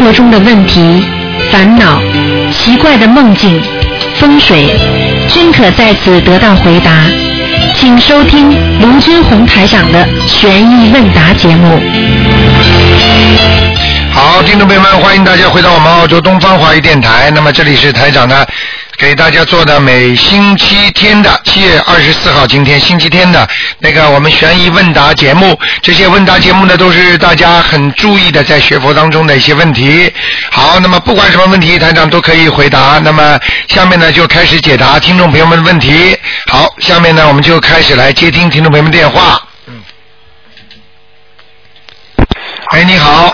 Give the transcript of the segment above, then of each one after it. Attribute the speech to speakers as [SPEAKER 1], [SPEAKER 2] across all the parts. [SPEAKER 1] 活中的问题、烦恼、奇怪的梦境、风水，均可在此得到回答。请收听卢军红台长的《悬疑问答》节目。
[SPEAKER 2] 好，听众朋友们，欢迎大家回到我们澳洲东方华语电台。那么这里是台长呢，给大家做的每星期天的七月二十四号，今天星期天的那个我们悬疑问答节目。这些问答节目呢，都是大家很注意的在学佛当中的一些问题。好，那么不管什么问题，台长都可以回答。那么下面呢，就开始解答听众朋友们的问题。好，下面呢，我们就开始来接听听众朋友们电话。哎，你好，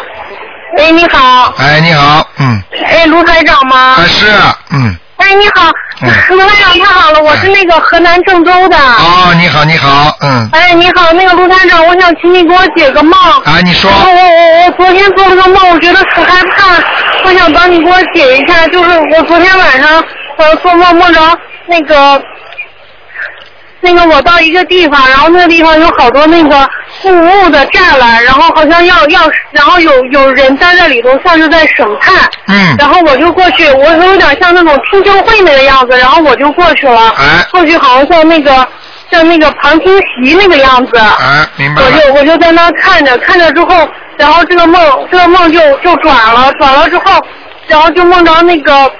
[SPEAKER 3] 喂，你好，
[SPEAKER 2] 哎，你好，嗯，
[SPEAKER 3] 哎，卢台长吗？
[SPEAKER 2] 啊是啊，嗯。
[SPEAKER 3] 哎，你好，
[SPEAKER 2] 嗯
[SPEAKER 3] 卢台长太好了，我是那个河南郑州的。
[SPEAKER 2] 哦，你好，你好，嗯，
[SPEAKER 3] 哎，你好，那个卢台长，我想请你给我解个梦。
[SPEAKER 2] 啊，你说
[SPEAKER 3] 我，我我昨天做了个梦，我觉得很害怕，我想帮你给我解一下。就是我昨天晚上呃做梦梦着那个那个我到一个地方，然后那个地方有好多那个木屋的栅栏，然后好像要要，然后有有人在那里头像是在审判。
[SPEAKER 2] 嗯，
[SPEAKER 3] 然后我就过去，我有点像那种听证会那个样子，然后我就过去了，
[SPEAKER 2] 哎
[SPEAKER 3] 过去好像像那个像那个旁听席那个样子，
[SPEAKER 2] 啊，明白
[SPEAKER 3] 我
[SPEAKER 2] 了，
[SPEAKER 3] 就我就在那看着，看着之后，然后这个梦这个梦就就转了，转了之后，然后就梦着那个，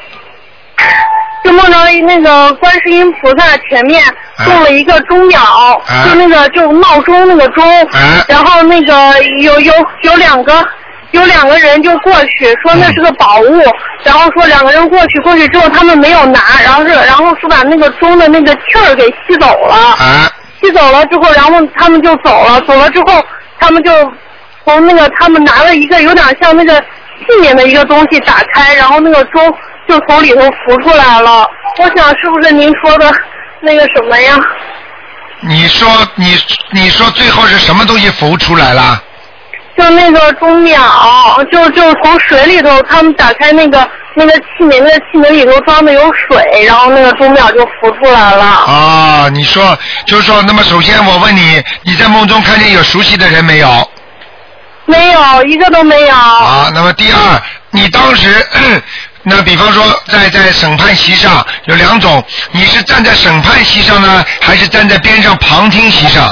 [SPEAKER 3] 就梦着那个观世音菩萨前面
[SPEAKER 2] 哎
[SPEAKER 3] 种了一个钟表，
[SPEAKER 2] 哎
[SPEAKER 3] 就那个就闹钟那个钟，
[SPEAKER 2] 哎
[SPEAKER 3] 然后那个有有有两个。有两个人就过去说那是个宝物，然后说两个人过去，过去之后他们没有拿，然后是然后是把那个钟的那个气儿给吸走了。
[SPEAKER 2] 啊，
[SPEAKER 3] 吸走了之后，然后他们就走了，走了之后，他们就从那个他们拿了一个有点像那个器皿的一个东西打开，然后那个钟就从里头浮出来了。我想是不是您说的那个什么呀？
[SPEAKER 2] 你说你你说最后是什么东西浮出来了？
[SPEAKER 3] 就那个钟表，就就从水里头，他们打开那个那个器皿，那个器皿里头装的有水，然后那个钟表就浮出来了。
[SPEAKER 2] 啊，你说就是说，那么首先我问你，你在梦中看见有熟悉的人没有？
[SPEAKER 3] 没有，一个都没有。
[SPEAKER 2] 啊，那么第二，你当时 那比方说在在审判席上有两种，你是站在审判席上呢，还是站在边上旁听席上？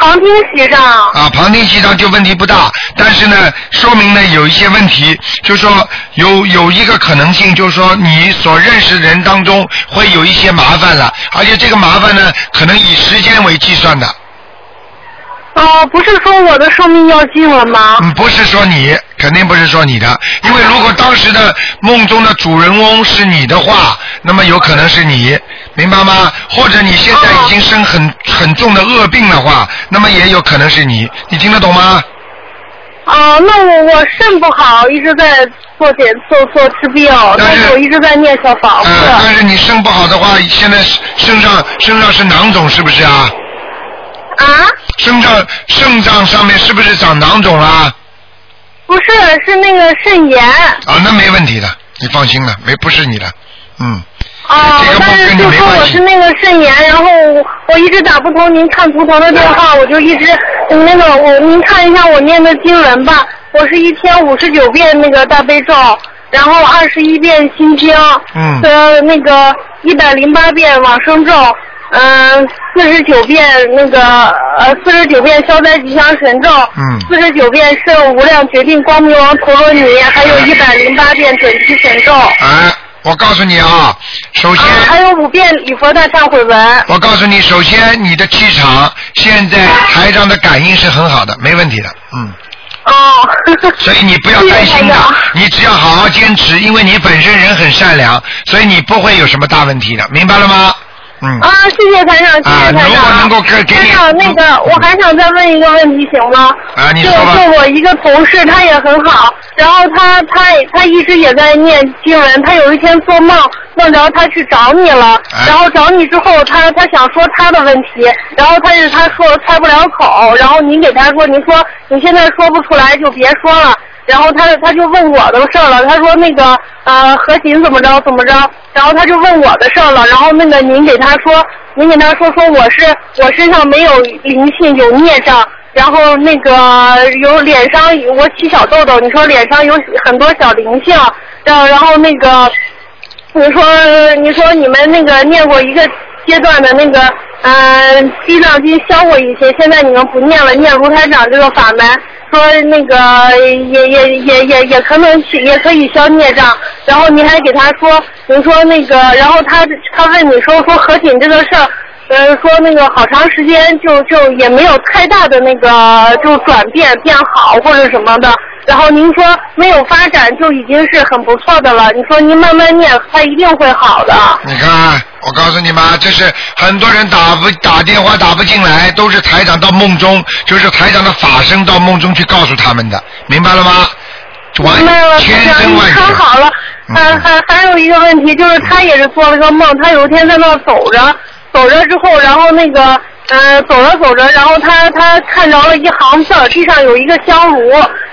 [SPEAKER 3] 旁听席上，
[SPEAKER 2] 啊，旁听席上就问题不大，但是呢，说明呢有一些问题，就是说有有一个可能性，就是说你所认识的人当中会有一些麻烦了，而且这个麻烦呢，可能以时间为计算的，
[SPEAKER 3] 哦，不是说我的寿命要尽了吗？
[SPEAKER 2] 嗯，不是说你，肯定不是说你的，因为如果当时的梦中的主人翁是你的话，那么有可能是你，明白吗？或者你现在已经生很很重的恶病的话，那么也有可能是你，你听得懂吗？
[SPEAKER 3] 啊，那我我肾不好，一直在做检做做治病，
[SPEAKER 2] 但
[SPEAKER 3] 但
[SPEAKER 2] 是
[SPEAKER 3] 是我一直在念小房子。
[SPEAKER 2] 呃，但是你肾不好的话，现在肾上肾上是囊肿是不是啊？
[SPEAKER 3] 啊，
[SPEAKER 2] 肾上肾脏上面是不是长囊肿啊啦？
[SPEAKER 3] 不是，是那个肾炎。
[SPEAKER 2] 啊，那没问题的，你放心了，没不是你的，嗯，
[SPEAKER 3] 啊
[SPEAKER 2] 这个，
[SPEAKER 3] 但
[SPEAKER 2] 跟
[SPEAKER 3] 是
[SPEAKER 2] 你
[SPEAKER 3] 就
[SPEAKER 2] 没
[SPEAKER 3] 说
[SPEAKER 2] 关
[SPEAKER 3] 我
[SPEAKER 2] 系
[SPEAKER 3] 是那个肾炎，然后我我一直打不通您看图腾的电话，我就一直嗯那个我您看一下我念的经文吧，我是一天五十九遍那个大悲咒，然后二十一遍心经，
[SPEAKER 2] 嗯
[SPEAKER 3] 呃那个一百零八遍往生咒，嗯四十九遍那个呃四十九遍消灾吉祥神咒，
[SPEAKER 2] 嗯
[SPEAKER 3] 四十九遍圣无量决定光明王陀罗尼，还有一百零八遍准提神咒。
[SPEAKER 2] 哎，我告诉你啊，首先、
[SPEAKER 3] 啊，还有五遍礼佛大忏悔文。
[SPEAKER 2] 我告诉你，首先你的气场现在台上的感应是很好的，没问题的，嗯。
[SPEAKER 3] 哦。
[SPEAKER 2] 所以你不要担心的
[SPEAKER 3] 谢谢台啊长，
[SPEAKER 2] 你只要好好坚持，因为你本身人很善良，所以你不会有什么大问题的，明白了吗？嗯。
[SPEAKER 3] 啊，谢谢台长，谢
[SPEAKER 2] 啊
[SPEAKER 3] 谢台
[SPEAKER 2] 如
[SPEAKER 3] 长。
[SPEAKER 2] 果能够给给你嗯
[SPEAKER 3] 台长，那个我还想再问一个问题，行吗？
[SPEAKER 2] 啊你
[SPEAKER 3] 就
[SPEAKER 2] 说吧
[SPEAKER 3] 就我一个同事，他也很好，然后他他他一直也在念经文，他有一天做梦梦着他去找你了，
[SPEAKER 2] 哎
[SPEAKER 3] 然后找你之后，他他想说他的问题，然后但是他说开不了口，然后你给他说，你说你现在说不出来就别说了。然后他他就问我的事儿了，他说那个呃何琴怎么着怎么着，然后他就问我的事儿了，然后那个您给他说，您给他说说我是我身上没有灵性有孽障，然后那个有脸上我起小痘痘，你说脸上有很多小灵性，然后然后那个你说你说你们那个念过一个阶段的那个嗯、呃、地藏经消过一些，现在你们不念了，念卢台长这个法门，说那个也也也也也可能去也可以消孽障，然后你还给他说，你说那个，然后他他问你说说合紧这个事儿。呃，说那个好长时间就就也没有太大的那个就转变变好或者什么的，然后您说没有发展就已经是很不错的了，你说您慢慢念，它一定会好的。
[SPEAKER 2] 你看，我告诉你们啊，这是很多人打不打电话打不进来，都是台长到梦中，就是台长的法身到梦中去告诉他们的，明白了吗？完
[SPEAKER 3] 明白了，
[SPEAKER 2] 千
[SPEAKER 3] 台长，
[SPEAKER 2] 真
[SPEAKER 3] 你
[SPEAKER 2] 万
[SPEAKER 3] 看
[SPEAKER 2] 确。
[SPEAKER 3] 好了。还还还有一个问题就是，他也是做了个梦，他有一天在那儿走着，走着之后，然后那个呃走着走着，然后他他看着了一行字儿，地上有一个香炉，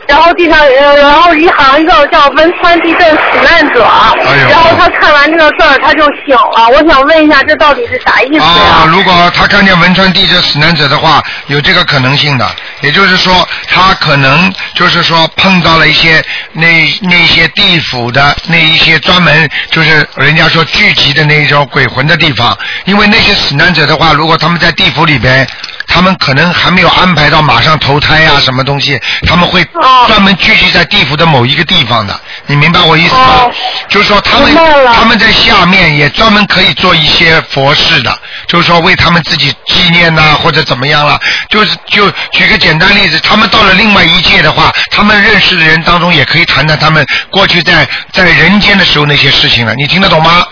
[SPEAKER 3] 然后地上呃然后一行一个叫汶川地震死难者，
[SPEAKER 2] 哎呦
[SPEAKER 3] 然后他看完这个字儿他就醒了。我想问一下，这到底是啥意思
[SPEAKER 2] 啊、
[SPEAKER 3] 呀？
[SPEAKER 2] 如果他看见汶川地震死难者的话，有这个可能性的，也就是说，他可能就是说碰到了一些那那些地府的那一些专门就是人家说聚集的那一种鬼魂的地方，因为那些死难者的话，如果他们在地府里边，他们可能还没有安排到马上投胎呀、什么东西，他们会
[SPEAKER 3] 哦
[SPEAKER 2] 专门聚集在地府的某一个地方的，你明白我意思吗？
[SPEAKER 3] 哦
[SPEAKER 2] 就是说他们
[SPEAKER 3] 明白了
[SPEAKER 2] 他们在下面也专门可以做一些佛事的，就是说为他们自己纪念呐、或者怎么样了。就是就举个简单例子，他们到了另外一界的话，他们认识的人当中也可以谈谈他们过去在在人间的时候那些事情了。你听得懂吗？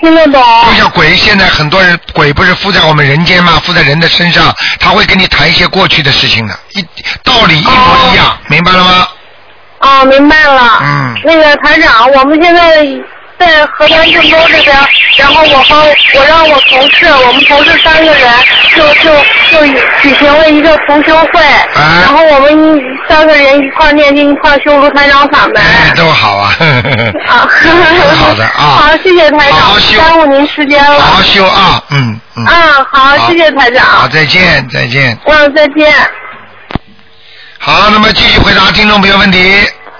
[SPEAKER 3] 听得懂？
[SPEAKER 2] 就像鬼，现在很多人鬼不是附在我们人间吗？附在人的身上，他会跟你谈一些过去的事情的，一道理一模一样，明白了吗？
[SPEAKER 3] 哦，明白了。
[SPEAKER 2] 嗯
[SPEAKER 3] 那个台长，我们现在在河南郑州这边，然后我和我让我同事，我们同事三个人就就就举行了一个同修会，
[SPEAKER 2] 哎
[SPEAKER 3] 然后我们三个人一块儿念经，一块儿修卢台长法门。
[SPEAKER 2] 哎，都好啊。
[SPEAKER 3] 啊，
[SPEAKER 2] 很好的啊。
[SPEAKER 3] 好，谢谢台
[SPEAKER 2] 好好
[SPEAKER 3] 长，
[SPEAKER 2] 修
[SPEAKER 3] 耽误您时间了。
[SPEAKER 2] 好好修啊，嗯嗯。
[SPEAKER 3] 啊，好，
[SPEAKER 2] 好
[SPEAKER 3] 谢谢台
[SPEAKER 2] 好，
[SPEAKER 3] 长。
[SPEAKER 2] 再见，再见。
[SPEAKER 3] 嗯，再见。
[SPEAKER 2] 好，那么继续回答听众朋友问题。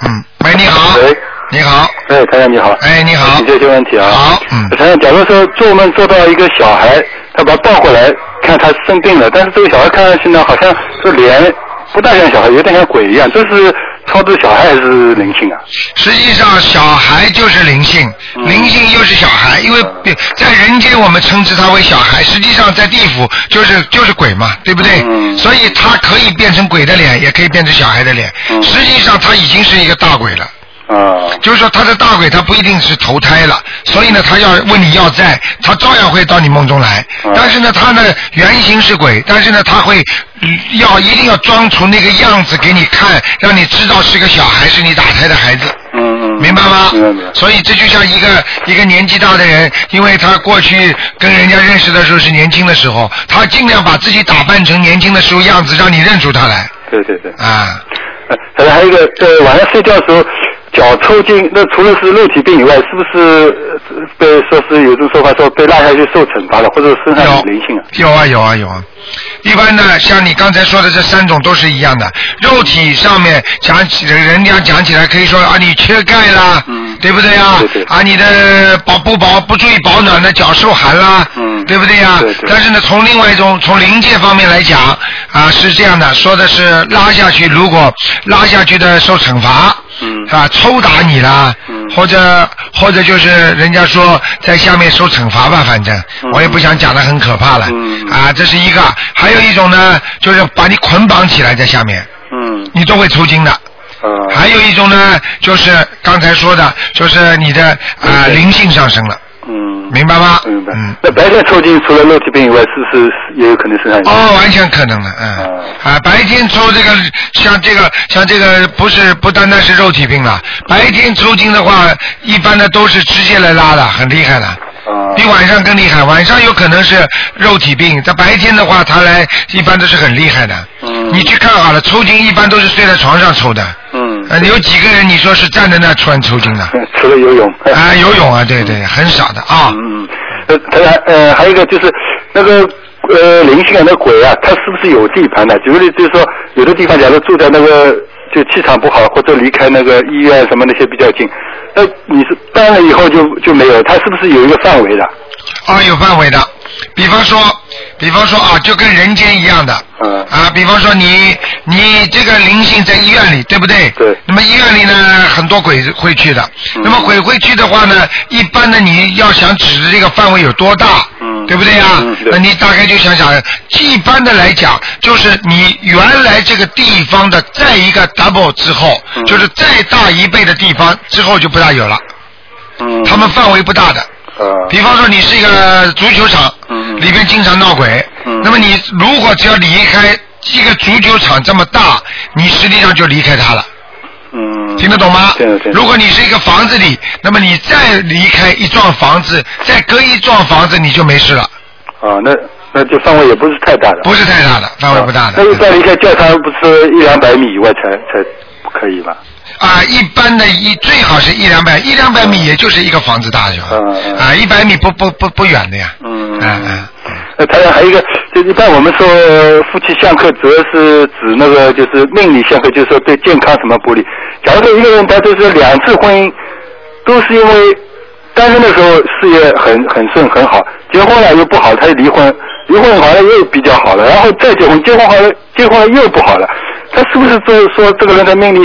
[SPEAKER 2] 嗯，喂，你好，
[SPEAKER 4] 喂，
[SPEAKER 2] 你好，
[SPEAKER 4] 哎，台长你好。
[SPEAKER 2] 哎，你好
[SPEAKER 4] 请，教一些问题啊。
[SPEAKER 2] 好，嗯，
[SPEAKER 4] 台长，假如说做梦做到一个小孩，他把他抱过来，看他生病了，但是这个小孩看上去呢，好像这脸不大像小孩，有点像鬼一样，这是超度小孩还是灵性啊？
[SPEAKER 2] 实际上小孩就是灵性，
[SPEAKER 4] 嗯
[SPEAKER 2] 灵性又是小孩，因为
[SPEAKER 4] 嗯
[SPEAKER 2] 在人间我们称之他为小孩，实际上在地府就是就是鬼嘛，对不对？
[SPEAKER 4] 嗯
[SPEAKER 2] 所以他可以变成鬼的脸，也可以变成小孩的脸，
[SPEAKER 4] 嗯
[SPEAKER 2] 实际上他已经是一个大鬼了。
[SPEAKER 4] 啊，
[SPEAKER 2] 就是说他的大鬼他不一定是投胎了，所以呢，他要问你要债，他照样会到你梦中来
[SPEAKER 4] 嗯。
[SPEAKER 2] 但是呢，他呢原型是鬼，但是呢，他会嗯要一定要装出那个样子给你看，让你知道是个小孩，是你打胎的孩子。
[SPEAKER 4] 嗯嗯，
[SPEAKER 2] 明白吗？
[SPEAKER 4] 明白明白。
[SPEAKER 2] 所以这就像一个一个年纪大的人，因为他过去跟人家认识的时候是年轻的时候，他尽量把自己打扮成年轻的时候样子，让你认出他来
[SPEAKER 4] 对对对。
[SPEAKER 2] 啊。
[SPEAKER 4] 呃台长还有一个，呃，晚上睡觉的时候脚抽筋，那除了是肉体病以外，是不是呃被说是有种说法说被拉下去受惩罚了，或者身上有灵性啊？
[SPEAKER 2] 有啊有啊有啊。一般呢，像你刚才说的这三种都是一样的，肉体上面讲起人家讲起来可以说啊你缺钙啦，
[SPEAKER 4] 嗯
[SPEAKER 2] 对不对呀、啊？
[SPEAKER 4] 对对
[SPEAKER 2] 你的保不保不注意保暖的脚受寒啦，
[SPEAKER 4] 嗯
[SPEAKER 2] 对不对呀、
[SPEAKER 4] 对对
[SPEAKER 2] 但是呢，从另外一种从灵界方面来讲啊是这样的，说的是拉下去，如果拉下去的受惩罚，
[SPEAKER 4] 嗯
[SPEAKER 2] 啊抽打你啦，
[SPEAKER 4] 嗯
[SPEAKER 2] 或者或者就是人家说在下面受惩罚吧，反正我也不想讲的很可怕了，
[SPEAKER 4] 嗯
[SPEAKER 2] 啊，这是一个，还有一种呢，就是把你捆绑起来在下面，
[SPEAKER 4] 嗯，
[SPEAKER 2] 你都会抽筋的。
[SPEAKER 4] 啊，
[SPEAKER 2] 嗯还有一种呢，就是刚才说的，就是你的啊、呃
[SPEAKER 4] 对
[SPEAKER 2] 灵性上升了，
[SPEAKER 4] 嗯，
[SPEAKER 2] 明白吗？
[SPEAKER 4] 明白
[SPEAKER 2] 嗯。。
[SPEAKER 4] 那白天抽筋除了肉体病以外，是不是也有可能身上有？
[SPEAKER 2] 哦，完全可能的，
[SPEAKER 4] 哦
[SPEAKER 2] 嗯，啊，白天抽这个，像这个，像这个，不是不单单是肉体病了，白天抽筋的话，一般的都是直接来拉的，很厉害的，
[SPEAKER 4] 啊，
[SPEAKER 2] 比晚上更厉害。晚上有可能是肉体病，在白天的话，他来一般都是很厉害的。
[SPEAKER 4] 嗯
[SPEAKER 2] 你去看好了，抽筋一般都是睡在床上抽的，
[SPEAKER 4] 嗯，
[SPEAKER 2] 呃，有几个人你说是站在那儿突然抽筋的？
[SPEAKER 4] 除了游泳。
[SPEAKER 2] 哎
[SPEAKER 4] 嗯
[SPEAKER 2] 啊，游泳啊，对对，很少的啊。
[SPEAKER 4] 嗯，嗯，呃，他呃还有一个就是那个呃灵性啊，那鬼啊，它是不是有地盘啊的？举个例子，就是说有的地方，假如住在那个就气场不好，或者离开那个医院什么那些比较近，那你是搬了以后就就没有，它是不是有一个范围的？
[SPEAKER 2] 啊，有范围的。比方说，比方说啊，就跟人间一样的。
[SPEAKER 4] 嗯
[SPEAKER 2] 啊，比方说你你这个灵性在医院里，对不对？
[SPEAKER 4] 对
[SPEAKER 2] 那么医院里呢，很多鬼会去的。
[SPEAKER 4] 嗯
[SPEAKER 2] 那么鬼会去的话呢，一般的你要想指的这个范围有多大，
[SPEAKER 4] 嗯
[SPEAKER 2] 对不对啊？
[SPEAKER 4] 嗯对
[SPEAKER 2] 那你大概就想想，一般的来讲，就是你原来这个地方的再一个 double 之后，
[SPEAKER 4] 嗯
[SPEAKER 2] 就是再大一倍的地方之后就不大有了，
[SPEAKER 4] 嗯，
[SPEAKER 2] 他们范围不大的。
[SPEAKER 4] 呃，
[SPEAKER 2] 比方说你是一个足球场，
[SPEAKER 4] 嗯
[SPEAKER 2] 里边经常闹鬼，
[SPEAKER 4] 嗯
[SPEAKER 2] 那么你如果只要离开一个足球场这么大，你实际上就离开它了，
[SPEAKER 4] 嗯，
[SPEAKER 2] 听得懂吗？
[SPEAKER 4] 听得懂
[SPEAKER 2] 如果你是一个房子里，那么你再离开一幢房子，再隔一幢房子，你就没事了，
[SPEAKER 4] 啊，那那就范围也不是太大的，
[SPEAKER 2] 不是太大的，范围不大的
[SPEAKER 4] 嗯啊那。一般离开教堂不是一两百米以外才才可以吧？
[SPEAKER 2] 啊，一般的一最好是一两百，一两百米也就是一个房子大小
[SPEAKER 4] 嗯嗯，
[SPEAKER 2] 啊，一百米不不不不远的呀，
[SPEAKER 4] 嗯
[SPEAKER 2] 嗯嗯。
[SPEAKER 4] 那当呃然还有一个，就一般我们说夫妻相克，主要是指那个就是命理相克，就是说对健康什么不利。假如说一个人他就是两次婚姻，都是因为单身的时候事业很很顺很好，结婚了又不好，他就离婚，离婚好了又比较好了，然后再结婚，结婚好了结婚了又不好了，他是不是就是说这个人的命理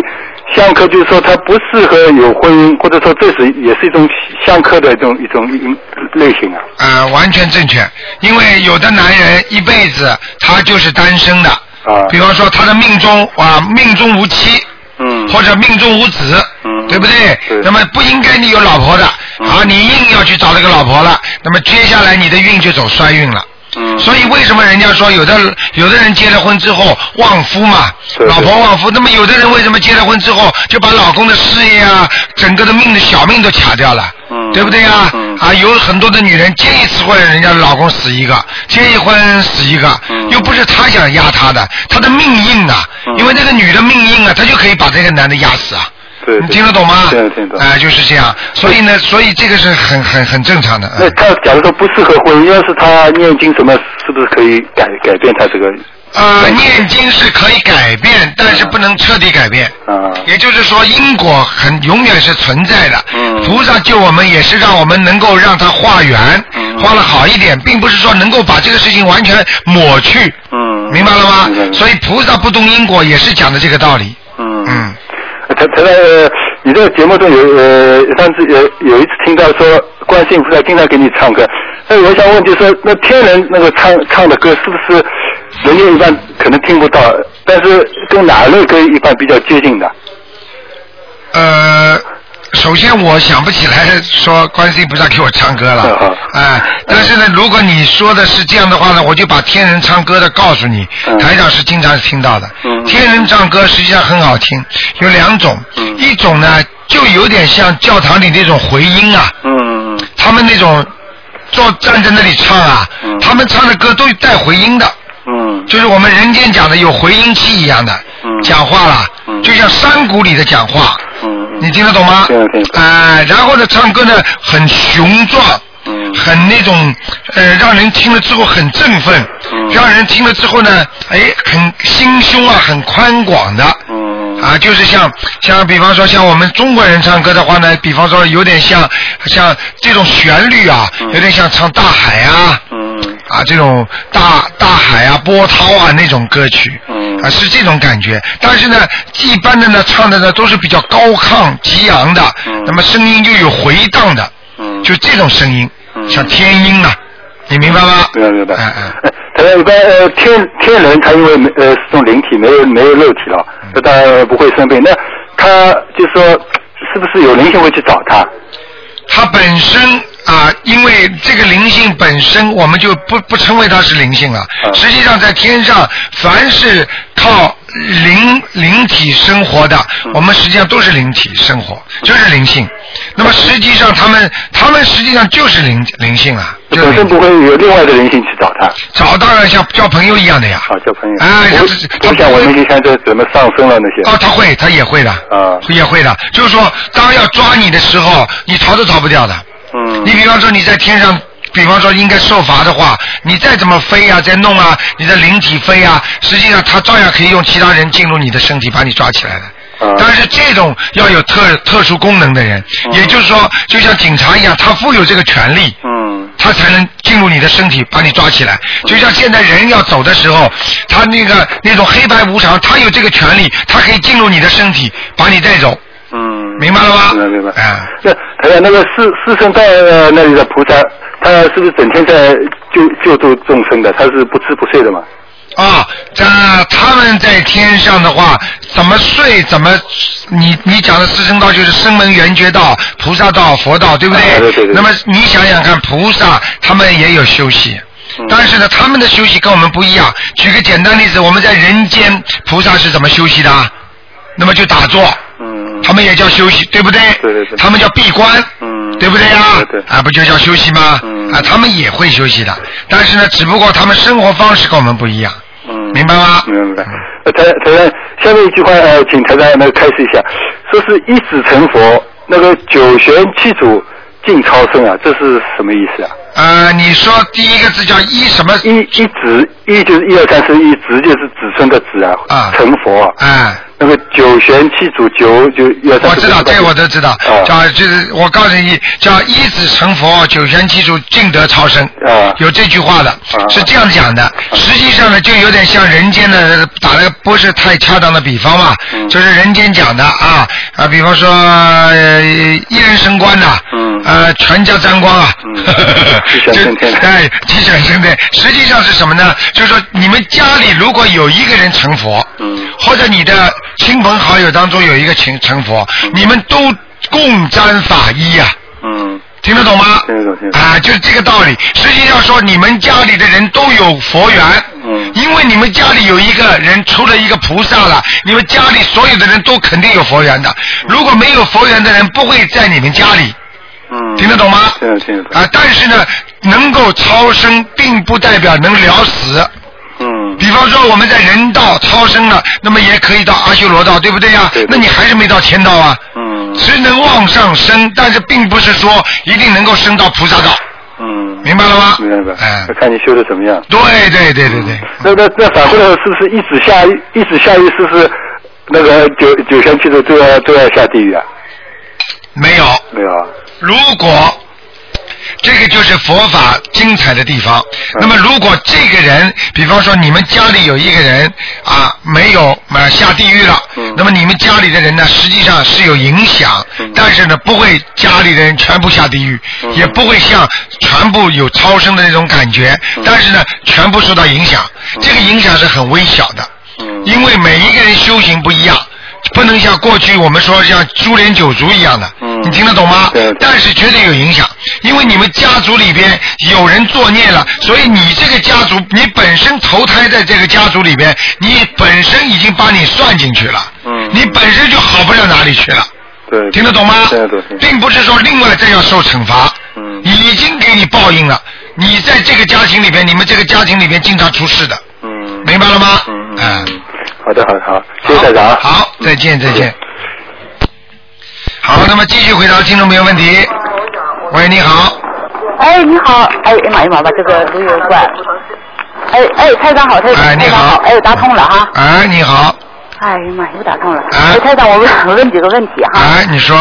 [SPEAKER 4] 相克，就是说他不适合有婚姻，或者说这是也是一种相克的一种一种一种类型啊？
[SPEAKER 2] 呃，完全正确，因为有的男人一辈子他就是单身的，
[SPEAKER 4] 啊
[SPEAKER 2] 比方说他的命中啊命中无妻，
[SPEAKER 4] 嗯
[SPEAKER 2] 或者命中无子，
[SPEAKER 4] 嗯
[SPEAKER 2] 对不对？
[SPEAKER 4] 对
[SPEAKER 2] 那么不应该你有老婆的，
[SPEAKER 4] 嗯
[SPEAKER 2] 啊，你硬要去找这个老婆了，那么接下来你的运就走衰运了。
[SPEAKER 4] 嗯
[SPEAKER 2] 所以为什么人家说有的有的人结了婚之后旺夫嘛，
[SPEAKER 4] 对对
[SPEAKER 2] 老婆旺夫，那么有的人为什么结了婚之后就把老公的事业啊，整个的命的小命都卡掉了，
[SPEAKER 4] 嗯
[SPEAKER 2] 对不对啊？
[SPEAKER 4] 嗯
[SPEAKER 2] 啊，有很多的女人结一次婚，人家老公死一个，结一婚死一个，
[SPEAKER 4] 嗯
[SPEAKER 2] 又不是她想压她的，她的命硬啊，
[SPEAKER 4] 嗯
[SPEAKER 2] 因为那个女的命硬啊，她就可以把这个男的压死啊。
[SPEAKER 4] 对
[SPEAKER 2] 你
[SPEAKER 4] 对
[SPEAKER 2] 听得懂吗？
[SPEAKER 4] 听得听得懂
[SPEAKER 2] 哎、就是这样。所以呢，所以这个是很很很正常的。嗯
[SPEAKER 4] 那他假如说不适合婚姻，要是他念经什么，是不是可以改改变他这个？
[SPEAKER 2] 呃，念经是可以改变，但是不能彻底改变。
[SPEAKER 4] 啊
[SPEAKER 2] 也就是说，因果很永远是存在的。
[SPEAKER 4] 嗯
[SPEAKER 2] 菩萨救我们也是让我们能够让它化缘，
[SPEAKER 4] 嗯
[SPEAKER 2] 化了好一点，并不是说能够把这个事情完全抹去，
[SPEAKER 4] 嗯
[SPEAKER 2] 明白了吗？
[SPEAKER 4] 明白明白
[SPEAKER 2] 所以菩萨不动因果也是讲的这个道理。
[SPEAKER 4] 嗯
[SPEAKER 2] 嗯，
[SPEAKER 4] 他他呃，你这个节目中有呃上次有有一次听到说观世音菩萨经常给你唱歌，那我想问就是说，那天人那个唱唱的歌是不是人家一般可能听不到，但是跟哪类歌一般比较接近的？
[SPEAKER 2] 呃，首先我想不起来说观世音菩萨给我唱歌 了
[SPEAKER 4] 嗯，
[SPEAKER 2] 哎、但是呢，如果你说的是这样的话呢，我就把天人唱歌的告诉你，
[SPEAKER 4] 嗯
[SPEAKER 2] 台长是经常听到的。
[SPEAKER 4] 嗯
[SPEAKER 2] 天人唱歌实际上很好听，有两种，
[SPEAKER 4] 嗯
[SPEAKER 2] 一种呢就有点像教堂里那种回音啊，
[SPEAKER 4] 嗯
[SPEAKER 2] 他们那种坐站在那里唱啊，
[SPEAKER 4] 嗯
[SPEAKER 2] 他们唱的歌都带回音的。
[SPEAKER 4] 嗯
[SPEAKER 2] 就是我们人间讲的有回音器一样的、
[SPEAKER 4] 嗯
[SPEAKER 2] 讲话了，
[SPEAKER 4] 嗯
[SPEAKER 2] 就像山谷里的讲话，
[SPEAKER 4] 嗯
[SPEAKER 2] 你听得懂吗？
[SPEAKER 4] 听得听得懂
[SPEAKER 2] 哎、然后呢，唱歌呢很雄壮，
[SPEAKER 4] 嗯
[SPEAKER 2] 很那种呃，让人听了之后很振奋，
[SPEAKER 4] 嗯
[SPEAKER 2] 让人听了之后呢，哎，很心胸啊，很宽广的。
[SPEAKER 4] 嗯
[SPEAKER 2] 啊，就是像像比方说像我们中国人唱歌的话呢，比方说有点像像这种旋律啊，
[SPEAKER 4] 嗯
[SPEAKER 2] 有点像唱大海啊，
[SPEAKER 4] 嗯
[SPEAKER 2] 啊，这种大大海啊、波涛啊那种歌曲，
[SPEAKER 4] 嗯
[SPEAKER 2] 啊是这种感觉。但是呢，一般的呢唱的呢都是比较高亢激昂的，
[SPEAKER 4] 嗯
[SPEAKER 2] 那么声音又有回荡的，
[SPEAKER 4] 嗯
[SPEAKER 2] 就这种声音，
[SPEAKER 4] 嗯
[SPEAKER 2] 像天音啊，你明白吗？
[SPEAKER 4] 明白明白。
[SPEAKER 2] 哎哎。
[SPEAKER 4] 哎 他一般呃天天人他因为没呃是种灵体，没有没有肉体了，
[SPEAKER 2] 嗯
[SPEAKER 4] 那当然不会生病。那他就说是不是有灵性会去找他？
[SPEAKER 2] 它本身啊，因为这个灵性本身，我们就不不称为它是灵性了。
[SPEAKER 4] 嗯
[SPEAKER 2] 实际上，在天上，凡是靠灵灵体生活的，
[SPEAKER 4] 嗯
[SPEAKER 2] 我们实际上都是灵体生活，就是灵性。那么实际上，他们他们实际上就是灵灵性啊，就
[SPEAKER 4] 本
[SPEAKER 2] 是灵
[SPEAKER 4] 身不会有另外的灵性去找他。
[SPEAKER 2] 找到了像交朋友一样的呀。
[SPEAKER 4] 啊，交朋友。
[SPEAKER 2] 哎
[SPEAKER 4] 我
[SPEAKER 2] 他
[SPEAKER 4] 我想我们就像这怎么上升了那些。
[SPEAKER 2] 哦，他会，他也会的，
[SPEAKER 4] 嗯
[SPEAKER 2] 也会的。就是说，当要抓你的时候，你逃都逃不掉的。
[SPEAKER 4] 嗯
[SPEAKER 2] 你比方说你在天上比方说应该受罚的话，你再怎么飞啊，再弄啊，你的灵体飞啊，实际上它照样可以用其他人进入你的身体把你抓起来的。
[SPEAKER 4] 啊
[SPEAKER 2] 但是这种要有特特殊功能的人，也就是说，就像警察一样，他负有这个权利。
[SPEAKER 4] 嗯
[SPEAKER 2] 他才能进入你的身体，把你抓起来。就像现在人要走的时候，他那个那种黑白无常，他有这个权利，他可以进入你的身体，把你带走，
[SPEAKER 4] 嗯，
[SPEAKER 2] 明白了吗？
[SPEAKER 4] 明白明白。
[SPEAKER 2] 哎、
[SPEAKER 4] 那还有那个四四圣道呃那里的菩萨，他是不是整天在救救度众生的？他是不吃不睡的嘛？
[SPEAKER 2] 啊，这他们在天上的话，怎么睡怎么，你你讲的四圣道就是声闻缘觉道、菩萨道、佛道，对不对？
[SPEAKER 4] 啊对对对
[SPEAKER 2] 那么你想想看，菩萨他们也有休息。
[SPEAKER 4] 嗯
[SPEAKER 2] 但是呢，他们的休息跟我们不一样。举个简单例子，我们在人间，菩萨是怎么休息的啊？那么就打坐，
[SPEAKER 4] 嗯
[SPEAKER 2] 他们也叫休息，对不对？
[SPEAKER 4] 对对对
[SPEAKER 2] 他们叫闭关，
[SPEAKER 4] 嗯
[SPEAKER 2] 对不对呀、啊？
[SPEAKER 4] 对对
[SPEAKER 2] 不就叫休息吗？
[SPEAKER 4] 嗯
[SPEAKER 2] 啊，他们也会休息的，但是呢，只不过他们生活方式跟我们不一样，
[SPEAKER 4] 嗯，
[SPEAKER 2] 明白吗？
[SPEAKER 4] 明白明白。呃，台台长，下面一句话呃，请台长那个开示一下，说是一指成佛，那个九玄七祖尽超生啊，这是什么意思啊？
[SPEAKER 2] 呃，你说第一个字叫一什么？
[SPEAKER 4] 一一指一就是一二三四一指就是子孙的子啊，
[SPEAKER 2] 啊
[SPEAKER 4] 成佛啊，
[SPEAKER 2] 哎、
[SPEAKER 4] 那个九玄七祖九就一二三
[SPEAKER 2] 我
[SPEAKER 4] 四。
[SPEAKER 2] 知道，这我都知道，
[SPEAKER 4] 啊
[SPEAKER 2] 叫就是我告诉你，叫一子成佛，九玄七祖，尽得超生。
[SPEAKER 4] 啊
[SPEAKER 2] 有这句话的，是这样讲的。实际上呢，就有点像人间的打了个不是太恰当的比方嘛，
[SPEAKER 4] 嗯
[SPEAKER 2] 就是人间讲的啊啊，比方说、呃一人升官呐、
[SPEAKER 4] 嗯
[SPEAKER 2] 呃全家沾光啊，
[SPEAKER 4] 嗯鸡犬升 天
[SPEAKER 2] 就哎鸡犬升天。实际上是什么呢？就是说你们家里如果有一个人成佛，
[SPEAKER 4] 嗯
[SPEAKER 2] 或者你的亲朋好友当中有一个成成佛，你们都共沾法医啊，
[SPEAKER 4] 嗯
[SPEAKER 2] 听得懂吗？
[SPEAKER 4] 听得懂听得懂
[SPEAKER 2] 啊，就是这个道理。实际上说，你们家里的人都有佛缘，
[SPEAKER 4] 嗯
[SPEAKER 2] 因为你们家里有一个人出了一个菩萨了，你们家里所有的人都肯定有佛缘的。如果没有佛缘的人，不会在你们家里。
[SPEAKER 4] 嗯，
[SPEAKER 2] 听得懂吗
[SPEAKER 4] 听得懂听得懂
[SPEAKER 2] 啊，但是呢，能够超生，并不代表能了死。
[SPEAKER 4] 嗯
[SPEAKER 2] 比方说我们在人道超生了，那么也可以到阿修罗道，对不对呀、
[SPEAKER 4] 对对
[SPEAKER 2] 那你还是没到天道啊，
[SPEAKER 4] 嗯
[SPEAKER 2] 只能往上升，但是并不是说一定能够升到菩萨道，
[SPEAKER 4] 嗯，
[SPEAKER 2] 明白了吗？
[SPEAKER 4] 明白明嗯白，
[SPEAKER 2] 哎、
[SPEAKER 4] 看你修的怎么样。
[SPEAKER 2] 对对对对对，
[SPEAKER 4] 那那那反过来是不是一指下狱一指下狱是不是那个九九仙七祖都要都要下地狱啊？
[SPEAKER 2] 没有。
[SPEAKER 4] 没有啊？
[SPEAKER 2] 如果这个就是佛法精彩的地方。
[SPEAKER 4] 嗯
[SPEAKER 2] 那么，如果这个人，比方说你们家里有一个人啊，没有呃下地狱了
[SPEAKER 4] 嗯，
[SPEAKER 2] 那么你们家里的人呢，实际上是有影响
[SPEAKER 4] 嗯，
[SPEAKER 2] 但是呢，不会家里的人全部下地狱，
[SPEAKER 4] 嗯
[SPEAKER 2] 也不会像全部有超生的那种感觉，
[SPEAKER 4] 嗯
[SPEAKER 2] 但是呢，全部受到影响，这个影响是很微小的。
[SPEAKER 4] 嗯
[SPEAKER 2] 因为每一个人修行不一样，不能像过去我们说像株连九族一样的，
[SPEAKER 4] 嗯
[SPEAKER 2] 你听得懂吗？
[SPEAKER 4] 对
[SPEAKER 2] 但是绝对有影响，因为你们家族里边有人作孽了，所以你这个家族，你本身投胎在这个家族里边，你本身已经把你算进去了，
[SPEAKER 4] 嗯
[SPEAKER 2] 你本身就好不了哪里去了。
[SPEAKER 4] 对，
[SPEAKER 2] 听得懂吗
[SPEAKER 4] 听得懂听得？懂。
[SPEAKER 2] 并不是说另外再要受惩罚，
[SPEAKER 4] 嗯
[SPEAKER 2] 已经给你报应了。你在这个家庭里边，你们这个家庭里边经常出事的，
[SPEAKER 4] 嗯
[SPEAKER 2] 明白了吗？
[SPEAKER 4] 嗯嗯
[SPEAKER 2] 哎
[SPEAKER 4] 嗯，好的好的好，谢谢台长嗯啊。
[SPEAKER 2] 好，再见，再
[SPEAKER 4] 谢
[SPEAKER 2] 见
[SPEAKER 4] 谢。
[SPEAKER 2] 好，那么继续回答听众朋友问题。喂，你好，
[SPEAKER 5] 哎，你好，哎，哎妈呀妈妈，这个卢有怪，哎哎，台长好，台
[SPEAKER 2] 哎，
[SPEAKER 5] 台
[SPEAKER 2] 你
[SPEAKER 5] 长
[SPEAKER 2] 好，
[SPEAKER 5] 哎，打通了哈，
[SPEAKER 2] 哎，你好，
[SPEAKER 5] 哎呀妈，又打通了，
[SPEAKER 2] 哎
[SPEAKER 5] 哎，台长，我问我问几个问题哈，
[SPEAKER 2] 哎，你说，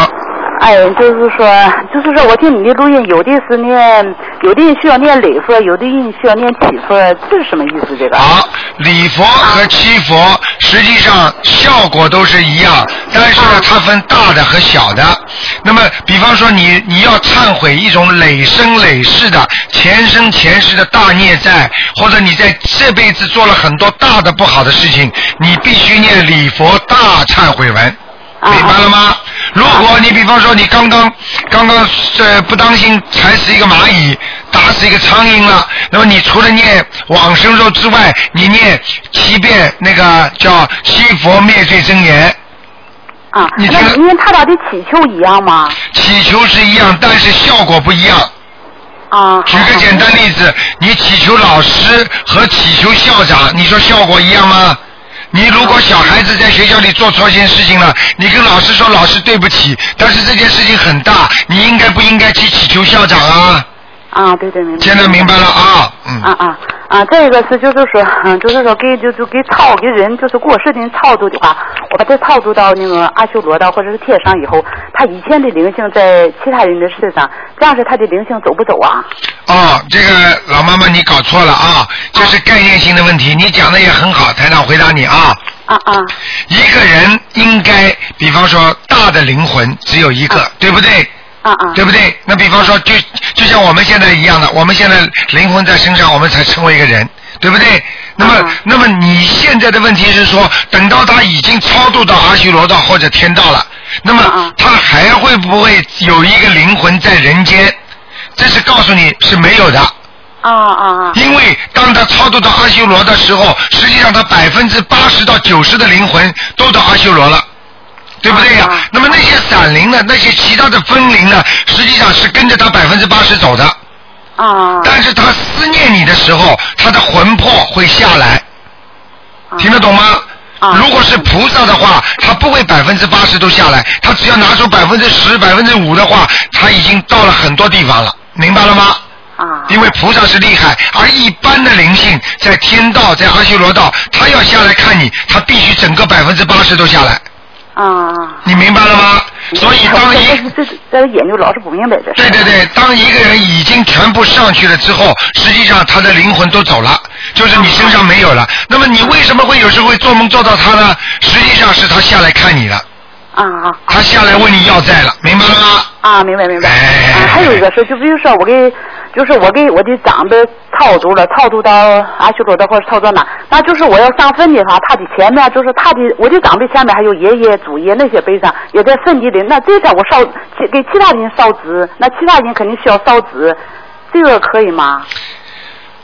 [SPEAKER 5] 哎，就是说，就是说我听你的录音，有的是念，有的需要念礼佛，有的需要念祈佛，这是什么意思？这个？
[SPEAKER 2] 好，礼佛和七佛实际上效果都是一样，但是呢，它分大的和小的。那么，比方说你你要忏悔一种累生累世的前生前世的大孽债，或者你在这辈子做了很多大的不好的事情，你必须念礼佛大忏悔文。
[SPEAKER 5] 啊
[SPEAKER 2] 明白了吗？如果你比方说你刚刚刚刚呃不当心踩死一个蚂蚁，打死一个苍蝇了，那么你除了念往生咒之外，你念七遍那个叫七佛灭罪真言，
[SPEAKER 5] 啊，
[SPEAKER 2] 你
[SPEAKER 5] 那
[SPEAKER 2] 听
[SPEAKER 5] 因为他俩的祈求一样吗？
[SPEAKER 2] 祈求是一样，但是效果不一样。
[SPEAKER 5] 啊，
[SPEAKER 2] 举个简单例子，你祈求老师和祈求校长，你说效果一样吗？你如果小孩子在学校里做错一件事情了，你跟老师说老师对不起，但是这件事情很大，你应该不应该去祈求校长啊？
[SPEAKER 5] 啊，对对，明白。
[SPEAKER 2] 现在明白了啊，嗯，
[SPEAKER 5] 啊啊啊！再一个是就是说，嗯，就是说给就就给操给人就是过世的人操度的话，我把他操度到那个阿修罗道或者是天上以后，他以前的灵性在其他人的世上，这样是他的灵性走不走啊？
[SPEAKER 2] 哦，这个老妈妈你搞错了啊，这是概念性的问题，你讲的也很好，台长回答你啊。
[SPEAKER 5] 啊啊
[SPEAKER 2] 一个人应该，比方说大的灵魂只有一个，对不对？
[SPEAKER 5] 啊啊！
[SPEAKER 2] 对不对？那比方说，就就像我们现在一样的，我们现在灵魂在身上，我们才成为一个人，对不对？那么，
[SPEAKER 5] 嗯
[SPEAKER 2] 那么你现在的问题是说，等到他已经超度到阿修罗道或者天道了，那
[SPEAKER 5] 嗯
[SPEAKER 2] 么
[SPEAKER 5] 嗯
[SPEAKER 2] 他还会不会有一个灵魂在人间？这是告诉你是没有的。
[SPEAKER 5] 啊啊啊！
[SPEAKER 2] 因为当他超度到阿修罗的时候，实际上他百分之八十到九十的灵魂都到阿修罗了。对不对呀、
[SPEAKER 5] 啊
[SPEAKER 2] 那么那些散灵呢，那些其他的分灵呢，实际上是跟着他百分之八十走的。
[SPEAKER 5] 啊！
[SPEAKER 2] 但是他思念你的时候，他的魂魄会下来，听得懂吗？
[SPEAKER 5] 啊
[SPEAKER 2] 如果是菩萨的话，他不会百分之八十都下来，他只要拿出百分之十、百分之五的话，他已经到了很多地方了，明白了吗？
[SPEAKER 5] 啊？
[SPEAKER 2] 因为菩萨是厉害，而一般的灵性在天道、在阿修罗道，他要下来看你，他必须整个百分之八十都下来，
[SPEAKER 5] 啊！
[SPEAKER 2] 你明白了吗？所以当一
[SPEAKER 5] 这这这这眼睛老是不明白这
[SPEAKER 2] 对
[SPEAKER 5] 事。
[SPEAKER 2] 对对，当一个人已经全部上去了之后，实际上他的灵魂都走了，就是你身上没有了。那么你为什么会有时候会做梦做到他呢？实际上是他下来看你了，
[SPEAKER 5] 啊啊！
[SPEAKER 2] 他下来问你要债了，明白了吗？
[SPEAKER 5] 啊，明白明白。
[SPEAKER 2] 哎
[SPEAKER 5] 啊，还有一个事，就比如说我给，就是我给我的长辈操度了，操度到阿修罗道或者操作哪，那就是我要上坟的话，他的前面就是他的我的长辈前面还有爷爷、祖爷那些碑上也在坟地里，那这个我烧其给其他人烧纸，那其他人肯定需要烧纸，这个可以吗？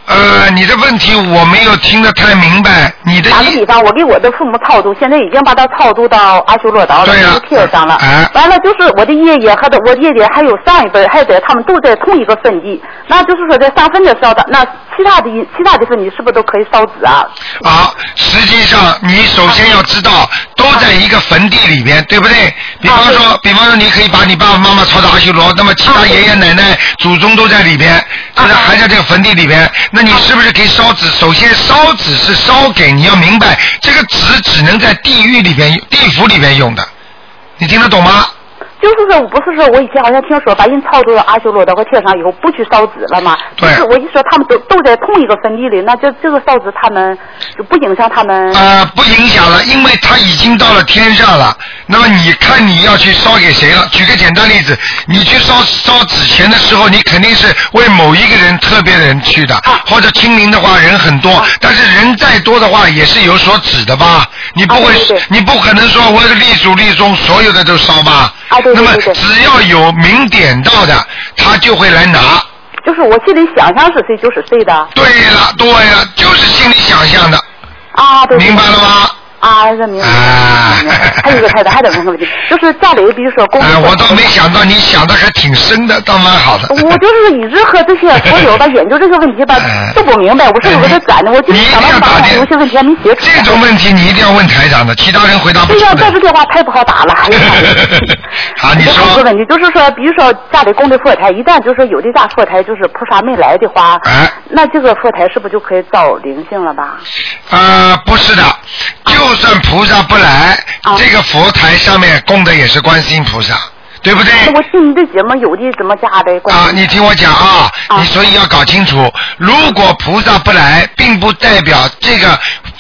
[SPEAKER 2] 呃，你的问题我没有听得太明白，你的
[SPEAKER 5] 打个
[SPEAKER 2] 意
[SPEAKER 5] 比方，我给我的父母超度，现在已经把他超度到阿修罗道了，
[SPEAKER 2] 对呀
[SPEAKER 5] 就是贴上了。
[SPEAKER 2] 哎
[SPEAKER 5] 完了就是我的爷爷和的我爷爷还有上一辈儿，还有在他们都在同一个坟地，那就是说在上坟的时候，那其他的其他的坟地是不是都可以烧纸啊？
[SPEAKER 2] 好，实际上你首先要知道，都在一个坟地里边，对不对？比方说，比方说，你可以把你爸爸妈妈抄到阿修罗，那么其他爷爷奶奶、祖宗都在里边，就是还在这个坟地里边，那你是不是可以烧纸？首先，烧纸是烧给，你要明白，这个纸只能在地狱里边、地府里边用的，你听得懂吗？
[SPEAKER 5] 就是说，不是说我以前好像听说把人超度到阿修罗道和天上以后不去烧纸了吗？
[SPEAKER 2] 对
[SPEAKER 5] 就是我一说他们都都在同一个坟地里，那这这个烧纸他们就不影响他们。
[SPEAKER 2] 呃，不影响了，因为他已经到了天上了。那么你看你要去烧给谁了？举个简单例子，你去烧烧纸钱的时候，你肯定是为某一个人特别的人去的，
[SPEAKER 5] 啊
[SPEAKER 2] 或者清明的话人很多，但是人再多的话也是有所指的吧？你不会，
[SPEAKER 5] 啊对对对
[SPEAKER 2] 你不可能说我历祖历宗所有的都烧吧？
[SPEAKER 5] 啊对对
[SPEAKER 2] 那么
[SPEAKER 5] 对对
[SPEAKER 2] 只要有明点到的，他就会来拿。
[SPEAKER 5] 就是我心里想象是谁就是谁的
[SPEAKER 2] 对了，对了，就是心里想象的，
[SPEAKER 5] 啊，对。对
[SPEAKER 2] 明白了吗？
[SPEAKER 5] 啊，这明白了明白了。还有一个太太，还有一个问题，就是家里比如说公
[SPEAKER 2] 哎、
[SPEAKER 5] 司，
[SPEAKER 2] 我倒没想到你想的还挺深的，倒蛮好的。
[SPEAKER 5] 我就是一直和这些朋 友吧研究这些问题吧
[SPEAKER 2] 哎
[SPEAKER 5] 都不明白，我是有个这攒的，我就
[SPEAKER 2] 嗯你
[SPEAKER 5] 是
[SPEAKER 2] 一定
[SPEAKER 5] 想
[SPEAKER 2] 要
[SPEAKER 5] 办
[SPEAKER 2] 打
[SPEAKER 5] 法
[SPEAKER 2] 电
[SPEAKER 5] 有些问题还没解决。
[SPEAKER 2] 这种问题你一定要问台长的，其他人回答不
[SPEAKER 5] 这
[SPEAKER 2] 出
[SPEAKER 5] 要再
[SPEAKER 2] 的
[SPEAKER 5] 是。电话太不好 打了。哎呀
[SPEAKER 2] 好，你
[SPEAKER 5] 这还有个
[SPEAKER 2] 说，
[SPEAKER 5] 问题就是说，比如说家里供的佛台，一旦就是说有的家佛台就是菩萨没来的话，
[SPEAKER 2] 哎，
[SPEAKER 5] 那这个佛台是不是就可以造灵性了吧？
[SPEAKER 2] 呃，不是的，就算菩萨不来，
[SPEAKER 5] 啊
[SPEAKER 2] 这个佛台上面供的也是观世音菩萨，对不对？
[SPEAKER 5] 那我听你的节目，有的怎么加的？关于
[SPEAKER 2] 啊，你听我讲啊，
[SPEAKER 5] 啊
[SPEAKER 2] 你所以要搞清楚，如果菩萨不来，并不代表这个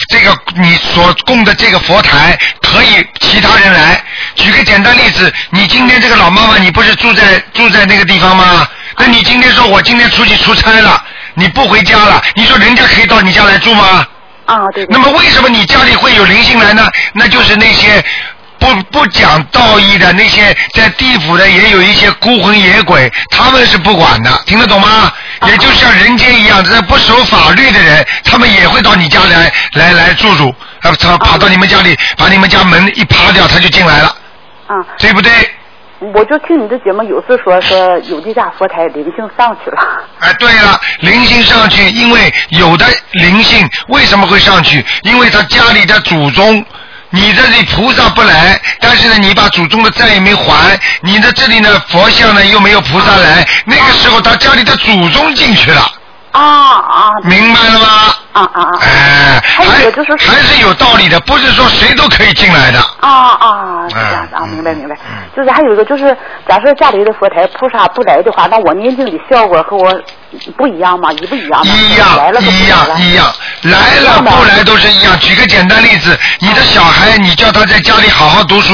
[SPEAKER 2] 这个你所供的这个佛台可以其他人来。举个简单例子，你今天这个老妈妈，你不是住在住在那个地方吗？那你今天说我今天出去出差了，你不回家了，你说人家可以到你家来住吗？
[SPEAKER 5] 啊，对对
[SPEAKER 2] 那。么为什么你家里会有灵性来呢？那就是那些不不讲道义的那些在地府的也有一些孤魂野鬼，他们是不管的，听得懂吗？也就像人间一样，这不守法律的人，他们也会到你家来来来住住，啊，他跑到你们家里，把你们家门一扒掉，他就进来了，
[SPEAKER 5] 啊，
[SPEAKER 2] 对不对？
[SPEAKER 5] 我就听你的节目，有次说说有的家佛台灵性上去了，
[SPEAKER 2] 哎，对了，灵性上去，因为有的灵性为什么会上去？因为他家里的祖宗你这里菩萨不来，但是呢，你把祖宗的债也没还，你的这里呢佛像呢又没有菩萨来，那个时候他家里的祖宗进去了，
[SPEAKER 5] 啊啊
[SPEAKER 2] 明白了吗？
[SPEAKER 5] 啊啊啊
[SPEAKER 2] 哎，还
[SPEAKER 5] 还有就是说
[SPEAKER 2] 还是有道理的，不是说谁都可以进来的。
[SPEAKER 5] 啊啊！是这样子啊，
[SPEAKER 2] 嗯
[SPEAKER 5] 明白明白
[SPEAKER 2] 嗯。
[SPEAKER 5] 就是还有一个就是，假设家里的佛台菩萨不来的话，那我念经的效果和我不一样吗？一不一样吗？
[SPEAKER 2] 一
[SPEAKER 5] 啊来
[SPEAKER 2] 样
[SPEAKER 5] 了和不
[SPEAKER 2] 一
[SPEAKER 5] 来了
[SPEAKER 2] 样一样，来
[SPEAKER 5] 一
[SPEAKER 2] 了
[SPEAKER 5] 样的
[SPEAKER 2] 不来都是一样。举个简单例子，你的小孩，你叫他在家里好好读书，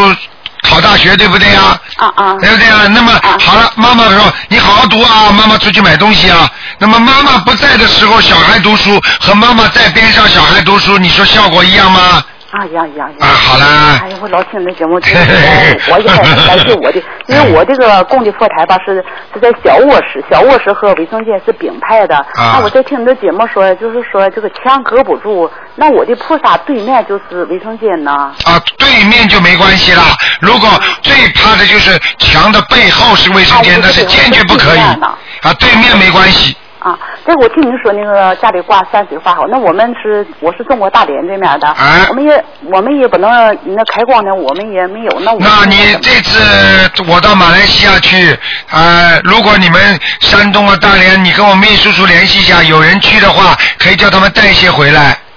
[SPEAKER 2] 考大学，对不对呀？
[SPEAKER 5] 啊啊
[SPEAKER 2] 对不对啊？那么
[SPEAKER 5] 啊
[SPEAKER 2] 好了，妈妈说你好好读啊，妈妈出去买东西啊。那么妈妈不在的时候，小孩读书和妈妈在边上小孩读书，你说效果一样吗？
[SPEAKER 5] 啊！一样一样一
[SPEAKER 2] 啊，
[SPEAKER 5] 样。
[SPEAKER 2] 好啦
[SPEAKER 5] 哎，呀，我老听你的节目，真是 我我也感谢我的，因为我这个供的佛台吧是是在小卧室，小卧室和卫生间是并排的。
[SPEAKER 2] 啊
[SPEAKER 5] 那我在听你的节目说，就是说这个墙隔不住，那我的菩萨对面就是卫生间呢。
[SPEAKER 2] 啊，对面就没关系啦。如果最怕的就是墙的背后是卫生
[SPEAKER 5] 啊
[SPEAKER 2] 间，
[SPEAKER 5] 我
[SPEAKER 2] 那是
[SPEAKER 5] 知道
[SPEAKER 2] 坚决不可以
[SPEAKER 5] 我知道
[SPEAKER 2] 啊，对面没关系。
[SPEAKER 5] 啊，对，我听您说那个家里挂山水画好，那我们是我是中国大连这面的，
[SPEAKER 2] 啊
[SPEAKER 5] 我们也我们也不能那开光呢，我们也没有那我们
[SPEAKER 2] 那你这次我到马来西亚去，呃，如果你们山东啊、大连，你跟我秘书处联系一下，有人去的话，可以叫他们带一些回来。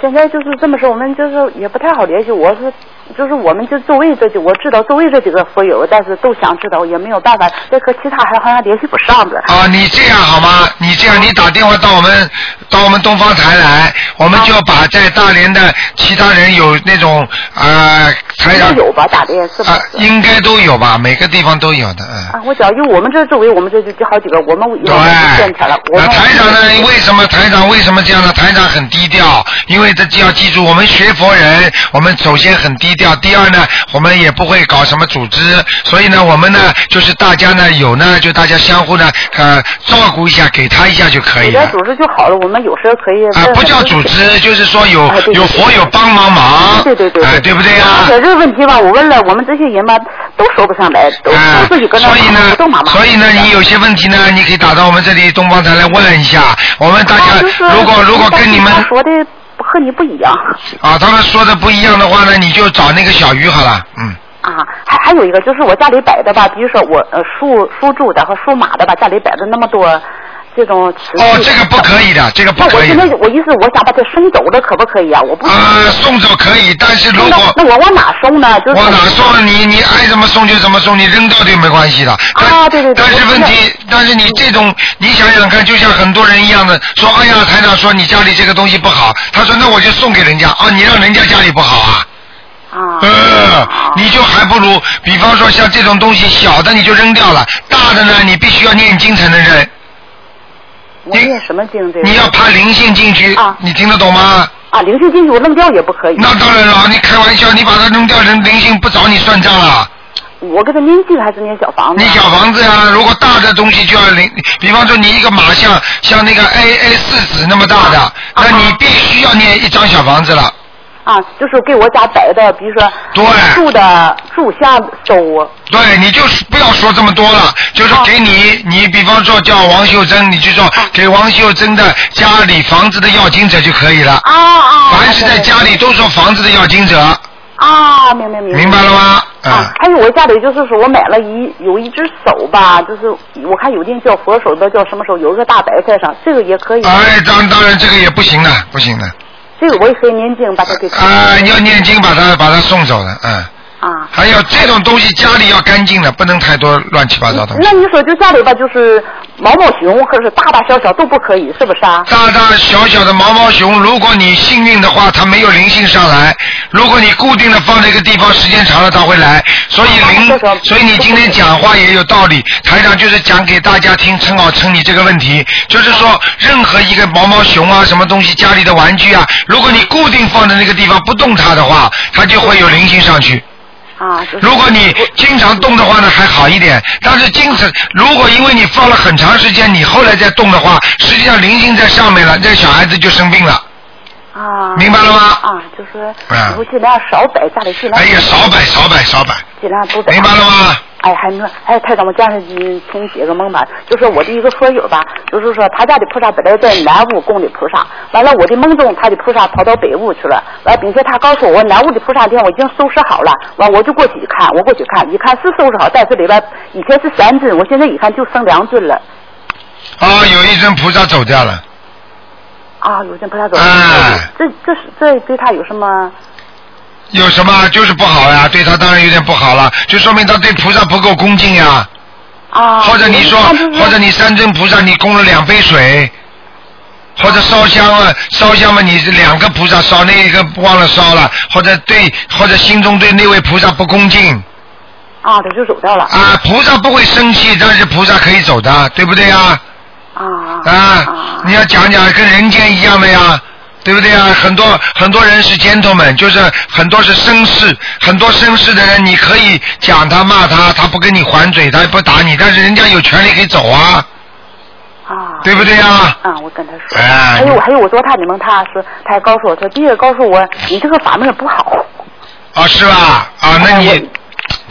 [SPEAKER 5] 现在就是这么说，我们就是也不太好联系，我是。就是我们就周围这几，我知道周围这几个佛友，但是都想知道，也没有办法，这和其他还好像联系不上的。
[SPEAKER 2] 啊，你这样好吗？你这样，你打电话到我们到我们东方台来，我们就把在大连的其他人有那种呃台长
[SPEAKER 5] 哎都有吧，大连是不
[SPEAKER 2] 啊，
[SPEAKER 5] 是？
[SPEAKER 2] 应该都有吧，每个地方都有的，嗯。
[SPEAKER 5] 啊，我讲，因为我们这周围，我们这就就好几个，我们有
[SPEAKER 2] 对
[SPEAKER 5] 见起来了，，
[SPEAKER 2] 那
[SPEAKER 5] 我们
[SPEAKER 2] 台长呢？为什么台长为什么这样呢？台长很低调，因为这就要记住，我们学佛人，我们首先很低调，第二呢，我们也不会搞什么组织，所以呢，我们呢就是大家呢有呢就大家相互呢呃照顾一下，给他一下就可以
[SPEAKER 5] 你
[SPEAKER 2] 了
[SPEAKER 5] 的。组织就好了，我们有时候可以
[SPEAKER 2] 啊、
[SPEAKER 5] 问
[SPEAKER 2] 不叫
[SPEAKER 5] 问
[SPEAKER 2] 组织，就是说有、
[SPEAKER 5] 啊对对
[SPEAKER 2] 有佛友帮忙忙，
[SPEAKER 5] 对对对，
[SPEAKER 2] 哎、对不对啊？
[SPEAKER 5] 而且这个问题吧，我问了我们这些人吧，都说不上来，都
[SPEAKER 2] 啊，
[SPEAKER 5] 都自己搁那
[SPEAKER 2] 所以呢
[SPEAKER 5] 忙都忙，忙。
[SPEAKER 2] 所以呢，你有些问题呢，你可以打到我们这里东方台来问一下。我们大家
[SPEAKER 5] 啊就是
[SPEAKER 2] 如果如果
[SPEAKER 5] 但是
[SPEAKER 2] 跟你们
[SPEAKER 5] 他说的和你不一样
[SPEAKER 2] 啊，他们说的不一样的话呢，你就找那个小鱼好了，嗯。
[SPEAKER 5] 啊，还还有一个就是我家里摆的吧，比如说我呃属属猪的和属马的吧，家里摆的那么多这种瓷器。
[SPEAKER 2] 哦，这个不可以的，这个
[SPEAKER 5] 那
[SPEAKER 2] 不
[SPEAKER 5] 我
[SPEAKER 2] 可以
[SPEAKER 5] 现。在我意思，我想把它送走了，可不可以啊？我不。
[SPEAKER 2] 呃，送走可以，但是如
[SPEAKER 5] 那
[SPEAKER 2] 果
[SPEAKER 5] 那我往哪送呢？就是
[SPEAKER 2] 我哪送你，你爱怎么送就怎么送，你扔掉就没关系的。但
[SPEAKER 5] 啊对对对
[SPEAKER 2] 但是
[SPEAKER 5] 我
[SPEAKER 2] 问
[SPEAKER 5] 知道
[SPEAKER 2] 题，但是你这种，你想想看，就像很多人一样的，说哎呀，台长说你家里这个东西不好，他说那我就送给人家，哦，你让人家家里不好啊。
[SPEAKER 5] 啊。
[SPEAKER 2] 嗯，
[SPEAKER 5] 啊
[SPEAKER 2] 你就还不如，比方说像这种东西，小的你就扔掉了，大的呢，你必须要念经才能扔。
[SPEAKER 5] 我念什么经这个？
[SPEAKER 2] 你要怕灵性进去，
[SPEAKER 5] 啊
[SPEAKER 2] 你听得懂吗？
[SPEAKER 5] 啊，灵性进去我扔掉也不可以。
[SPEAKER 2] 那当然了，你开玩笑，你把它扔掉，人灵性不找你算账
[SPEAKER 5] 哦
[SPEAKER 2] 了。
[SPEAKER 5] 我给他念经还是念小房子
[SPEAKER 2] 你
[SPEAKER 5] 啊？
[SPEAKER 2] 小房子呀、如果大的东西就要灵，比方说你一个马像像那个 A A 四纸那么大的，那你必须要念一张小房子了。
[SPEAKER 5] 啊，就是给我家摆的，比如说
[SPEAKER 2] 对
[SPEAKER 5] 住的住啊像手
[SPEAKER 2] 对，你就是不要说这么多了，就说给你，你比方说叫王秀珍，你就说
[SPEAKER 5] 啊
[SPEAKER 2] 给王秀珍的家里房子的要经者就可以了。
[SPEAKER 5] 啊啊，
[SPEAKER 2] 凡是在家里都说房子的要经者，
[SPEAKER 5] 啊，明白明白
[SPEAKER 2] 明白了吗？嗯
[SPEAKER 5] 啊，还有我家里就是说我买了一有一只手吧，就是我看有定叫佛手的叫什么手，有一个大白菜上，这个也可以，
[SPEAKER 2] 哎，当当然这个也不行的，不行的。
[SPEAKER 5] 这个我也可以念经把它给
[SPEAKER 2] 啊，你要念经把它把它送走了，嗯。
[SPEAKER 5] 啊。
[SPEAKER 2] 还有这种东西家里要干净的，不能太多乱七八糟的东西
[SPEAKER 5] 那。你说就家里吧，就是毛毛熊或者是大大小小都不可以，是不是啊？
[SPEAKER 2] 大大小小的毛毛熊，如果你幸运的话，它没有灵性上来；如果你固定的放在一个地方，时间长了它会来。所以灵
[SPEAKER 5] 啊这个，
[SPEAKER 2] 所以你今天讲话也有道理。台长就是讲给大家听，正好称你这个问题，就是说任何一个毛毛熊啊，什么东西家里的玩具啊，如果你固定放在那个地方不动它的话，它就会有灵性上去。
[SPEAKER 5] 啊，就是
[SPEAKER 2] 如果你经常动的话呢，还好一点。但是经常，如果因为你放了很长时间，你后来再动的话，实际上灵性在上面了，这小孩子就生病了。
[SPEAKER 5] 啊，
[SPEAKER 2] 明白了吗
[SPEAKER 5] 啊，就是
[SPEAKER 2] 啊
[SPEAKER 5] 以后尽量少摆，家里尽量
[SPEAKER 2] 哎哎呀，少摆少摆少摆，
[SPEAKER 5] 尽量不摆。
[SPEAKER 2] 明白了吗？
[SPEAKER 5] 哎，还没哎，台长，我加上你请你解个梦吧。就是我的一个佛友吧，就是说他家的菩萨本来在南屋供的菩萨，完了我的梦中他的菩萨跑到北屋去了，完了并且他告诉我南屋的菩萨殿我已经收拾好了，完我就过去一看，我过去看一看是收拾好，但是里边以前是三尊，我现在一看就剩两尊了。
[SPEAKER 2] 啊，有一尊菩萨走掉了，
[SPEAKER 5] 啊，有尊菩萨走了，
[SPEAKER 2] 哎
[SPEAKER 5] 这这是这对他有什么？
[SPEAKER 2] 有什么就是不好呀、对他当然有点不好了，就说明他对菩萨不够恭敬呀、
[SPEAKER 5] 啊，
[SPEAKER 2] 或者你说
[SPEAKER 5] 那就是，
[SPEAKER 2] 或者你三尊菩萨你供了两杯水，或者烧香了，烧香嘛，你两个菩萨烧，那一个忘了烧了，或者对，或者心中对那位菩萨不恭敬
[SPEAKER 5] 啊，他就走掉了
[SPEAKER 2] 啊，菩萨不会生气，但是菩萨可以走的，对不对呀？
[SPEAKER 5] 啊
[SPEAKER 2] 啊，你要讲讲跟人间一样的呀。对不对啊？很多很多人是 gentleman，就是很多是绅士，很多绅士的人，你可以讲他骂他，他不跟你还嘴，他也不打你，但是人家有权利可以走啊。
[SPEAKER 5] 啊！
[SPEAKER 2] 对不对呀
[SPEAKER 5] 啊，我跟他说。
[SPEAKER 2] 哎
[SPEAKER 5] 还有还有，我做他的梦，他说他还告诉我，他第一个告诉我，你这个法门不好。
[SPEAKER 2] 啊，是吧？啊，那
[SPEAKER 5] 哎
[SPEAKER 2] 你、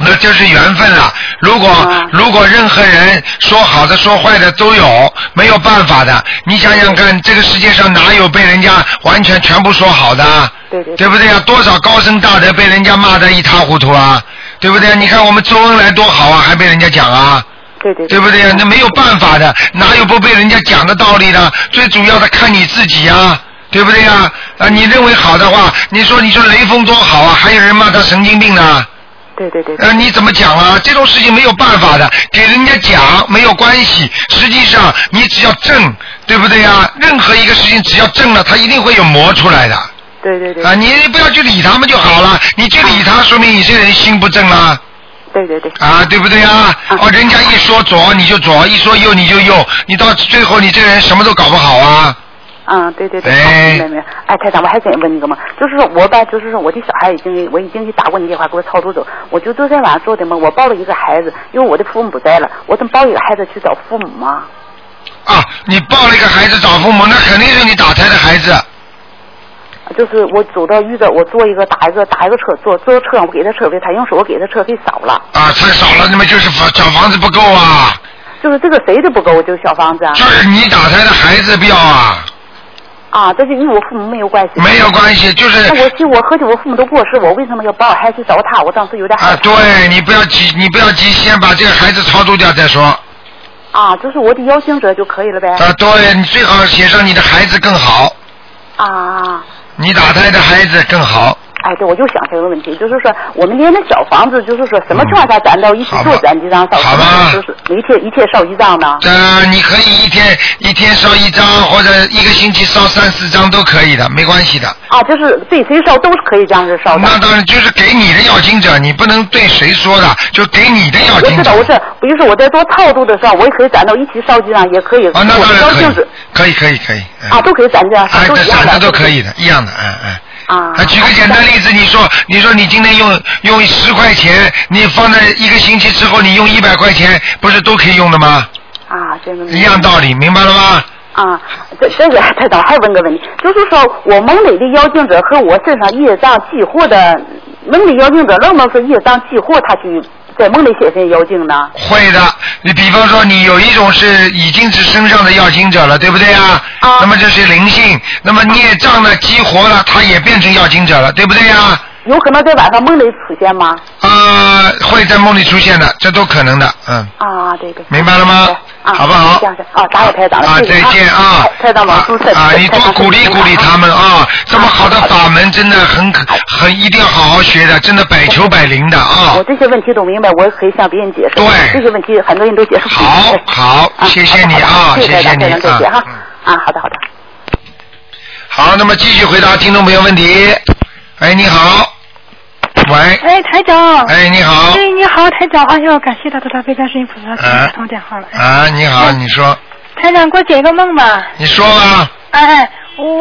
[SPEAKER 2] 那就是缘分了。如果、
[SPEAKER 5] 啊
[SPEAKER 2] 如果任何人说好的说坏的都有，没有办法的。你想想看，这个世界上哪有被人家完全全部说好的啊？
[SPEAKER 5] 对对对
[SPEAKER 2] 对不对呀、多少高僧大德被人家骂得一塌糊涂啊？对不对啊？你看我们周恩来多好啊，还被人家讲啊。
[SPEAKER 5] 对对
[SPEAKER 2] 对不对呀？那没有办法的，哪有不被人家讲的道理呢？最主要的看你自己呀、对不对呀、啊？你认为好的话，你说你说雷锋多好啊，还有人骂他神经病呢。
[SPEAKER 5] 对对对对
[SPEAKER 2] 呃，你怎么讲啊？这种事情没有办法的，给人家讲没有关系。实际上，你只要正，对不对呀、任何一个事情只要正了，它一定会有磨出来的。啊、
[SPEAKER 5] 对对对
[SPEAKER 2] 你不要去理他们就好了，你去理他，说明你这个人心不正啦。
[SPEAKER 5] 对对对
[SPEAKER 2] 啊，对不对啊？哦，人家一说左你就左，一说右你就右，你到最后你这个人什么都搞不好啊！
[SPEAKER 5] 嗯，对对对，
[SPEAKER 2] 哎
[SPEAKER 5] 好明白明白。哎，台长，我还想问你个梦，就是说我吧，就是说我的小孩已经，我已经给打过你电话，给我超度走。我就昨天晚上做的梦，我抱了一个孩子，因为我的父母不在了，我怎么抱一个孩子去找父母嘛？
[SPEAKER 2] 啊，你抱了一个孩子找父母，那肯定是你打胎的孩子。
[SPEAKER 5] 就是我走到遇到我坐一个打一个打一个车坐坐车上，我给他车费，他用手我给他车费少了，
[SPEAKER 2] 啊，太少了，那么就是房找房子不够啊，
[SPEAKER 5] 就是这个谁都不够，就是小房子啊
[SPEAKER 2] 就是你打胎的孩子不要啊，
[SPEAKER 5] 啊，这就与我父母没有关系。
[SPEAKER 2] 没有关系，就是
[SPEAKER 5] 那我去，我合计我父母都过世，我为什么要抱孩子去找他？我当时有点害
[SPEAKER 2] 啊，
[SPEAKER 5] 怕
[SPEAKER 2] 对你不要急，你不要急，先把这个孩子超度掉再说。
[SPEAKER 5] 啊，就是我的邀请者就可以了呗
[SPEAKER 2] 啊，对你最好写上你的孩子更好，
[SPEAKER 5] 啊。
[SPEAKER 2] 你打胎的孩子更好。
[SPEAKER 5] 哎，对，我就想这个问题，就是说我们连那小房子，就是说什么情况下咱都一起
[SPEAKER 2] 嗯好吧
[SPEAKER 5] 做咱几张烧，
[SPEAKER 2] 好吧
[SPEAKER 5] 就是一切一切烧一张呢？
[SPEAKER 2] 呃，你可以一天一天烧一张，或者一个星期烧三四张都可以的，没关系的。
[SPEAKER 5] 啊，就是对谁烧都是可以这样式烧的。
[SPEAKER 2] 那当然就是给你的要经者，你不能对谁说的，就给你的要
[SPEAKER 5] 我
[SPEAKER 2] 经
[SPEAKER 5] 知
[SPEAKER 2] 者
[SPEAKER 5] 道，。我是，比如说我在做套路的时候，我也可以攒到一起烧鸡上，也可以，
[SPEAKER 2] 啊，那
[SPEAKER 5] 我
[SPEAKER 2] 当
[SPEAKER 5] 烧
[SPEAKER 2] 然
[SPEAKER 5] 镜子
[SPEAKER 2] 可以，可以可以可以。嗯
[SPEAKER 5] 啊，都可以攒这样烧，
[SPEAKER 2] 哎，
[SPEAKER 5] 都
[SPEAKER 2] 这
[SPEAKER 5] 一样
[SPEAKER 2] 散
[SPEAKER 5] 的，
[SPEAKER 2] 的都可以的，一样的，嗯嗯。
[SPEAKER 5] 啊。
[SPEAKER 2] 啊，举个简单例子，你说，你说你今天用用十块钱，你放在一个星期之后，你用一百块钱，不是都可以用的吗？
[SPEAKER 5] 啊，这个
[SPEAKER 2] 一样道理，明白了吗？
[SPEAKER 5] 啊，这这个太早还问个问题，就是说我梦里的妖精者和我身上业障激活的梦里妖精者，能不能是业障激活他去在梦里写身妖精呢？
[SPEAKER 2] 会的，你比方说你有一种是已经是身上的要经者了，对不对啊？
[SPEAKER 5] 啊
[SPEAKER 2] 那么这是灵性，那么孽障呢激活了，它也变成要经者了，对不对啊？
[SPEAKER 5] 有可能在晚上梦里出现吗？
[SPEAKER 2] 呃，会在梦里出现的，这都可能的，嗯。
[SPEAKER 5] 啊，对对。
[SPEAKER 2] 明白了吗
[SPEAKER 5] 对啊，
[SPEAKER 2] 好不好
[SPEAKER 5] 这样子啊，打扰台长了。
[SPEAKER 2] 啊，
[SPEAKER 5] 谢
[SPEAKER 2] 再
[SPEAKER 5] 谢
[SPEAKER 2] 见啊
[SPEAKER 5] 台！台长老师，
[SPEAKER 2] 啊啊，你多鼓励鼓励他们啊！这么好的法门，真的很可很一定要好好学的，真的百求百灵的啊
[SPEAKER 5] 我！这些问题都明白，我也可以向别人解释。
[SPEAKER 2] 对
[SPEAKER 5] 这些问题很多人都解释不明
[SPEAKER 2] 好
[SPEAKER 5] 白。
[SPEAKER 2] 好，
[SPEAKER 5] 啊
[SPEAKER 2] 谢谢你
[SPEAKER 5] 好
[SPEAKER 2] 啊，
[SPEAKER 5] 的好的
[SPEAKER 2] 谢
[SPEAKER 5] 谢
[SPEAKER 2] 谢
[SPEAKER 5] 台
[SPEAKER 2] 你
[SPEAKER 5] 长，台长再见
[SPEAKER 2] 啊
[SPEAKER 5] 哈！。啊，好的好的。
[SPEAKER 2] 好，那么继续回答听众朋友问题。哎，你好，喂，
[SPEAKER 6] 哎，台长。
[SPEAKER 2] 哎，你好，
[SPEAKER 6] 哎，你好，台长。哎呦，感谢大慈大悲观世音菩萨，终于
[SPEAKER 2] 啊
[SPEAKER 6] 打通电话了。
[SPEAKER 2] 啊，你好，你说，
[SPEAKER 6] 台长，给我解一个梦吧。
[SPEAKER 2] 你说吧，
[SPEAKER 6] 哎哎，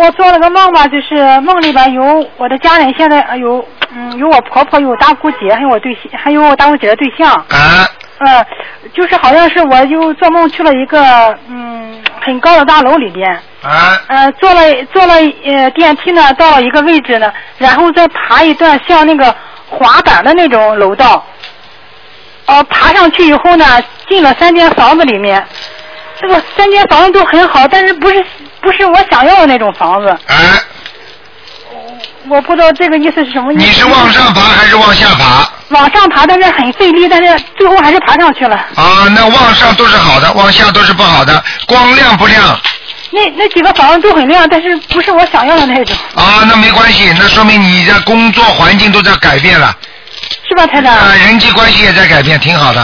[SPEAKER 6] 我做了个梦吧，就是梦里边有我的家人，现在呃有嗯有我婆婆，有我大姑姐，还有我对象，还有我大姑姐的对象。
[SPEAKER 2] 啊，
[SPEAKER 6] 嗯，就是好像是我就做梦去了一个嗯很高的大楼里边，
[SPEAKER 2] 啊，
[SPEAKER 6] 呃，坐了坐了呃电梯呢，到了一个位置呢，然后再爬一段像那个滑板的那种楼道。呃，爬上去以后呢，进了三间房子里面，这个三间房子都很好，但是不是不是我想要的那种房子，
[SPEAKER 2] 哎，
[SPEAKER 6] 我不知道这个意思是什么意思。
[SPEAKER 2] 你是往上爬还是往下爬？
[SPEAKER 6] 往上爬，但是很费力，但是最后还是爬上去了。
[SPEAKER 2] 啊，那往上都是好的，往下都是不好的。光亮不亮？
[SPEAKER 6] 那那几个房子都很亮，但是不是我想要的那种，
[SPEAKER 2] 啊，那没关系，那说明你的工作环境都在改变了，
[SPEAKER 6] 是吧，台长？
[SPEAKER 2] 啊，人际关系也在改变，挺好的。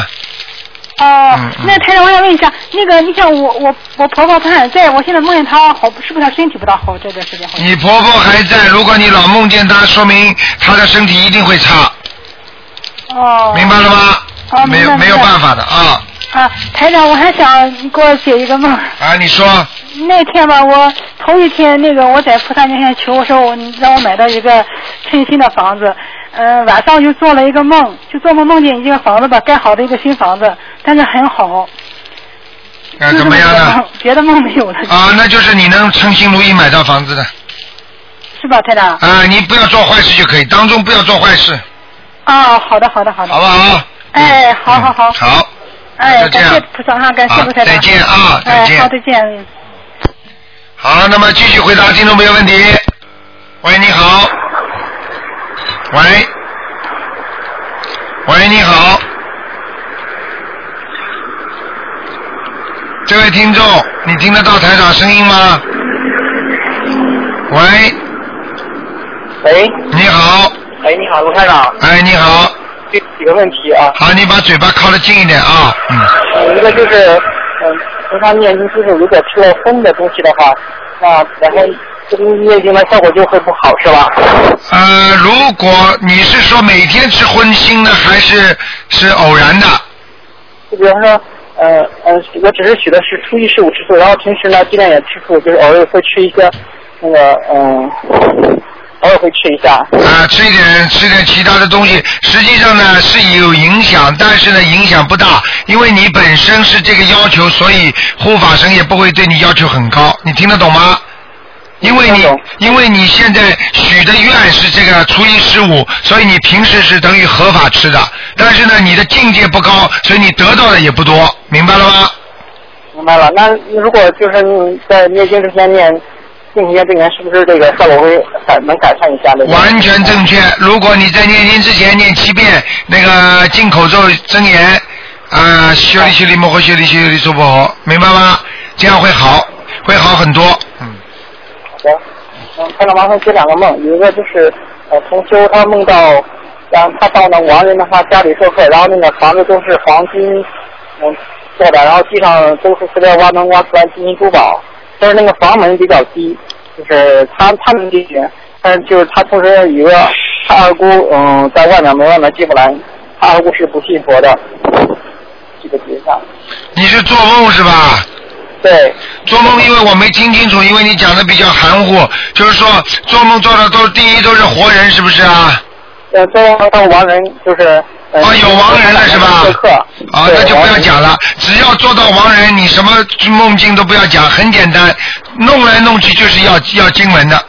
[SPEAKER 6] 哦
[SPEAKER 2] 嗯嗯，
[SPEAKER 6] 那台长，我想问一下，那个，你想我我我婆婆她还在，我现在梦见她好，是不是她身体不大好？这段时间好像
[SPEAKER 2] 你婆婆还在，如果你老梦见她，说明她的身体一定会差，
[SPEAKER 6] 哦，
[SPEAKER 2] 明白了吗？
[SPEAKER 6] 哦
[SPEAKER 2] 没
[SPEAKER 6] 明
[SPEAKER 2] 有
[SPEAKER 6] 白
[SPEAKER 2] 没有
[SPEAKER 6] 明白
[SPEAKER 2] 办法的啊
[SPEAKER 6] 啊，台长，我还想你给我解一个梦。
[SPEAKER 2] 啊！你说
[SPEAKER 6] 那天吧，我头一天那个我在菩萨面前求，我说我你让我买到一个称心的房子。呃，晚上就做了一个梦，就做梦梦见一个房子吧，盖好的一个新房子，但是很好。
[SPEAKER 2] 啊
[SPEAKER 6] 就
[SPEAKER 2] 怎么样
[SPEAKER 6] 这
[SPEAKER 2] 呢
[SPEAKER 6] 个梦？？别的梦没有了，
[SPEAKER 2] 啊，那就是你能称心如意买到房子的
[SPEAKER 6] 是吧，台长？
[SPEAKER 2] 啊！你不要做坏事就可以，当中不要做坏事，
[SPEAKER 6] 啊，好的，好的，好的
[SPEAKER 2] 好。不好？
[SPEAKER 6] 哎，好好好
[SPEAKER 2] 嗯。好，
[SPEAKER 6] 哎，
[SPEAKER 2] 就这
[SPEAKER 6] 感
[SPEAKER 2] 样
[SPEAKER 6] 谢菩萨哈，感谢
[SPEAKER 2] 好
[SPEAKER 6] 菩萨。
[SPEAKER 2] 再见啊再
[SPEAKER 6] 哎，
[SPEAKER 2] 见
[SPEAKER 6] 好，再见。嗯
[SPEAKER 2] 好，那么继续回答听众朋友问题。喂，你好。喂，喂，你好。这位听众，你听得到台长声音吗？喂，
[SPEAKER 7] 喂，
[SPEAKER 2] 你好，
[SPEAKER 7] 哎，你好，卢台长，
[SPEAKER 2] 哎，你好，
[SPEAKER 7] 这几个问题啊，
[SPEAKER 2] 好，你把嘴巴靠得近一点啊，嗯，
[SPEAKER 7] 呃一个就是，嗯，平常念经就是如果吃了荤的东西的话，那然后这个念经的效果就会不好，是吧？
[SPEAKER 2] 呃，如果你是说每天吃荤腥的，还是是偶然的？
[SPEAKER 7] 就比方说，呃呃，我只是许的是初一十五吃素，然后平时呢尽量也吃素，就是偶尔会吃一些那个嗯，偶尔会吃一下。
[SPEAKER 2] 啊，吃一点吃点其他的东西，实际上呢是有影响，但是呢影响不大，因为你本身是这个要求，所以护法神也不会对你要求很高，你听得懂吗？因为你
[SPEAKER 7] 听得懂
[SPEAKER 2] 因为你现在许的愿是这个初一十五，所以你平时是等于合法吃的，但是呢你的境界不高，所以你得到的也不多，明白了吗？
[SPEAKER 7] 明白了，那如果就是你在念经之前念进行一些这个，是不是这个效果会感能改善一下的？
[SPEAKER 2] 完全正确。如果你在念经之前念七遍那个进口咒真言，啊，修理修理摩诃修理修理娑婆诃，明白吗？这样会好，会好很多。嗯，
[SPEAKER 7] 行，嗯，看到麻烦接两个梦，有一个就是呃同修他梦到，然后他到那亡人的话家里做客，然后那个房子都是黄金嗯做的，然后地上都是随便挖能挖出来金银珠宝，但是那个房门比较低，就是他他能进去，但是就是他同时有一个他二姑嗯在外面门外面进不来，他二姑是不信佛的，记得记一下，
[SPEAKER 2] 你是做梦是吧？
[SPEAKER 7] 对。
[SPEAKER 2] 做梦，因为我没听清楚，因为你讲的比较含糊，就是说做梦做的都第一都是活人，是不是啊？
[SPEAKER 7] 呃，这样当亡人就是。呃
[SPEAKER 2] 哦，有亡人了是吧
[SPEAKER 7] 做客？
[SPEAKER 2] 啊，
[SPEAKER 7] 对
[SPEAKER 2] 那就不
[SPEAKER 7] 亡
[SPEAKER 2] 要
[SPEAKER 7] 人
[SPEAKER 2] 讲了，只要做到亡人，你什么梦境都不要讲，很简单，弄来弄去就是要要经文的。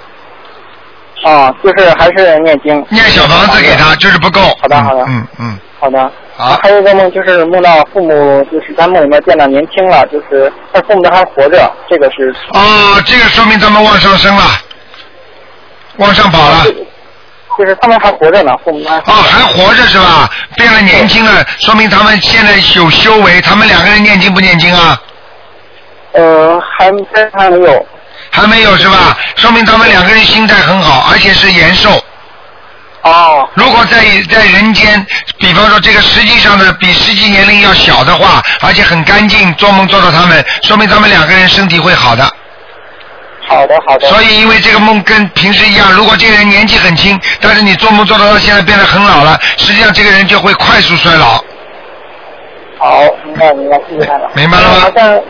[SPEAKER 7] 啊，就是还是念经。
[SPEAKER 2] 念小房子给他，就是不够。
[SPEAKER 7] 好的好的
[SPEAKER 2] 嗯嗯，
[SPEAKER 7] 好的。啊
[SPEAKER 2] 好
[SPEAKER 7] 还有一个梦就是梦到父母，就是在梦里面见到年轻了，就是但父母还活着，这个是。
[SPEAKER 2] 哦，这个说明他们往上升了，往上跑了。
[SPEAKER 7] 就是他们还活着呢，父母还
[SPEAKER 2] 哦，还活着是吧？变了年轻了，说明他们现在有修为。他们两个人念经不念经啊？
[SPEAKER 7] 呃还但是还没有。
[SPEAKER 2] 还没有是吧？说明他们两个人心态很好，而且是延寿。
[SPEAKER 7] 哦
[SPEAKER 2] 如果在在人间，比方说这个实际上的比实际年龄要小的话，而且很干净，做梦做到他们，说明他们两个人身体会好的。
[SPEAKER 7] 好的好的。
[SPEAKER 2] 所以，因为这个梦跟平时一样，如果这个人年纪很轻，但是你做梦做到他现在变得很老了，实际上这个人就会快速衰老。
[SPEAKER 7] 好，明白明白，明白了。
[SPEAKER 2] 明白了吗
[SPEAKER 7] 好像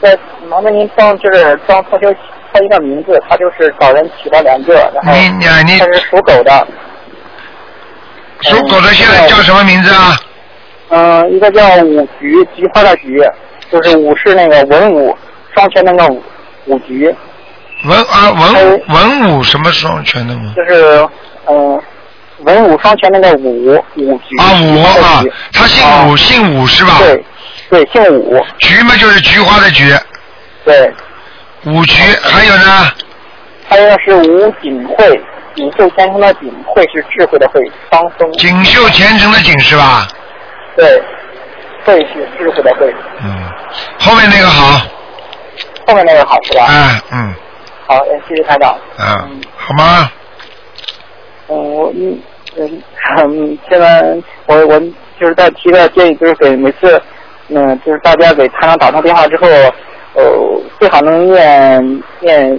[SPEAKER 7] 在麻烦您帮，就是帮同修换一个名字，他就是找人起了两个，然后
[SPEAKER 2] 你你你
[SPEAKER 7] 他是属狗的，
[SPEAKER 2] 属狗的现在叫什么名字啊？
[SPEAKER 7] 嗯、一个叫武菊，菊花的菊，就是武是那个文武，双全那个武，武菊，
[SPEAKER 2] 文啊文武文武什么双全的吗？
[SPEAKER 7] 就是嗯、呃文武双全那个武武局
[SPEAKER 2] 啊，武啊，他姓武，
[SPEAKER 7] 啊
[SPEAKER 2] 姓武是吧？
[SPEAKER 7] 对对，姓武，
[SPEAKER 2] 菊嘛就是菊花的菊，
[SPEAKER 7] 对，
[SPEAKER 2] 武菊。还有呢，
[SPEAKER 7] 他应该是武锦慧，锦绣前程的锦，慧是智慧的慧，方松，
[SPEAKER 2] 锦绣前程的锦是吧？
[SPEAKER 7] 对，慧是智慧的慧，
[SPEAKER 2] 嗯，后面那个好，
[SPEAKER 7] 后面那个好是吧？
[SPEAKER 2] 哎，嗯
[SPEAKER 7] 好，呃谢谢台长。
[SPEAKER 2] 嗯，好吗？
[SPEAKER 7] 嗯，我嗯嗯嗯，现在我我就是在提个建议，就是给每次嗯，就是大家给台长打通电话之后，呃，最好能念念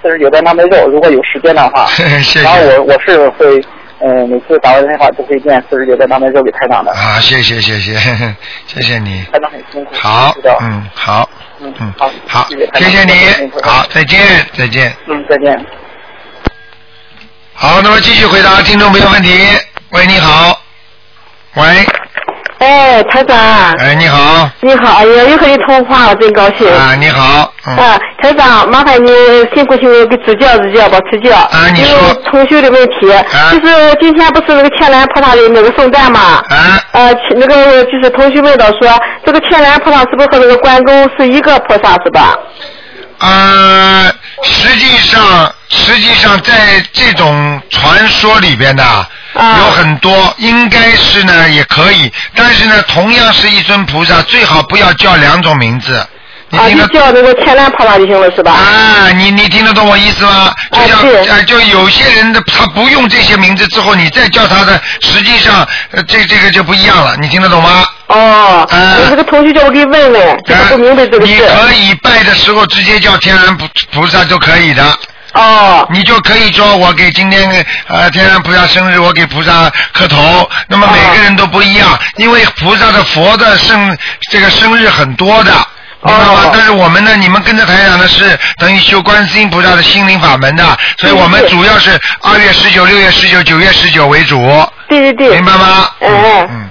[SPEAKER 7] 四十九遍大悲咒，如果有时间的话。
[SPEAKER 2] 谢谢
[SPEAKER 7] 然后我我是会呃每次打完电话都会念四十九遍大悲咒给台长的，
[SPEAKER 2] 啊，谢谢谢谢 谢谢你，
[SPEAKER 7] 台长很辛苦。
[SPEAKER 2] 好
[SPEAKER 7] 嗯知道，。
[SPEAKER 2] 嗯，好，
[SPEAKER 7] 嗯
[SPEAKER 2] 嗯
[SPEAKER 7] 好，
[SPEAKER 2] 好
[SPEAKER 7] 谢谢，台
[SPEAKER 2] 谢
[SPEAKER 7] 长
[SPEAKER 2] 谢
[SPEAKER 7] 很辛
[SPEAKER 2] 你
[SPEAKER 7] 苦，
[SPEAKER 2] 好，再见再见。
[SPEAKER 7] 嗯，再见。
[SPEAKER 2] 好，那么继续回答听众朋友问题。喂，你好。喂，
[SPEAKER 3] 哎，台长，
[SPEAKER 2] 哎，你好。
[SPEAKER 3] 你好，哎呀，又和你通话，我真高兴。
[SPEAKER 2] 啊，你好。嗯。
[SPEAKER 3] 啊，台长，麻烦你辛苦辛苦给指教指教吧，指教。
[SPEAKER 2] 啊你说
[SPEAKER 3] 因为重修的问题，
[SPEAKER 2] 啊
[SPEAKER 3] 就是我今天不是那个天蓝菩萨的那个圣诞嘛？
[SPEAKER 2] 啊，
[SPEAKER 3] 呃，其那个就是同学问到说，这个天蓝菩萨是不是和那个关公是一个菩萨是吧？
[SPEAKER 2] 呃，实际上，实际上在这种传说里边呢，
[SPEAKER 3] 啊
[SPEAKER 2] 有很多，应该是呢也可以，但是呢，同样是一尊菩萨，最好不要叫两种名字。你
[SPEAKER 3] 啊，
[SPEAKER 2] 听
[SPEAKER 3] 就
[SPEAKER 2] 得
[SPEAKER 3] 叫那个天蓝菩萨就行了是吧？
[SPEAKER 2] 啊，你你听得懂我意思吗？就像、
[SPEAKER 3] 啊是
[SPEAKER 2] 呃，就有些人的他不用这些名字之后，你再叫他的，实际上呃这这个就不一样了，你听得懂吗？
[SPEAKER 3] 哦，
[SPEAKER 2] 啊
[SPEAKER 3] 我这个同学叫我给问问，这个不明白这个
[SPEAKER 2] 呃你
[SPEAKER 3] 事。
[SPEAKER 2] 可以拜的时候直接叫天然菩菩萨都可以的，
[SPEAKER 3] 哦，
[SPEAKER 2] 你就可以说我给今天呃天然菩萨生日，我给菩萨磕头。那
[SPEAKER 3] 啊
[SPEAKER 2] 么每个人都不一样，因为菩萨的佛的生这个生日很多的。明白吗
[SPEAKER 3] 哦？
[SPEAKER 2] 但是我们呢，你们跟着台长呢是等于修观世音菩萨的心灵法门的，所以我们
[SPEAKER 3] 对
[SPEAKER 2] 主要是二月十九、六月十九、九月十九为主，
[SPEAKER 3] 对对对。
[SPEAKER 2] 明白吗？
[SPEAKER 3] 嗯
[SPEAKER 2] 嗯
[SPEAKER 3] 嗯
[SPEAKER 2] 嗯。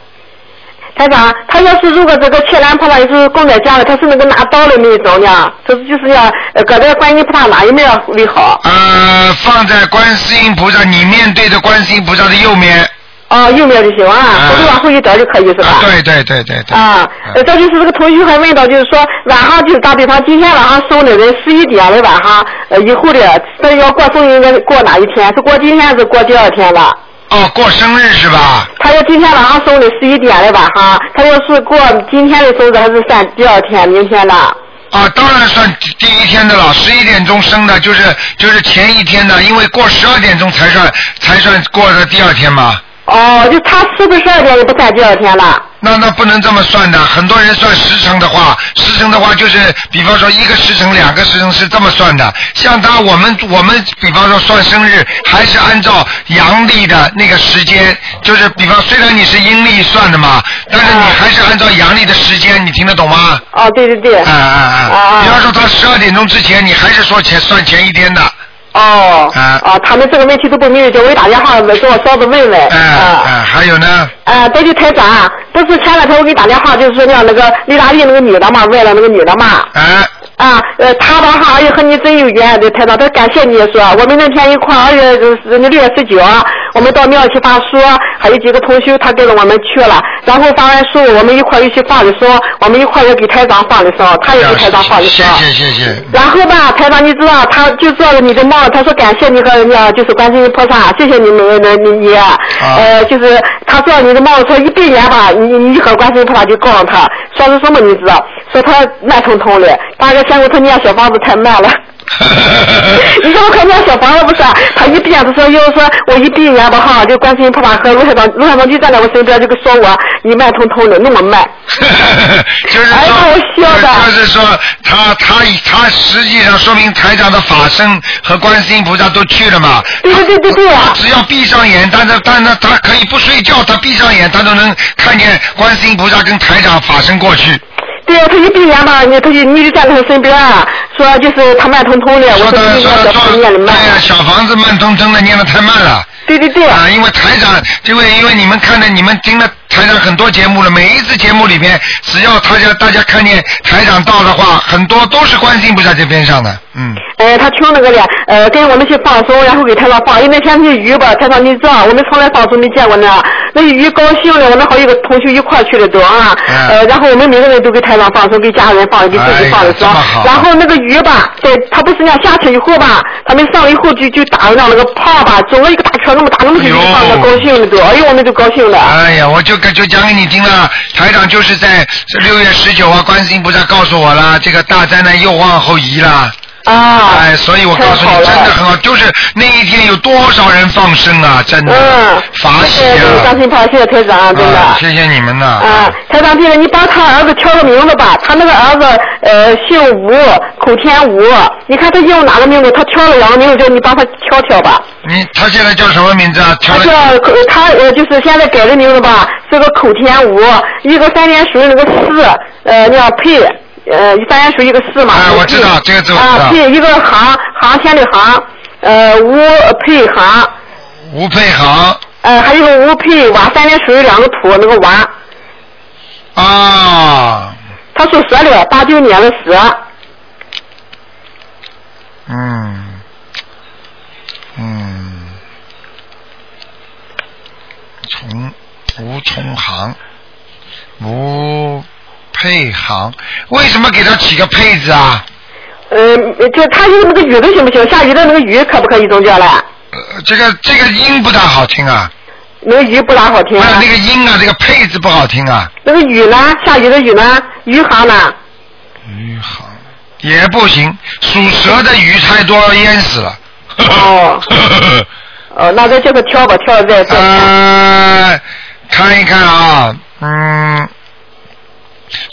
[SPEAKER 3] 台长，他要是如果这个切兰菩萨要是供在家里，他是那个拿刀的那一种呢，就是就是要呃搁在观音菩萨哪一面为好？
[SPEAKER 2] 呃，放在观世音菩萨，你面对着观世音菩萨的右面。
[SPEAKER 3] 哦，右面就行
[SPEAKER 2] 啊
[SPEAKER 3] 啊，我就往后一点就可以是吧？
[SPEAKER 2] 啊，对对对对对。
[SPEAKER 3] 啊，呃，
[SPEAKER 2] 嗯
[SPEAKER 3] 这就是这个同学还问到，就是说晚上就是打比方，今天晚上送的人十一点的晚上，呃，以后的这要过生日应该过哪一天？是过今天还是过第二天了？
[SPEAKER 2] 哦，过生日是吧？
[SPEAKER 3] 他要今天晚上送的十一点的晚上，他要是过今天的生日还是算第二天、明天的？
[SPEAKER 2] 啊，当然算第第一天的了，十一点钟生的，就是就是前一天的，因为过十二点钟才算才算过的第二天嘛。
[SPEAKER 3] 哦，就他是不是二点也不算第二天了？
[SPEAKER 2] 那那不能这么算的，很多人算时辰的话，时辰的话就是，比方说一个时辰、两个时辰是这么算的。像他我们我们比方说算生日，还是按照阳历的那个时间，就是比方虽然你是阴历算的嘛，但是你还是按照阳历的时间，你听得懂吗？
[SPEAKER 3] 哦，对对对。
[SPEAKER 2] 啊啊啊！
[SPEAKER 3] 啊
[SPEAKER 2] 比方说他十二点钟之前，你还是说前算前一天的，
[SPEAKER 3] 哦。
[SPEAKER 2] 啊
[SPEAKER 3] 啊，他们这个问题都不明白，叫我一打电话给我嫂子问问。
[SPEAKER 2] 哎、
[SPEAKER 3] 啊。
[SPEAKER 2] 哎还有呢，
[SPEAKER 3] 啊，再就台长，不是前两天我给你打电话，就是说那那个意大利那个女的嘛，问了那个女的嘛，
[SPEAKER 2] 哎
[SPEAKER 3] 啊，呃，她吧哈，哎呀和你真有缘，这台长，她感谢你说，我们那天一块儿二月就是那六月十九，啊我们到庙去发书，还有几个同修他跟着我们去了，然后发完书我们一块儿又去放的烧，我们一块儿又给台长放的烧，他也给台长放的
[SPEAKER 2] 谢
[SPEAKER 3] 烧。
[SPEAKER 2] 谢谢 谢，
[SPEAKER 3] 然后吧，台长，你知道，他就做了你的梦，他说感谢你和人家就是观世音菩萨，谢谢你们，那你你，呃，就是他做了你的梦，说一百年吧，你你你和观世音菩萨就告诉他，说是什么你知道？说他慢腾腾的，大概嫌我他念小房子太慢了。 你说我可念小房子不是啊？他一遍就说，要是说我一闭眼吧哈，就观世音菩萨和卢台长，卢台长就站在我身边，就跟说我你慢腾腾的，那么慢。
[SPEAKER 2] 就是
[SPEAKER 3] 哎呀
[SPEAKER 2] 说
[SPEAKER 3] 我，笑的
[SPEAKER 2] 就是说，他他他实际上说明台长的法身和观世音菩萨都去了嘛。
[SPEAKER 3] 对对对对对啊！
[SPEAKER 2] 只要闭上眼，但是但是他可以不睡觉，他闭上眼，他都能看见观世音菩萨跟台长法身过去。
[SPEAKER 3] 对呀，他一闭眼吧，你他就你就站在他身边啊，哎说就是他慢腾腾的，我
[SPEAKER 2] 说
[SPEAKER 3] 说
[SPEAKER 2] 他
[SPEAKER 3] 你
[SPEAKER 2] 说
[SPEAKER 3] 念
[SPEAKER 2] 他
[SPEAKER 3] 小
[SPEAKER 2] 说
[SPEAKER 3] 房子念的慢
[SPEAKER 2] 哎呀，小房子慢腾腾的，念的太慢了。
[SPEAKER 3] 对对对。
[SPEAKER 2] 啊，因为台长，因为因为你们看了，你们听了台长很多节目了，每一次节目里面，只要大家大家看见台长到的话，很多都是观世音菩萨在边上的，嗯。
[SPEAKER 3] 哎，他听那个的，呃，跟我们去放松，然后给台上放，因为那天那鱼吧，台上你知道，我们从来放松没见过那，那鱼高兴的，我们好几个同学一块儿去的都啊，
[SPEAKER 2] 嗯
[SPEAKER 3] 呃，然后我们每个人都给台上放松，给家人放，给自己放
[SPEAKER 2] 哎
[SPEAKER 3] 的
[SPEAKER 2] 呀这
[SPEAKER 3] 时
[SPEAKER 2] 么
[SPEAKER 3] 候，
[SPEAKER 2] 好
[SPEAKER 3] 然后那个鱼吧，在他不是那下去以后吧，他们上来以后就就打上那个泡吧，走了一个大圈那么大，那么个鱼放
[SPEAKER 2] 哎
[SPEAKER 3] 的
[SPEAKER 2] 呦
[SPEAKER 3] 高兴的都，哎呦，我们都高兴的。
[SPEAKER 2] 哎呀，我就跟就讲给你听了，台长就是在六月十九啊，观世音菩萨告诉我了，这个大灾难又往后移了。
[SPEAKER 3] 啊，
[SPEAKER 2] 哎，所以我告诉你
[SPEAKER 3] 太好，了
[SPEAKER 2] 真的很好，就是那一天有多少人放生啊，真的，
[SPEAKER 3] 嗯，
[SPEAKER 2] 法喜
[SPEAKER 3] 谢谢张
[SPEAKER 2] 啊
[SPEAKER 3] 新胖，谢谢台长，真的。
[SPEAKER 2] 啊，谢谢你们呐、
[SPEAKER 3] 啊，台长，这个你帮他儿子挑个名字吧，他那个儿子呃姓吴，口天吴，你看他用哪个名字？他挑了两个名字，叫你帮他挑挑吧。
[SPEAKER 2] 你他现在叫什么名字啊？
[SPEAKER 3] 他
[SPEAKER 2] 挑
[SPEAKER 3] 叫
[SPEAKER 2] 了
[SPEAKER 3] 口他呃就是现在改的名字吧，是个口天吴，一个三点水那个四，呃那样配，呃三点水一个四嘛。
[SPEAKER 2] 哎
[SPEAKER 3] 那个
[SPEAKER 2] 我知道
[SPEAKER 3] 配
[SPEAKER 2] 这个字我知道
[SPEAKER 3] 啊，配一个行行先的行，呃吴配行，
[SPEAKER 2] 吴佩航
[SPEAKER 3] 呃还有一个吴配瓦三点水两个土那个瓦，
[SPEAKER 2] 啊，
[SPEAKER 3] 他属蛇的，八九年的蛇。
[SPEAKER 2] 嗯，嗯，从吴从航，吴佩航，为什么给他起个佩字啊？
[SPEAKER 3] 呃，就他用那个鱼的行不行？下鱼的那个鱼可不可以中叫嘞？
[SPEAKER 2] 呃，这个这个音不大好听啊，
[SPEAKER 3] 那个鱼不咋好听
[SPEAKER 2] 不
[SPEAKER 3] 啊
[SPEAKER 2] 是。那个音啊，这个配字不好听啊。
[SPEAKER 3] 那个鱼呢？下鱼的鱼呢？鱼行呢？
[SPEAKER 2] 鱼行也不行，属蛇的鱼太多淹死了。
[SPEAKER 3] 哦 哦，那咱这个挑吧，挑了再做。
[SPEAKER 2] 呃，看一看啊，嗯，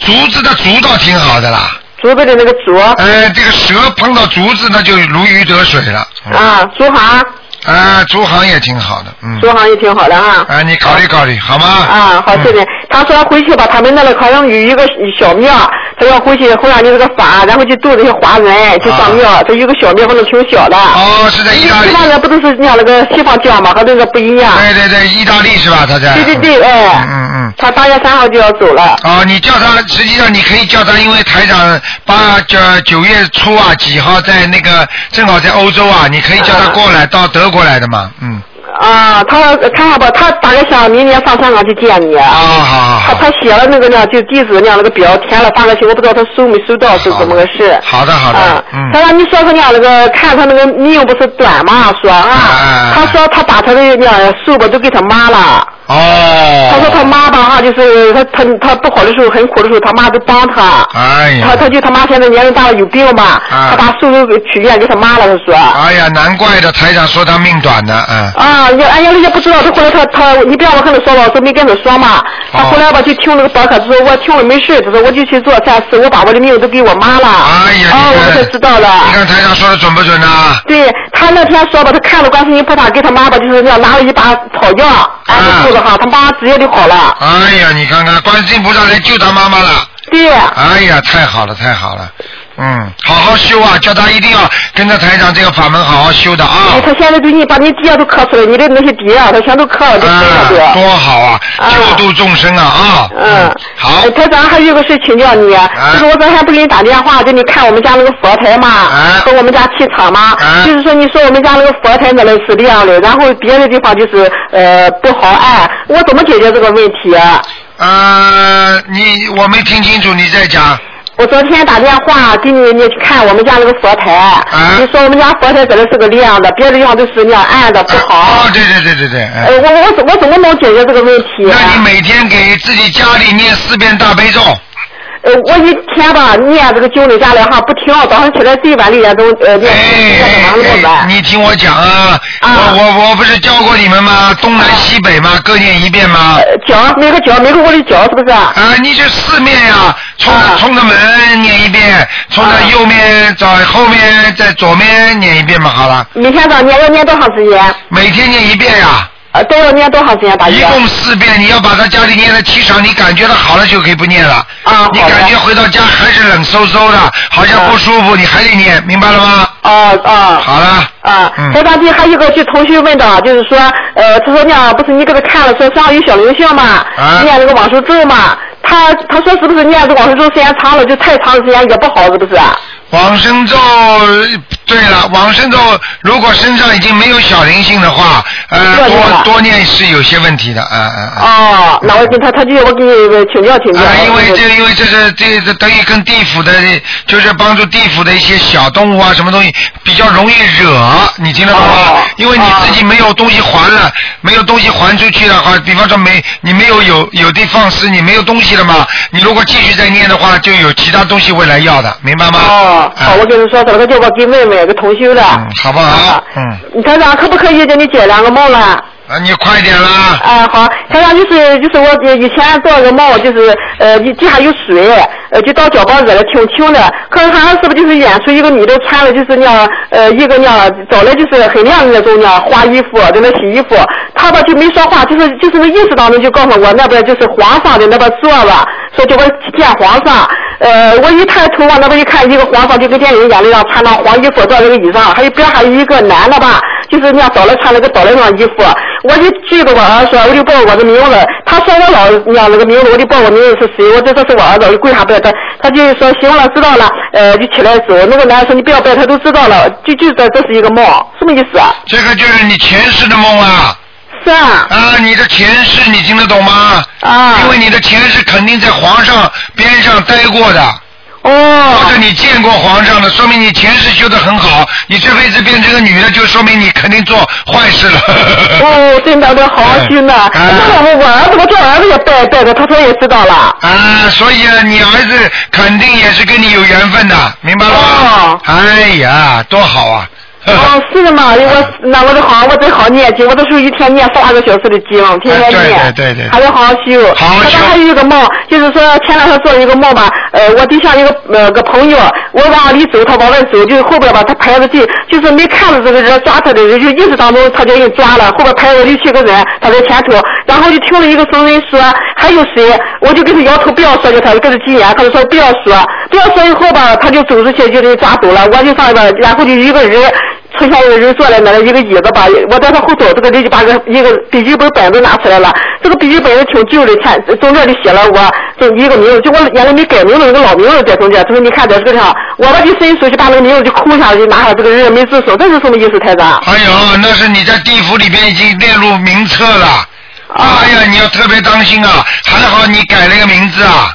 [SPEAKER 2] 竹子的竹倒挺好的啦，
[SPEAKER 3] 竹子的那个竹
[SPEAKER 2] 呃，这个蛇碰到竹子那就如鱼得水了。嗯、
[SPEAKER 3] 啊，竹行，
[SPEAKER 2] 啊，竹行也挺好的，嗯
[SPEAKER 3] 竹。行也挺好的啊。
[SPEAKER 2] 啊，你考虑考虑好吗？嗯
[SPEAKER 3] 啊，好，谢谢。他说回去吧，他们那里好像有一个小庙，他要回去会让你这个法，然后去度这些华
[SPEAKER 2] 啊
[SPEAKER 3] 人去上庙，这有个小庙反正挺小的。
[SPEAKER 2] 哦，是在意大利
[SPEAKER 3] 西。方人不都是像那个西方教嘛，和那个不一样。
[SPEAKER 2] 对对对，意大利是吧？他在。
[SPEAKER 3] 对对对，哎。
[SPEAKER 2] 嗯嗯嗯。
[SPEAKER 3] 他八月三号就要走了。
[SPEAKER 2] 哦，你叫他，实际上你可以叫他，因为台长八九九月初啊几号在那个正好在欧洲啊，你可以叫他过来、到德国来的嘛，嗯，
[SPEAKER 3] 啊，他看看吧，他大概想明年上香港去见你
[SPEAKER 2] 啊、
[SPEAKER 3] 啊。
[SPEAKER 2] 好好
[SPEAKER 3] 他
[SPEAKER 2] 好，
[SPEAKER 3] 他写了那个呢，就地址那样那个表填了发过去，我不知道他收没收到是怎么个事。
[SPEAKER 2] 好的好的
[SPEAKER 3] 啊，
[SPEAKER 2] 嗯
[SPEAKER 3] 他让你说说呢，那个看他那个命不是短嘛，说
[SPEAKER 2] 啊
[SPEAKER 3] 啊，他说他把他的那寿吧都给他妈了，
[SPEAKER 2] 哦，
[SPEAKER 3] 他说他，妈吧哈，就是他他他不好的时候很苦的时候，他妈都帮他，
[SPEAKER 2] 哎呀，
[SPEAKER 3] 他他就他妈现在年龄大了有病嘛，
[SPEAKER 2] 啊
[SPEAKER 3] 他把寿都给取愿给他妈了，他说。
[SPEAKER 2] 哎呀，难怪的，台长说他命短呢，嗯，
[SPEAKER 3] 啊，人哎呀，人家不知道，他后来他他，你别让我跟他说了，我说没跟他说嘛。他
[SPEAKER 2] 哦
[SPEAKER 3] 后来吧就听那个博客，他说我听了没事，他说我就去做善事，我把我的命都给我妈了。
[SPEAKER 2] 哎呀，
[SPEAKER 3] 哦，我
[SPEAKER 2] 你
[SPEAKER 3] 才
[SPEAKER 2] 看，
[SPEAKER 3] 知道了。
[SPEAKER 2] 你看台长说的准不准啊呢、
[SPEAKER 3] 对他那天说吧，他看了观世音菩萨给他妈吧，就是那样拿了一把草药按
[SPEAKER 2] 啊
[SPEAKER 3] 着肚子哈，他妈直接就好了。
[SPEAKER 2] 哎呀，你看看，观世音菩萨来救他妈妈了。
[SPEAKER 3] 对，
[SPEAKER 2] 哎呀，太好了，太好了，嗯，好好修啊，叫他一定要跟着台长这个法门好好修的啊。
[SPEAKER 3] 他现在就你把你底下都磕出来，你的那些底啊，他全都磕了，都磕了
[SPEAKER 2] 啊，
[SPEAKER 3] 都。
[SPEAKER 2] 多好啊！
[SPEAKER 3] 啊
[SPEAKER 2] 救度众生啊啊！
[SPEAKER 3] 嗯，
[SPEAKER 2] 好
[SPEAKER 3] 呃，台长还有一个事请教
[SPEAKER 2] 啊
[SPEAKER 3] 你，就是我昨天不是给你打电话，就你看我们家那个佛台嘛，
[SPEAKER 2] 啊
[SPEAKER 3] 和我们家气场嘛，
[SPEAKER 2] 啊
[SPEAKER 3] 就是说你说我们家那个佛台那里是这样的，然后别的地方就是呃不好按，我怎么解决这个问题？啊哎
[SPEAKER 2] 呃，你我没听清楚，你再讲。
[SPEAKER 3] 我昨天打电话给你，你去看我们家那个佛台，
[SPEAKER 2] 啊
[SPEAKER 3] 你说我们家佛台这里是个亮的，别的地方都是那样暗的不好
[SPEAKER 2] 哦，，对对对对对，哎
[SPEAKER 3] 呃，我我我怎我怎么能解决这个问题？
[SPEAKER 2] 那你每天给自己家里念四遍大悲咒，
[SPEAKER 3] 呃，我一天吧念这个经理下来哈不停，早上起来最晚六点钟呃
[SPEAKER 2] 哎
[SPEAKER 3] 念，
[SPEAKER 2] 哎
[SPEAKER 3] 念完了
[SPEAKER 2] 哎，
[SPEAKER 3] 晚。
[SPEAKER 2] 你听我讲啊，
[SPEAKER 3] 啊
[SPEAKER 2] 我我我不是教过你们吗？东南西北吗？各念一遍吗？
[SPEAKER 3] 呃脚每个脚每个屋里脚是不是？
[SPEAKER 2] 啊，你就四面呀、冲着
[SPEAKER 3] 啊
[SPEAKER 2] 冲着门念一遍，冲着
[SPEAKER 3] 啊
[SPEAKER 2] 右面找后面在左面念一遍嘛，好了，
[SPEAKER 3] 每天早上念要念多长时间？
[SPEAKER 2] 每天念一遍呀、
[SPEAKER 3] 呃，都要念多长时间？大
[SPEAKER 2] 一
[SPEAKER 3] 约？
[SPEAKER 2] 共四遍，你要把他家里念的气场，你感觉到好了就可以不念了。
[SPEAKER 3] 啊
[SPEAKER 2] 你
[SPEAKER 3] 好的
[SPEAKER 2] 感觉回到家还是冷飕飕的，好像不舒服，你还得念，明白了吗？
[SPEAKER 3] 啊啊
[SPEAKER 2] 好了，
[SPEAKER 3] 啊啊，
[SPEAKER 2] 嗯
[SPEAKER 3] 台长，这还有一个就同学问的，就是说，呃，他说呢，不是你给他看了说身上有小灵性嘛，
[SPEAKER 2] 啊
[SPEAKER 3] 念那个往生咒嘛，他他说是不是念这个往生咒时间长了就太长时间也不好，是不是？啊
[SPEAKER 2] 往生咒，对了，往生咒如果身上已经没有小灵性的话，呃，
[SPEAKER 3] 对对
[SPEAKER 2] 多
[SPEAKER 3] 了
[SPEAKER 2] 多念是有些问题的，啊啊啊。
[SPEAKER 3] 哦，那我跟他他就我给你请教请教。
[SPEAKER 2] 啊，因为这因为这是这这等于跟地府的，就是帮助地府的一些小动物啊，什么东西比较容易惹，你听得
[SPEAKER 3] 啊
[SPEAKER 2] 懂吗？因为你自己没有东西还了，没有东西还出去的话，比方说没你没有有有的放矢，你没有东西了嘛，你如果继续再念的话，就有其他东西会来要的，明白吗？啊
[SPEAKER 3] 哦，好，我跟啊你说，他说叫我给问问，个同修的，
[SPEAKER 2] 好不好？嗯。
[SPEAKER 3] 你台长可不可以给你解两个梦了？
[SPEAKER 2] 啊，你快点啦！
[SPEAKER 3] 啊，好，台长就是就是我呃以前做个梦，就是呃地地下有水，呃就到脚帮惹的挺轻的，可是好像是不是就是演出一个女的穿了就是那样呃一个那样找来就是很亮的那种那样花衣服在那洗衣服，她吧就没说话，就是就是那意识当中就告诉我那边就是皇上在那边坐了，说叫我见皇上，呃我一探头往那边一看，一个皇上就跟电影演的一样，穿着黄衣服坐在那个椅上，还有边还有一个男的吧，就是那样找来穿了个找来那样衣服，啊我就记得我儿子，啊我就报我的名字。他说我老娘那个名字，我就报我名字是谁，我就说是我儿子，我就跪下拜他。他就说行了，知道了，呃，就起来走。那个男的说你不要拜，他都知道了，就就这这是一个梦，什么意思啊？
[SPEAKER 2] 这个就是你前世的梦啊。
[SPEAKER 3] 是啊。
[SPEAKER 2] 啊，你的前世你听得懂吗？
[SPEAKER 3] 啊。
[SPEAKER 2] 因为你的前世肯定在皇上边上待过的。
[SPEAKER 3] 哦。
[SPEAKER 2] 或者你见过皇上的，说明你前世修得很好。你这辈子变成个女的，就说明你肯定做坏事了。
[SPEAKER 3] 哦，真的，我好心呐、
[SPEAKER 2] 哎
[SPEAKER 3] 这个我我儿子，我叫儿子也拜拜的，他说也知道了。
[SPEAKER 2] 啊，所以啊，你儿子肯定也是跟你有缘分的，明白了吗？哎呀，多好啊！
[SPEAKER 3] 哦，是的嘛，我那我得好，我得好念经，我都是一天念十二个小时的经，天天念。
[SPEAKER 2] 哎对对对
[SPEAKER 3] 还
[SPEAKER 2] 对。
[SPEAKER 3] 得好好修。好好修。还有一个梦，就是说前两天做了一个梦吧，呃，我对象一个呃个朋友，我往里走，他往外走，就是后边吧，他拍着地，就是没看到这个人抓他的人，就意识当中他就给抓了，后边拍着六七个人，他在前头，然后就听了一个声音说还有谁，我就跟他摇头不要说，就他跟他急眼，他就说不要说，不要说以后吧，他就走出去就给抓走了，我就上那边，然后就一个人。出现一个人坐在那儿，一个椅子吧，我在他后头，这个人就把个一个笔记本本子拿出来了。这个笔记本子挺旧的，前中间就写了我这一个名字，就我原来没改名字，一个老名字在中间。他说你看在这个上，我吧就伸手就把那个名字就抠下来，就拿下来，这个人也没吱声，这是什么意思，台长？
[SPEAKER 2] 哎呦，那是你在地府里边已经列入名册了。
[SPEAKER 3] 啊
[SPEAKER 2] 哎呀，你要特别当心啊！还好你改了个名字啊。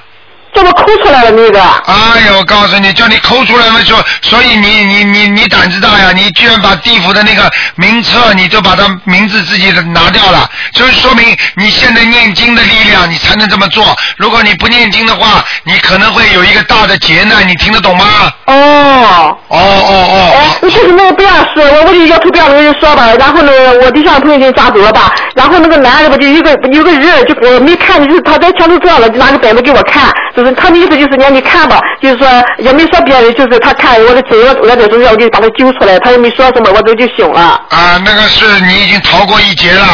[SPEAKER 3] 这么抠出来了那个。
[SPEAKER 2] 哎呦，我告诉你，叫你抠出来了就，所以你你你你胆子大呀！你居然把地府的那个名册，你就把它名字自己的拿掉了，就是说明你现在念经的力量，你才能这么做。如果你不念经的话，你可能会有一个大的劫难，你听得懂吗？
[SPEAKER 3] 哦。
[SPEAKER 2] 哦哦哦。
[SPEAKER 3] 哎，你就是那个不要说，我我就要头不要跟人说吧。然后呢，我对象朋友就抓走了吧。然后那个男的吧，就一个有个人，就我没看，就是他在墙头撞了，就拿个本子给我看，就是他的意思就是让你看吧，就是说也没说别人，就是他看我的嘴，我我在中间我就把他揪出来，他也没说什么，我这就醒了。
[SPEAKER 2] 啊，那个是你已经逃过一劫了。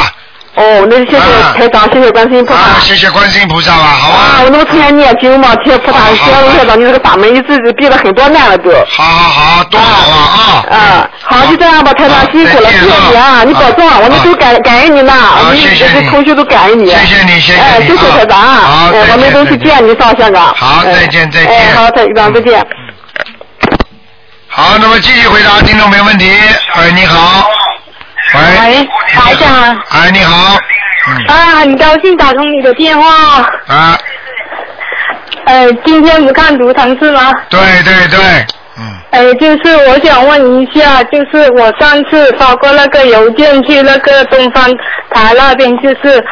[SPEAKER 3] 哦，那就谢谢台长，谢谢观世音菩萨。
[SPEAKER 2] 啊，谢谢观世音菩萨吧，好吧。
[SPEAKER 3] 啊，我那么成天念经嘛，天菩萨，谢谢台长，你这个法门一直避了很多难了都。
[SPEAKER 2] 好好好，多好啊
[SPEAKER 3] 啊！啊，好，就这样吧，台长辛苦了，谢谢你啊，你保重，我们都感感恩你呢，我们这些同学都感恩你。谢谢
[SPEAKER 2] 你，谢谢
[SPEAKER 3] 哎，谢谢台长啊，哎我们都去见你上香港。
[SPEAKER 2] 好，再见再见。
[SPEAKER 3] 哎，好，台长再见。
[SPEAKER 2] 好，那么继续回答听众没问题。哎，你好。喂。
[SPEAKER 8] 台长。
[SPEAKER 2] 哎，你好。嗯
[SPEAKER 8] 啊，很高兴打通你的电话。
[SPEAKER 2] 啊，
[SPEAKER 8] 呃，今天不看图腾是吗？
[SPEAKER 2] 对对对，
[SPEAKER 8] 呃，就是我想问一下，就是我上次发过那个邮件去那个东方台那边，就是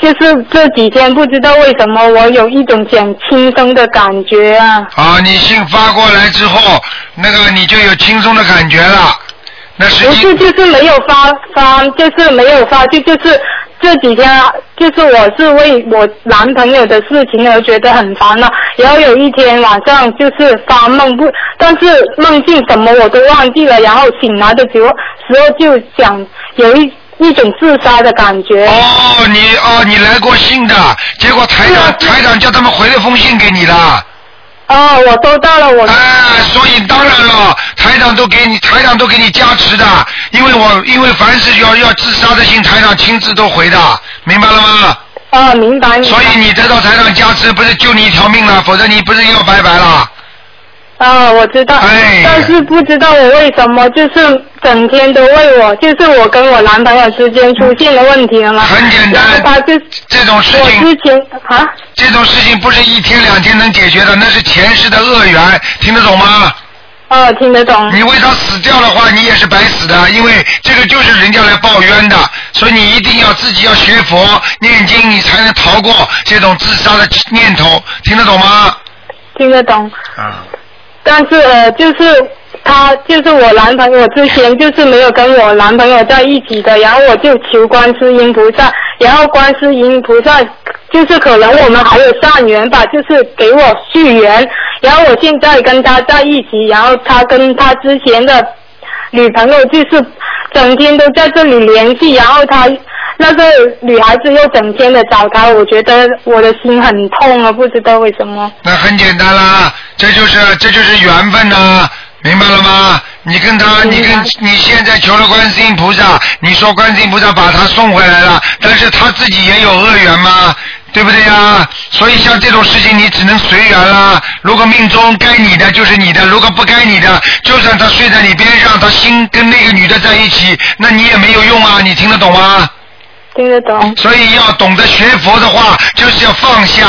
[SPEAKER 8] 就是这几天不知道为什么我有一种想轻松的感觉啊。
[SPEAKER 2] 好，你信发过来之后，那个你就有轻松的感觉了。那
[SPEAKER 8] 不是，就是没有发发，就是没有发去，就是这几天啊，就是我是为我男朋友的事情而觉得很烦恼。然后有一天晚上就是发梦不，但是梦境什么我都忘记了，然后醒来的时候时候就想有一一种自杀的感觉。
[SPEAKER 2] 哦，你哦，你来过信的，结果台长台长叫他们回了封信给你了。
[SPEAKER 8] 哦，我收到了，我
[SPEAKER 2] 哎，所以当然了，台长都给你，台长都给你加持的，因为我因为凡是要要自杀的信，台长亲自都回的，明白了吗？
[SPEAKER 8] 啊，明白。
[SPEAKER 2] 所以你得到台长加持，不是救你一条命了，否则你不是又拜拜了。
[SPEAKER 8] 啊，我知道，
[SPEAKER 2] 哎
[SPEAKER 8] 但是不知道我为什么就是整天都为我，就是我跟我男朋友之间出现了问题了。
[SPEAKER 2] 很简单，
[SPEAKER 8] 他就
[SPEAKER 2] 这种事情，
[SPEAKER 8] 我之前啊，
[SPEAKER 2] 这种事情不是一天两天能解决的，那是前世的恶缘，听得懂吗？
[SPEAKER 8] 哦，听得懂。
[SPEAKER 2] 你为他死掉的话，你也是白死的，因为这个就是人家来报冤的，所以你一定要自己要学佛念经，你才能逃过这种自杀的念头，听得懂吗？
[SPEAKER 8] 听得懂。
[SPEAKER 2] 啊。
[SPEAKER 8] 但是呃，就是他就是我男朋友之前就是没有跟我男朋友在一起的，然后我就求观世音菩萨，然后观世音菩萨就是可能我们还有善缘吧，就是给我续缘，然后我现在跟他在一起，然后他跟他之前的女朋友就是整天都在这里联系，然后他那个女孩子又整天的找他，我觉得我的心很痛啊，不知道为什么。
[SPEAKER 2] 那很简单啦，这就是这就是缘分呐、明白了吗？你跟他，你跟你现在求了观世音菩萨，你说观世音菩萨把他送回来了，但是他自己也有恶缘嘛，对不对呀？所以像这种事情，你只能随缘啦。如果命中该你的就是你的，如果不该你的，就算他睡在你边上，他心跟那个女的在一起，那你也没有用啊，你听得懂吗？
[SPEAKER 8] 听得懂。
[SPEAKER 2] 所以要懂得学佛的话，就是要放下。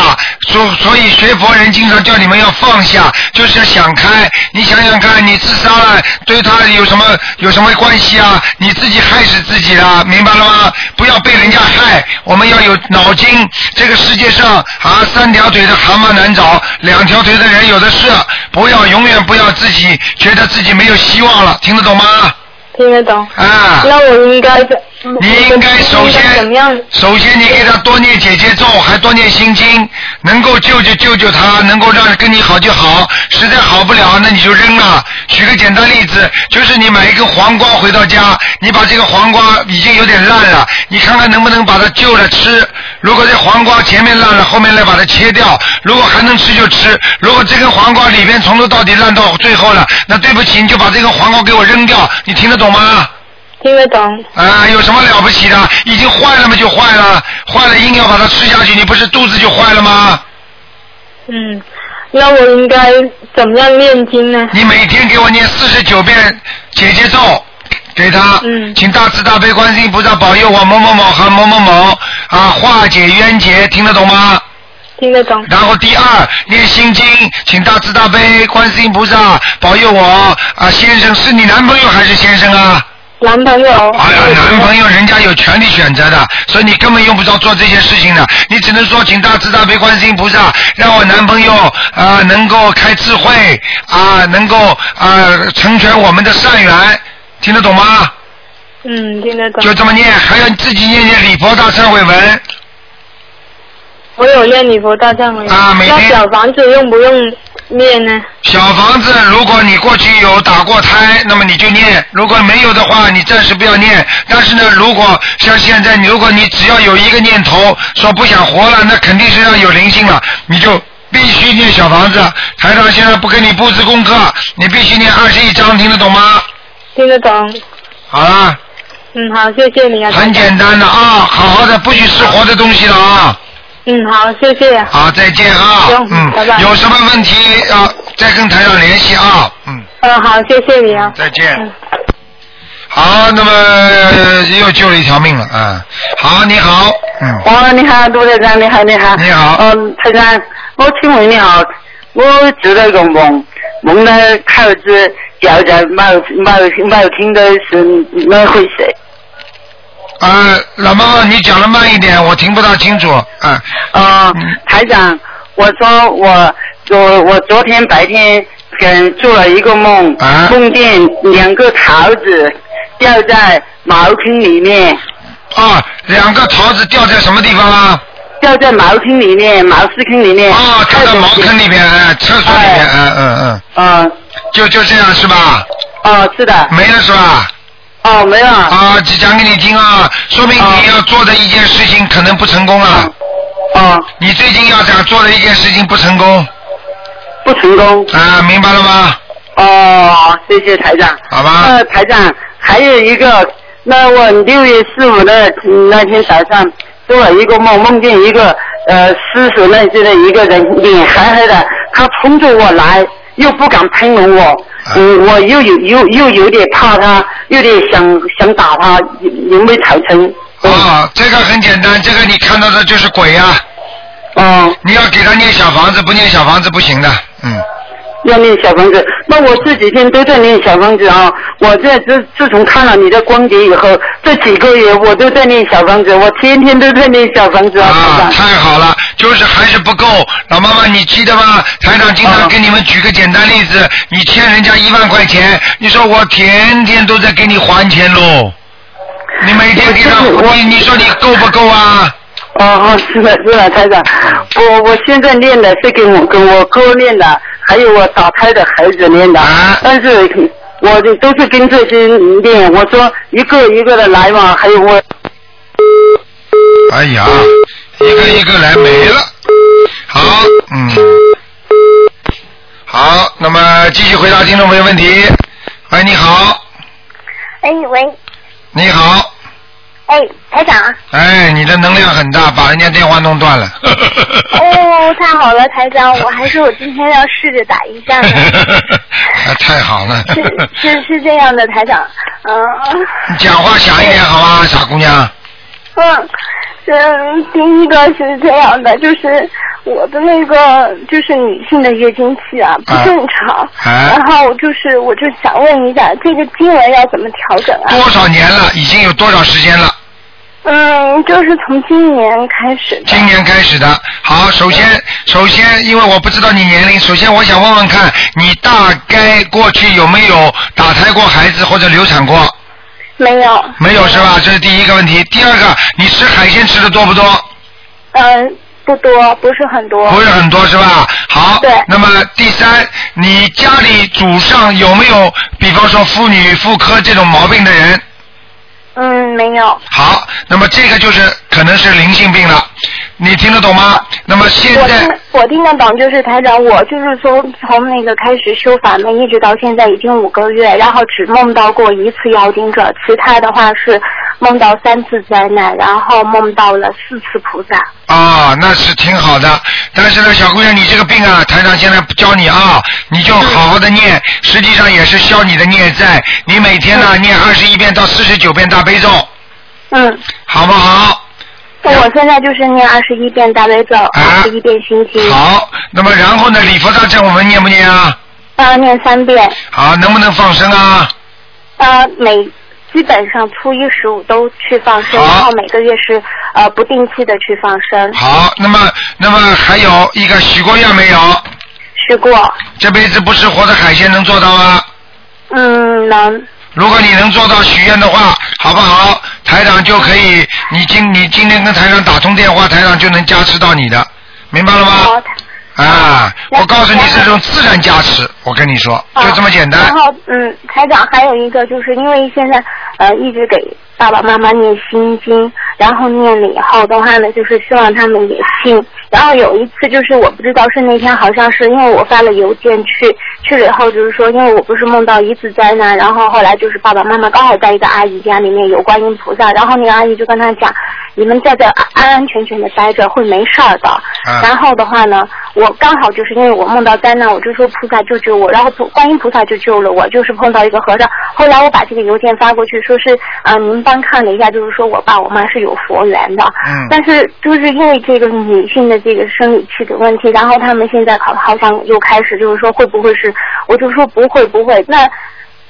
[SPEAKER 2] 所所以学佛人经常叫你们要放下，就是要想开。你想想看，你自杀了，对他有什么有什么关系啊？你自己害死自己了，明白了吗？不要被人家害，我们要有脑筋。这个世界上啊，三条腿的蛤蟆难找，两条腿的人有的是。不要永远不要自己觉得自己没有希望了，听得懂吗？
[SPEAKER 8] 听得懂。
[SPEAKER 2] 啊。
[SPEAKER 8] 那我应该怎？
[SPEAKER 2] 你应该首先
[SPEAKER 8] 嗯怎么样？
[SPEAKER 2] 首先，你给他多念姐姐咒，还多念心经，能够救就救救他，能够让跟你好就好，实在好不了，那你就扔了。举个简单例子，就是你买一根黄瓜回到家，你把这个黄瓜已经有点烂了，你看看能不能把它救了吃。如果这黄瓜前面烂了，后面来把它切掉，如果还能吃就吃。如果这根黄瓜里边从头到底烂到最后了，那对不起，你就把这根黄瓜给我扔掉。你听得懂吗？
[SPEAKER 8] 听得懂。
[SPEAKER 2] 啊，有什么了不起的？已经坏了嘛，就坏了，坏了硬要把它吃下去，你不是肚子就坏了吗？
[SPEAKER 8] 嗯，那我应该怎么样念经呢？
[SPEAKER 2] 你每天给我念四十九遍姐姐咒，给他，嗯，请大慈大悲观世音菩萨保佑我某某某和某某某啊化解冤结，听得懂吗？
[SPEAKER 8] 听得懂。
[SPEAKER 2] 然后第二，念心经，请大慈大悲观世音菩萨保佑我啊先生，是你男朋友还是先生啊？
[SPEAKER 8] 男朋友。
[SPEAKER 2] 哎呀，男朋友人家有权利选择的，所以你根本用不着做这些事情的，你只能说请大慈大悲观世音菩萨，让我男朋友啊、呃能够开智慧啊、能够啊、呃成全我们的善缘，听得懂吗？
[SPEAKER 8] 嗯，听得懂。
[SPEAKER 2] 就这么念，还要自己念念礼佛大忏悔文，
[SPEAKER 8] 我有念礼佛大忏悔。啊，每那小房子用不用念呢？
[SPEAKER 2] 小房子，如果你过去有打过胎，那么你就念；如果没有的话，你暂时不要念。但是呢，如果像现在，你如果你只要有一个念头说不想活了，那肯定是要有灵性了，你就必须念小房子。台长现在不给你布置功课，你必须念二十一章，听得懂吗？
[SPEAKER 8] 听得懂。
[SPEAKER 2] 好了，
[SPEAKER 8] 嗯，好，谢谢你啊。
[SPEAKER 2] 很简单的啊，好好的，不许吃活的东西了啊。
[SPEAKER 8] 嗯，好，谢谢。
[SPEAKER 2] 好，再见啊
[SPEAKER 8] 行，，
[SPEAKER 2] 嗯
[SPEAKER 8] 拜拜。，
[SPEAKER 2] 有什么问题啊，再跟台长联系啊，嗯。
[SPEAKER 8] 嗯，好，谢谢你啊。
[SPEAKER 2] 再见。好，那么呃又救了一条命了啊！好，你好，嗯，
[SPEAKER 9] 哦，你好，陆队长，你好，你 好。
[SPEAKER 2] 你好。
[SPEAKER 9] 嗯，台长，我请问你好，我做了一个梦，梦到猴子叫在某某某听到是哪回事？
[SPEAKER 2] 呃，老妈，你讲的慢一点，我听不大清楚，啊。
[SPEAKER 9] 哦、
[SPEAKER 8] 嗯
[SPEAKER 9] 台长，我说我昨我昨天白天嗯做了一个梦，
[SPEAKER 8] 啊
[SPEAKER 9] 梦见两个桃子掉在茅坑里面。
[SPEAKER 2] 啊，两个桃子掉在什么地方啊？
[SPEAKER 9] 掉在茅坑里面，茅屎坑里面。
[SPEAKER 8] 哦
[SPEAKER 2] 啊，掉在茅坑里面，哎厕所里面，嗯嗯
[SPEAKER 9] 嗯。嗯。
[SPEAKER 2] 就就这样是吧？
[SPEAKER 9] 哦，是的。
[SPEAKER 2] 没了是吧？
[SPEAKER 9] 哦，没了。
[SPEAKER 2] 啊，只讲给你听啊，说明你要做的一件事情可能不成功了。
[SPEAKER 9] 哦。
[SPEAKER 2] 你最近要想做的一件事情不成功。
[SPEAKER 6] 不成功。
[SPEAKER 2] 啊，明白了吗？
[SPEAKER 6] 哦，谢谢台长。
[SPEAKER 2] 好啊吧。
[SPEAKER 6] 那台长还有一个，那我六月四五的嗯那天早上做了一个梦，梦见一个呃四十来岁的一个人，脸黑黑的，他冲着我来，又不敢喷吻
[SPEAKER 2] 啊
[SPEAKER 6] 我，嗯，我又有又又有点怕他，有点想想打他，有有没有哦头疼？
[SPEAKER 2] 啊，这个很简单，这个你看到的就是鬼呀、
[SPEAKER 6] 哦。
[SPEAKER 2] 你要给他念小房子，不念小房子不行的。嗯。
[SPEAKER 6] 要念小房子，那我这几天都在念小房子啊。我这自自从看了你的光碟以后，这几个月我都在念小房子，我天天都在念小房子啊。
[SPEAKER 2] 啊，太好了，就是还是不够。老妈妈，你记得吗？台长经
[SPEAKER 6] 啊
[SPEAKER 2] 常给你们举个简单例子，你欠人家一万块钱，你说我天天都在给你还钱喽，你每天给他，你你说你够不够啊？
[SPEAKER 6] 哦哦，是的，是的，台长，我我现在练的是跟我跟我哥练的，还有我打胎的孩子练的，
[SPEAKER 2] 啊
[SPEAKER 6] 但是我就都是跟这些练。我说一个一个的来嘛，还有我
[SPEAKER 2] 哎呀，一个一个来没了。好，嗯，好，那么继续回答听众朋友问题。喂，你好，
[SPEAKER 3] 哎喂，
[SPEAKER 2] 你好，
[SPEAKER 3] 哎，台长，
[SPEAKER 2] 哎，你的能量很大，把人家电话弄断了。
[SPEAKER 3] 哦，太好了，台长，我还说我今天要试着打一下呢，
[SPEAKER 2] 啊太好了，
[SPEAKER 3] 是是是这样的，台长，嗯、
[SPEAKER 2] 你讲话响一点好吧，傻姑娘。
[SPEAKER 3] 嗯，嗯，第一个是这样的，就是我的那个就是女性的月经期啊不正常，
[SPEAKER 2] 啊
[SPEAKER 3] 然后就是我就想问一下，这个经文要怎么调整啊？
[SPEAKER 2] 多少年了？已经有多少时间了？
[SPEAKER 3] 嗯，就是从今年开始的。
[SPEAKER 2] 今年开始的。好，首先，首先，因为我不知道你年龄，首先我想问问看，你大概过去有没有打胎过孩子或者流产过？
[SPEAKER 3] 没有。
[SPEAKER 2] 没有是吧？这是第一个问题。第二个，你吃海鲜吃的多不多？
[SPEAKER 3] 嗯，不多，不是很多。
[SPEAKER 2] 不是很多是吧？好，那么第三，你家里祖上有没有，比方说妇女妇科这种毛病的人？
[SPEAKER 3] 嗯，没有。
[SPEAKER 2] 好，那么这个就是可能是灵性病了，你听得懂吗？那么现
[SPEAKER 3] 我
[SPEAKER 2] 在
[SPEAKER 3] 听我听得懂，就是台长，我就是说从那个开始修法门，一直到现在已经五个月，然后只梦到过一次妖精者，其他的话是梦到三次灾难，然后梦到了四次菩萨。
[SPEAKER 2] 啊，那是挺好的。但是呢，小姑娘，你这个病啊，台长现在不教你啊，你就好好的念，实际上也是消你的孽债。你每天呢、念二十一遍到四十九遍大悲咒，
[SPEAKER 3] 嗯，
[SPEAKER 2] 好不好？
[SPEAKER 3] 我现在就是念二十一遍大悲咒，二十一遍心经，
[SPEAKER 2] 好，那么然后呢，礼佛大忏我们念不念啊？
[SPEAKER 3] 要念三遍，
[SPEAKER 2] 好，能不能放生啊？
[SPEAKER 3] 呃，每基本上初一十五都去放生，然后每个月是呃不定期的去放生。
[SPEAKER 2] 好，那么那么还有一个许过愿没有？
[SPEAKER 3] 试过，
[SPEAKER 2] 这辈子不吃活的海鲜能做到吗？
[SPEAKER 3] 嗯，能。
[SPEAKER 2] 如果你能做到许愿的话，好不好？台长就可以，你今你今天跟台长打通电话，台长就能加持到你的，明白了吗？啊，我告诉你是种自然加持，我跟你说，就这么简单
[SPEAKER 3] 然。后，嗯，台长还有一个，就是因为现在呃一直给爸爸妈妈念心经，然后念了以后的话呢，就是希望他们也信。然后有一次就是我不知道是那天好像是因为我发了邮件去去了以后，就是说因为我不是梦到一次灾难，然后后来就是爸爸妈妈刚好在一个阿姨家里面有观音菩萨，然后那个阿姨就跟他讲，你们在这安安全全的待着会没事儿的。
[SPEAKER 10] 嗯
[SPEAKER 3] 然后的话呢，我刚好就是因为我梦到灾难，我就说菩萨救救我，然后菩观音菩萨就救了我，就是碰到一个和尚。后来我把这个邮件发过去，说是啊、呃您帮看了一下，就是说我爸我妈是有佛缘的。
[SPEAKER 10] 嗯
[SPEAKER 3] 但是就是因为这个女性的这个生理期的问题，然后他们现在好好像又开始就是说会不会是，我就说不会不会，那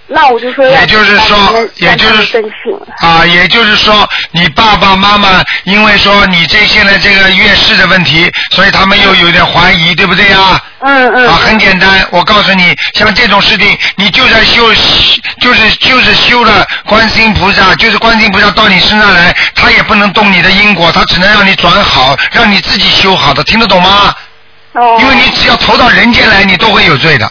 [SPEAKER 3] 那我就说
[SPEAKER 2] 也就是说也就是
[SPEAKER 3] 正性。
[SPEAKER 2] 啊，也就是说，你爸爸妈妈因为说你这现在这个月事的问题，所以他们又有点怀疑，对不对呀？
[SPEAKER 3] 嗯
[SPEAKER 2] 嗯。啊，很简单，我告诉你，像这种事情，你就算修，就是就是修了观世音菩萨，就是观世音菩萨到你身上来，他也不能动你的因果，他只能让你转好，让你自己修好的，听得懂吗？
[SPEAKER 3] 哦。
[SPEAKER 2] 因为你只要投到人间来，你都会有罪的，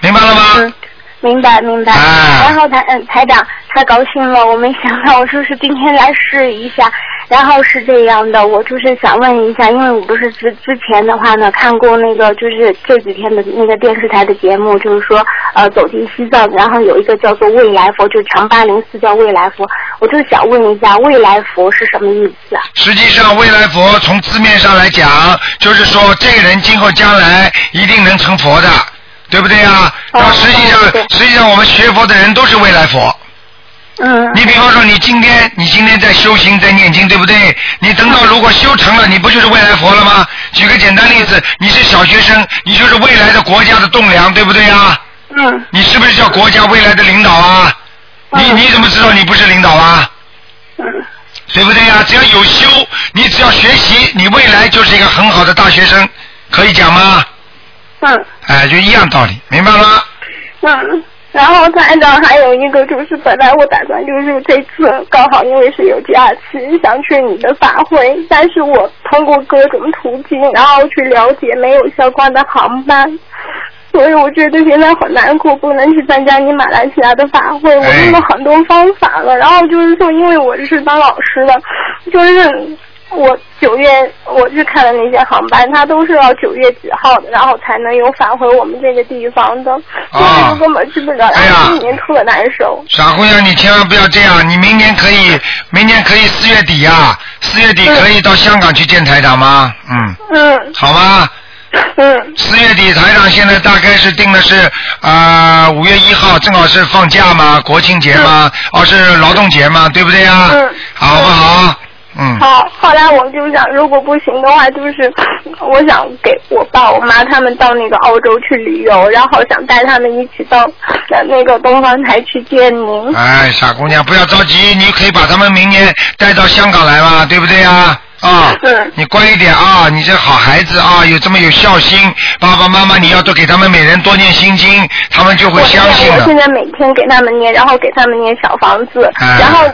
[SPEAKER 2] 明白了吗？
[SPEAKER 3] 嗯
[SPEAKER 11] 嗯
[SPEAKER 3] 明白明白。然后台嗯台长太高兴了，我没想到我说是今天来试一下，
[SPEAKER 11] 然后是这样的，我就是想问一下，因为我不是之之前的话呢，看过那个就是这几天的那个电视台的节目，就是说呃走进西藏，然后有一个叫做未来佛，就是长八零四叫未来佛，我就想问一下未来佛是什么意思啊？
[SPEAKER 2] 实际上，未来佛从字面上来讲，就是说这个人今后将来一定能成佛的，对不对啊？
[SPEAKER 11] 哦
[SPEAKER 2] 那实际上，实际上我们学佛的人都是未来佛。
[SPEAKER 11] 嗯。
[SPEAKER 2] 你比方说，你今天你今天在修行，在念经，对不对？你等到如果修成了，你不就是未来佛了吗？举个简单例
[SPEAKER 11] 嗯
[SPEAKER 2] 子，你是小学生，你就是未来的国家的栋梁，对不对啊？
[SPEAKER 11] 嗯。
[SPEAKER 2] 你是不是叫国家未来的领导啊？你你怎么知道你不是领导啊？对不对呀、只要有修，你只要学习，你未来就是一个很好的大学生，可以讲吗？
[SPEAKER 11] 嗯。
[SPEAKER 2] 哎，就一样道理，明白吗？
[SPEAKER 3] 嗯，然后台长还有一个就是，本来我打算就是这次刚好因为是有假期，想去你的法会，但是我通过各种途径，然后去了解没有相关的航班，所以我觉得现在很难过，不能去参加你马来西亚的法会。我用了很多方法了，然后就是说，因为我是当老师的，就是。我九月我去看了那些航班，它都是要九月几号的，然后才能有返回我们这个地方的，所以就根本去不了，然后今年特难受。
[SPEAKER 2] 傻姑娘，你千万不要这样，你明年可以，明年可以四月底呀、四月底可以到香港去见台长吗？嗯，
[SPEAKER 3] 嗯
[SPEAKER 2] 好吗？
[SPEAKER 3] 嗯。
[SPEAKER 2] 四月底台长现在大概是定的是啊五、月一号，正好是放假嘛，国庆节嘛，哦是劳动节嘛，对不对呀？
[SPEAKER 3] 嗯
[SPEAKER 2] 好不好？嗯。
[SPEAKER 3] 好，后来我就想，如果不行的话，就是我想给我爸、我妈他们到那个澳洲去旅游，然后想带他们一起到呃那个东方台去见 您。
[SPEAKER 2] 哎，傻姑娘，不要着急，你可以把他们明年带到香港来嘛，对不对呀？啊，
[SPEAKER 3] 嗯
[SPEAKER 2] 你乖一点啊，你这好孩子啊，有这么有孝心，爸爸妈妈你要多给他们每人多念心经，他们就会
[SPEAKER 3] 我现
[SPEAKER 2] 相
[SPEAKER 3] 在
[SPEAKER 2] 信
[SPEAKER 3] 我现
[SPEAKER 2] 的。
[SPEAKER 3] 在每天给他们念，然后给他们念小房子，
[SPEAKER 2] 哎
[SPEAKER 3] 然后。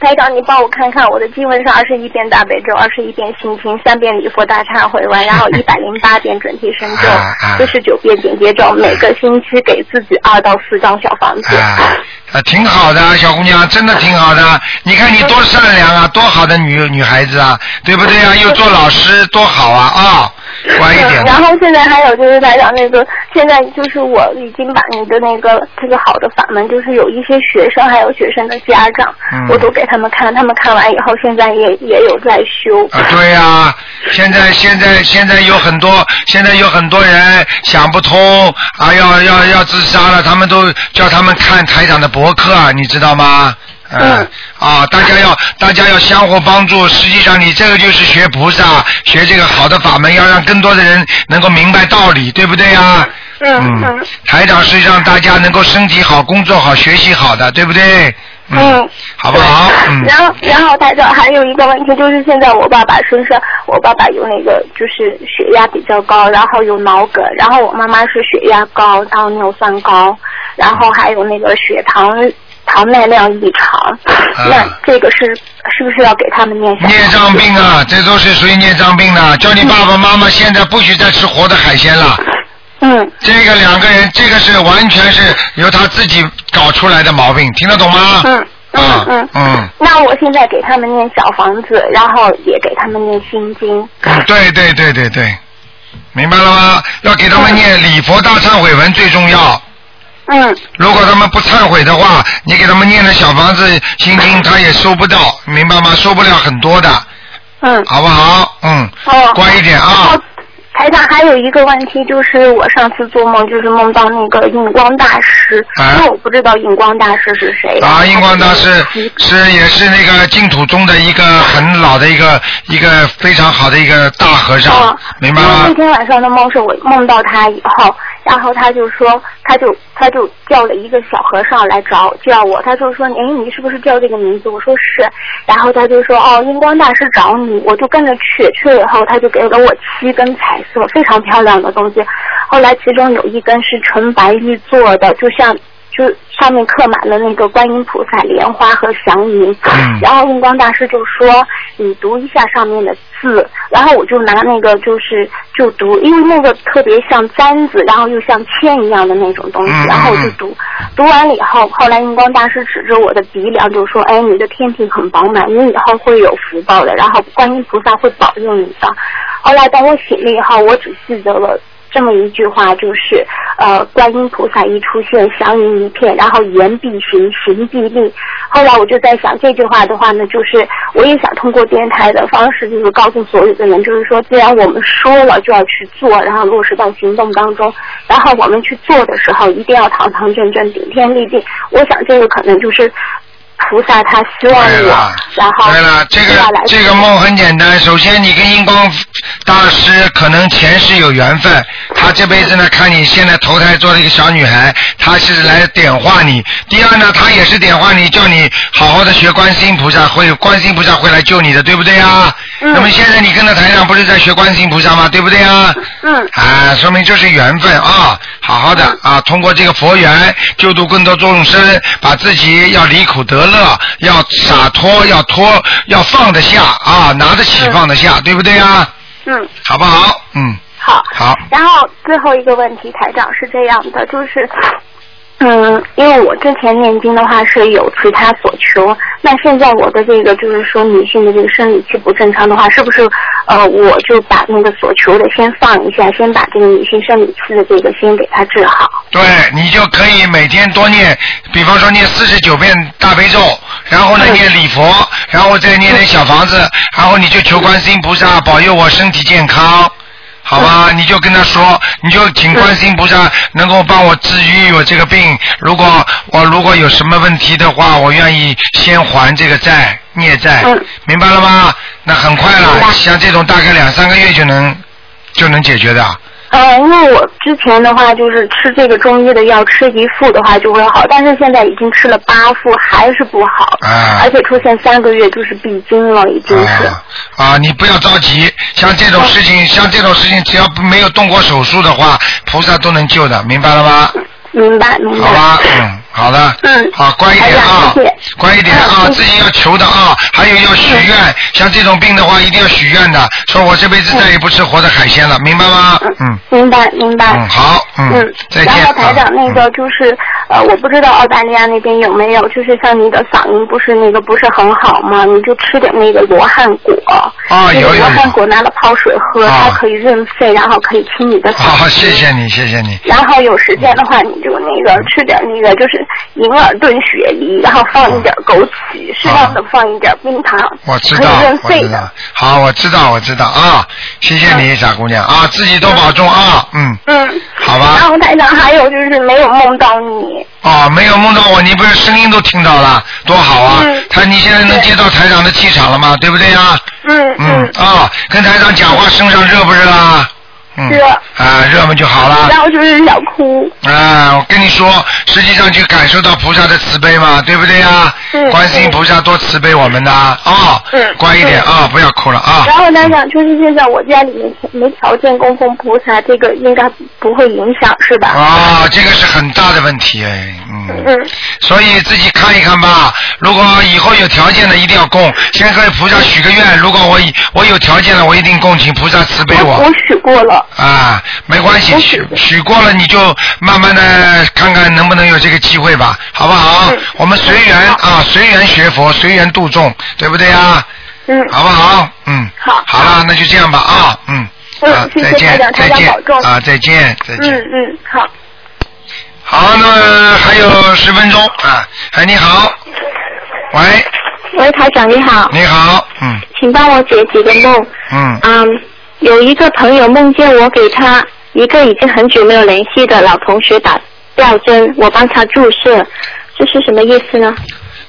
[SPEAKER 3] 台长，你帮我看看我的经文是二十一遍大悲咒，二十一遍心经，三遍礼佛大忏悔 文，然后一百零八遍准提神咒
[SPEAKER 2] 哎哎，
[SPEAKER 3] 四十九遍紧接咒，每个星期给自己二到四张小房子。
[SPEAKER 2] 哎，啊，挺好的，小姑娘，真的挺好的。啊你看你多善良啊，多好的女女孩子啊，对不对啊？又做老师，多好啊啊！乖一点
[SPEAKER 3] 嗯。 然后现在还有就是台长那个，现在就是我已经把你的那个这个好的法门，就是有一些学生还有学生的家长，
[SPEAKER 2] 嗯
[SPEAKER 3] 我都给他们看，他们看完以后，现在也也有在修。
[SPEAKER 2] 啊，对呀、现在现在现在有很多现在有很多人想不通啊，要要要自杀了，他们都叫他们看台长的博客，啊你知道吗？嗯啊，大家要大家要相互帮助。实际上，你这个就是学菩萨，学这个好的法门，要让更多的人能够明白道理，对不对呀、
[SPEAKER 3] 嗯
[SPEAKER 2] 嗯，台长是让大家能够身体好、工作好、学习好的，对不对？嗯，好不好？嗯。
[SPEAKER 3] 然后，然后台长还有一个问题，就是现在我爸爸身上，我爸爸有那个就是血压比较高，然后有脑梗，然后我妈妈是血压高，然后尿酸高，然后还有那个血糖糖耐量异常。
[SPEAKER 2] 啊
[SPEAKER 3] 那这个是是不是要给他们念小？
[SPEAKER 2] 孽障病啊，这都是属于孽障病啊的。叫你爸爸妈妈现在不许再吃活的海鲜了。
[SPEAKER 3] 嗯。
[SPEAKER 2] 这个两个人，这个是完全是由他自己搞出来的毛病，听得懂吗？
[SPEAKER 3] 嗯。
[SPEAKER 2] 啊
[SPEAKER 3] 嗯
[SPEAKER 2] 嗯
[SPEAKER 3] 那我现在给他们念小房子，然后也给他们念心经。
[SPEAKER 2] 嗯，对对对对对，明白了吗？要给他们念礼佛大忏悔文最重要。
[SPEAKER 3] 嗯。
[SPEAKER 2] 如果他们不忏悔的话，你给他们念的小房子心经，他也收不到，明白吗？收不了很多的。
[SPEAKER 3] 嗯。
[SPEAKER 2] 好不好？嗯。
[SPEAKER 3] 哦，
[SPEAKER 2] 乖一点啊。
[SPEAKER 3] 然后台长还有一个问题，就是我上次做梦，就是梦到那个印光大师，
[SPEAKER 2] 啊
[SPEAKER 3] 因为我不知道印光大师是谁。
[SPEAKER 2] 啊，印光大师是也是那个净土宗的一个很老的一个一个非常好的一个大和尚，明白
[SPEAKER 3] 因为
[SPEAKER 2] 吗
[SPEAKER 3] 哦那？天晚上的梦是我梦到他以后，然后他就说，他就他就叫了一个小和尚来找叫我，他就说，哎，你是不是叫这个名字？我说是，然后他就说，哦，印光大师找你，我就跟着去，去了以后他就给了我七根彩色非常漂亮的东西，后来其中有一根是纯白玉做的，就像就上面刻满了那个观音菩萨、莲花和祥云。
[SPEAKER 2] 嗯
[SPEAKER 3] 然后印光大师就说：“你读一下上面的字。”然后我就拿那个就是就读，因为那个特别像簪子，然后又像铅一样的那种东西。然后我就读，读完了以后，后来印光大师指着我的鼻梁就说：“哎，你的天庭很饱满，你以后会有福报的，然后观音菩萨会保佑你的。”后来等我醒了以后，我只记得了。这么一句话就是，呃，观音菩萨一出现，祥云一片，然后言必行，行必立。后来我就在想，这句话的话呢，就是我也想通过电台的方式，就是告诉所有的人，就是说，既然我们说了，就要去做，然后落实到行动当中。然后我们去做的时候，一定要堂堂正正，顶天立地。我想这个可能就是菩萨他希望
[SPEAKER 2] 对
[SPEAKER 3] 我
[SPEAKER 2] 了，
[SPEAKER 3] 然后
[SPEAKER 2] 对了，这
[SPEAKER 3] 希望
[SPEAKER 2] 个
[SPEAKER 3] 来
[SPEAKER 2] 这个梦很简单。首先，你跟英光大师可能前世有缘分，他这辈子呢看你现在投胎做了一个小女孩，他是来点化你。第二呢，他也是点化你，叫你好好的学观世音菩萨，会观世音菩萨会来救你的，对不对啊？
[SPEAKER 3] 嗯
[SPEAKER 2] 那么现在你跟着台上不是在学观世音菩萨吗？对不对啊？
[SPEAKER 3] 嗯。
[SPEAKER 2] 啊，说明就是缘分啊，好好的啊，通过这个佛缘救度更多众生，把自己要离苦得乐，要洒脱，要脱，要放得下啊，拿得起放得下，对不对啊？
[SPEAKER 3] 嗯。
[SPEAKER 2] 好不好？嗯。
[SPEAKER 3] 好。
[SPEAKER 2] 好。
[SPEAKER 3] 然后最后一个问题，台长是这样的，就是，嗯，因为我之前念经的话是有其他所求，那现在我的这个就是说女性的这个生理期不正常的话，是不是呃我就把那个所求的先放一下，先把这个女性生理期的这个先给它治好？
[SPEAKER 2] 对你就可以每天多念，比方说念四十九遍大悲咒，然后呢念礼佛，然后再念点小房子，然后你就求观世音菩萨保佑我身体健康，好吧？你就跟他说，你就请观世音菩萨能够帮我治愈我这个病。如果我如果有什么问题的话，我愿意先还这个债孽债，明白了吗？那很快了，像这种大概两三个月就能就能解决的。
[SPEAKER 3] 呃，因为我之前的话就是吃这个中医的药，吃一副的话就会好，但是现在已经吃了八副还是不好，
[SPEAKER 2] 啊
[SPEAKER 3] 而且出现三个月就是闭经了，已经是。哦
[SPEAKER 2] 啊啊，你不要着急，像这种事情，像这种事情，只要不没有动过手术的话，菩萨都能救的，明白了吗？
[SPEAKER 3] 明白明白。
[SPEAKER 2] 好吧，嗯，好的，嗯，好，乖一点啊，乖一点
[SPEAKER 3] 嗯
[SPEAKER 2] 啊，自己要求的啊，还有要许愿，像这种病的话，一定要许愿的，说我这辈
[SPEAKER 3] 嗯
[SPEAKER 2] 子再也不吃活的海鲜了，明白吗？嗯，
[SPEAKER 3] 明白明白。
[SPEAKER 2] 嗯，好，嗯，再见
[SPEAKER 3] 然后台
[SPEAKER 2] 啊，
[SPEAKER 3] 长，那个就是呃，我不知道澳大利亚那边有没有，就是像你的嗓音不是那个不是很好吗？你就吃点那个罗汉果，
[SPEAKER 2] 啊
[SPEAKER 3] 那
[SPEAKER 2] 有
[SPEAKER 3] 个
[SPEAKER 2] 有
[SPEAKER 3] 罗汉果拿了泡水喝，它可以润肺，然后可以清你的嗓
[SPEAKER 2] 好，哦谢嗯谢你，谢谢你，
[SPEAKER 3] 然后有时间的话，你就那个吃点那个就是银耳炖雪梨，然后放一点枸杞，适当的放一点冰糖，
[SPEAKER 2] 哦我知
[SPEAKER 3] 可
[SPEAKER 2] 道
[SPEAKER 3] 以润，
[SPEAKER 2] 我
[SPEAKER 3] 肺
[SPEAKER 2] 知
[SPEAKER 3] 的。
[SPEAKER 2] 道，好，我知道，我知道啊，谢谢你，傻姑娘啊，自己多保重啊，嗯。
[SPEAKER 3] 嗯，
[SPEAKER 2] 好吧
[SPEAKER 3] 然后台长还有就是没有梦到你，
[SPEAKER 2] 哦，没有梦到我，你不是声音都听到了，多好啊！他你现在能接到台长的气场了吗？对不对呀、
[SPEAKER 3] 嗯
[SPEAKER 2] 嗯啊、跟台长讲话身上热不热啊？嗯。
[SPEAKER 3] 热
[SPEAKER 2] 啊，热嘛就好了。
[SPEAKER 3] 然后就是想哭。
[SPEAKER 2] 啊，我跟你说，实际上就感受到菩萨的慈悲嘛，对不对呀、
[SPEAKER 3] 嗯
[SPEAKER 2] 观世音菩萨多慈悲我们的啊、
[SPEAKER 3] 嗯
[SPEAKER 2] 乖一点啊、不要哭了啊。
[SPEAKER 3] 然后台长就是现在我家里面没条件供奉菩萨，这个应该不会影响是吧？
[SPEAKER 2] 啊，这个是很大的问题哎，嗯。
[SPEAKER 3] 嗯。
[SPEAKER 2] 所以自己看一看吧，如果以后有条件的一定要供，先和菩萨许个愿。如果我以我有条件了，我一定供，请菩萨慈悲我。
[SPEAKER 3] 我许过了。
[SPEAKER 2] 啊，没关系，许许过了你就慢慢的看看能不能有这个机会吧，好不好？
[SPEAKER 3] 嗯
[SPEAKER 2] 我们随缘啊，随缘学佛，随缘度众，对不对啊？
[SPEAKER 3] 嗯。
[SPEAKER 2] 好不好？嗯。好。好了，那就这样吧啊，嗯。
[SPEAKER 3] 嗯
[SPEAKER 2] 啊，
[SPEAKER 3] 谢谢
[SPEAKER 2] 再
[SPEAKER 3] 台
[SPEAKER 2] 见，
[SPEAKER 3] 长
[SPEAKER 2] 再
[SPEAKER 3] 台长
[SPEAKER 2] 见
[SPEAKER 3] 保重
[SPEAKER 2] 啊，再见，再见。
[SPEAKER 3] 嗯嗯，好。
[SPEAKER 2] 好，那么还有十分钟啊！哎，你好，喂，
[SPEAKER 12] 喂，台长你好，
[SPEAKER 2] 你好，嗯
[SPEAKER 12] 请帮我解几个梦。
[SPEAKER 2] 嗯
[SPEAKER 12] 嗯，有一个朋友梦见我给他一个已经很久没有联系的老同学打吊针，我帮他注射，这是什么意思呢？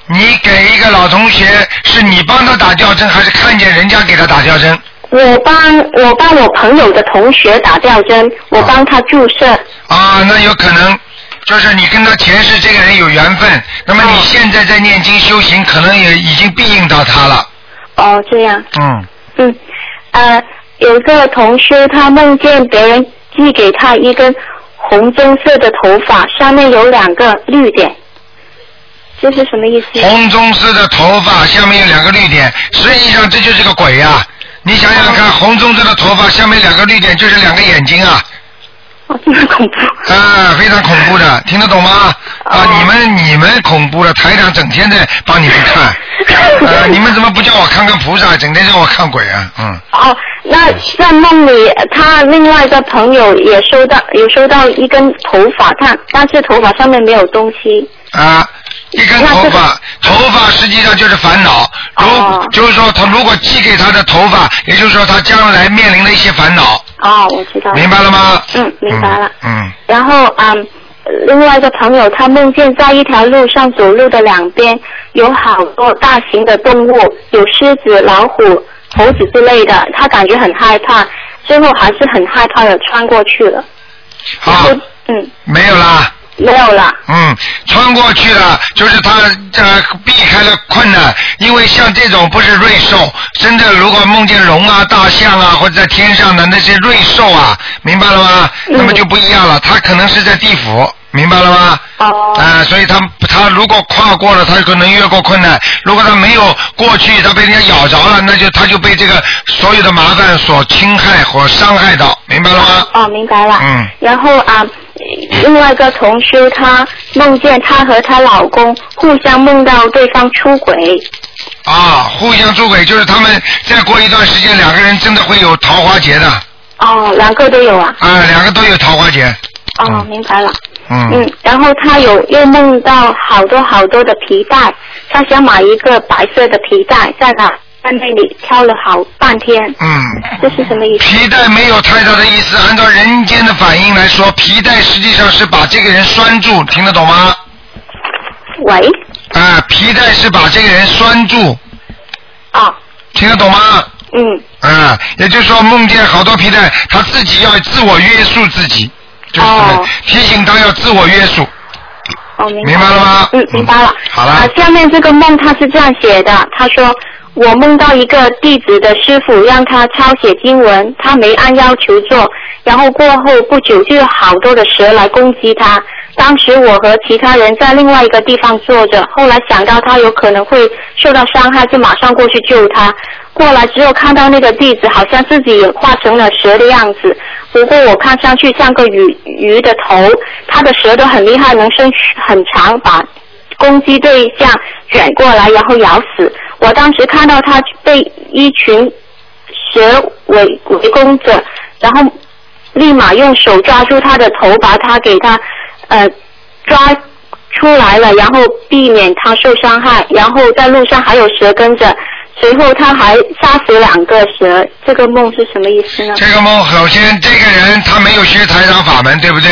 [SPEAKER 2] 你给一个老同学，是你帮他打吊针，还是看见人家给他打吊针？
[SPEAKER 12] 我帮我帮我朋友的同学打吊针，我帮他注射。
[SPEAKER 2] 啊，那有可能，就是你跟他前世这个人有缘分，那么你现在在念经修行，可能也已经庇应到他了。
[SPEAKER 12] 哦，这样。
[SPEAKER 2] 嗯
[SPEAKER 12] 嗯，呃，有一个同修他梦见别人寄给他一根
[SPEAKER 3] 红棕色的头发，上面有两个绿点，这是什么意思？
[SPEAKER 2] 红棕色的头发下面有两个绿点，实际上这就是个鬼呀、你想想看，红棕色的头发下面两个绿点就是两个眼睛啊。
[SPEAKER 3] 哦，这么恐
[SPEAKER 2] 怖。啊，非常恐怖 的，听得懂吗？啊，
[SPEAKER 3] 哦
[SPEAKER 2] 你们你们恐怖了，台长整天在帮你们 看，啊，你们怎么不叫我看看菩萨，整天叫我看鬼啊？嗯，
[SPEAKER 3] 哦，那在梦里，他另外一个朋友也收到，有收到一根头发，他但是头发上面没有东西。
[SPEAKER 2] 啊，一根头 发，头发实际上就是烦恼。如、
[SPEAKER 3] 哦
[SPEAKER 2] 就是说，他如果寄给他的头发，也就是说他将来面临的一些烦恼，
[SPEAKER 3] 哦，我知道。
[SPEAKER 2] 明白了吗？
[SPEAKER 3] 嗯，明白了。
[SPEAKER 2] 嗯，
[SPEAKER 3] 然后嗯，另外一个朋友他梦见在一条路上走路的两边有好多大型的动物，有狮子、老虎、猴子之类的，他感觉很害怕，最后还是很害怕的穿过去了。
[SPEAKER 2] 好，
[SPEAKER 3] 嗯，
[SPEAKER 2] 没有啦。
[SPEAKER 3] 没有了。
[SPEAKER 2] 嗯，穿过去了，就是他呃避开了困难，因为像这种不是瑞兽，真的如果梦见龙啊、大象啊，或者在天上的那些瑞兽啊，明白了吗？那么就不一样了，他可能是在地府。明白了吗？哦。啊，所以他他如果跨过了，他可能越过困难；如果他没有过去，他被人家咬着了，那就他就被这个所有的麻烦所侵害和伤害到，明白了吗？
[SPEAKER 3] 哦，明白了。
[SPEAKER 2] 嗯。
[SPEAKER 3] 然后啊，另外一个同修她梦见她和她老公互相梦到对方出轨。
[SPEAKER 2] 啊，互相出轨就是他们再过一段时间，两个人真的会有桃花劫的。
[SPEAKER 3] 哦，两个都有啊。
[SPEAKER 2] 啊，两个都有桃花劫。
[SPEAKER 3] 哦，明白了。
[SPEAKER 2] 嗯。
[SPEAKER 3] 嗯，然后他有又梦到好多好多的皮带，他想买一个白色的皮带，在哪在那里挑了好半天，
[SPEAKER 2] 嗯，
[SPEAKER 3] 这是什么意思？
[SPEAKER 2] 皮带没有太大的意思。按照人间的反应来说，皮带实际上是把这个人拴住，听得懂吗？
[SPEAKER 3] 喂。
[SPEAKER 2] 啊，皮带是把这个人拴住。
[SPEAKER 3] 啊。
[SPEAKER 2] 听得懂吗？
[SPEAKER 3] 嗯。
[SPEAKER 2] 啊，也就是说，梦见好多皮带，他自己要自我约束自己，就是、提醒他要自我约束。
[SPEAKER 3] 哦，明
[SPEAKER 2] 明白了吗？
[SPEAKER 3] 嗯，明白了。
[SPEAKER 2] 好了。
[SPEAKER 3] 啊，下面这个梦他是这样写的，他说我梦到一个弟子的师傅让他抄写经文，他没按要求做，然后过后不久就有好多的蛇来攻击他。当时我和其他人在另外一个地方坐着，后来想到他有可能会受到伤害，就马上过去救他。过来之后看到那个弟子好像自己也化成了蛇的样子，不过我看上去像个鱼鱼的头，它的舌头很厉害，能伸很长，把攻击对象卷过来，然后咬死。我当时看到它被一群蛇围围攻着，然后立马用手抓住它的头，把它给它呃抓出来了，然后避免它受伤害。然后在路上还有蛇跟着，随后他还杀死两个蛇。这个梦是什么意思呢？
[SPEAKER 2] 这个梦，首先这个人他没有学财长法门，对不对？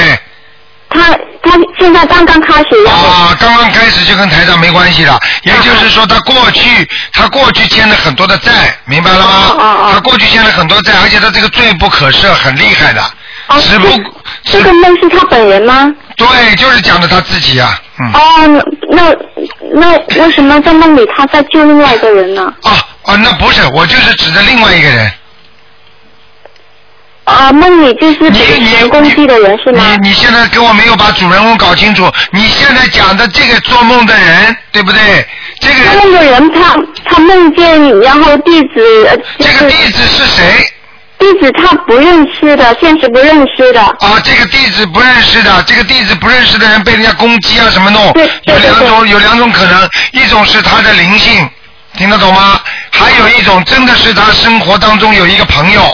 [SPEAKER 3] 他他现在刚刚开始
[SPEAKER 2] 啊，刚刚开始就跟台长没关系了。
[SPEAKER 3] 啊
[SPEAKER 2] 也就是说，他过去他过去欠了很多的债，明白了
[SPEAKER 3] 啊
[SPEAKER 2] 吗？他过去欠了很多债，而且他这个罪不可赦，很厉害的。只不
[SPEAKER 3] 哦这个梦是他本人吗？
[SPEAKER 2] 对，就是讲的他自己呀、嗯。
[SPEAKER 3] 哦，那那那为什么在梦里他在救另外一个人呢？
[SPEAKER 2] 啊，那不是，我就是指的另外一个人。
[SPEAKER 3] 啊，梦里就是
[SPEAKER 2] 被
[SPEAKER 3] 人攻击的人是
[SPEAKER 2] 吗？你你现在跟我没有把主人公搞清楚。你现在讲的这个做梦的人，对不对？这个人
[SPEAKER 3] 那个人他他梦见你，然后弟子、呃
[SPEAKER 2] 这个弟子是谁？
[SPEAKER 3] 弟子他不认识的，现实不认识的。
[SPEAKER 2] 啊，这个弟子不认识的，这个弟子不认识的人被人家攻击啊，什么弄？有两种，有两种可能，一种是他的灵性，听得懂吗？还有一种真的是他生活当中有一个朋友。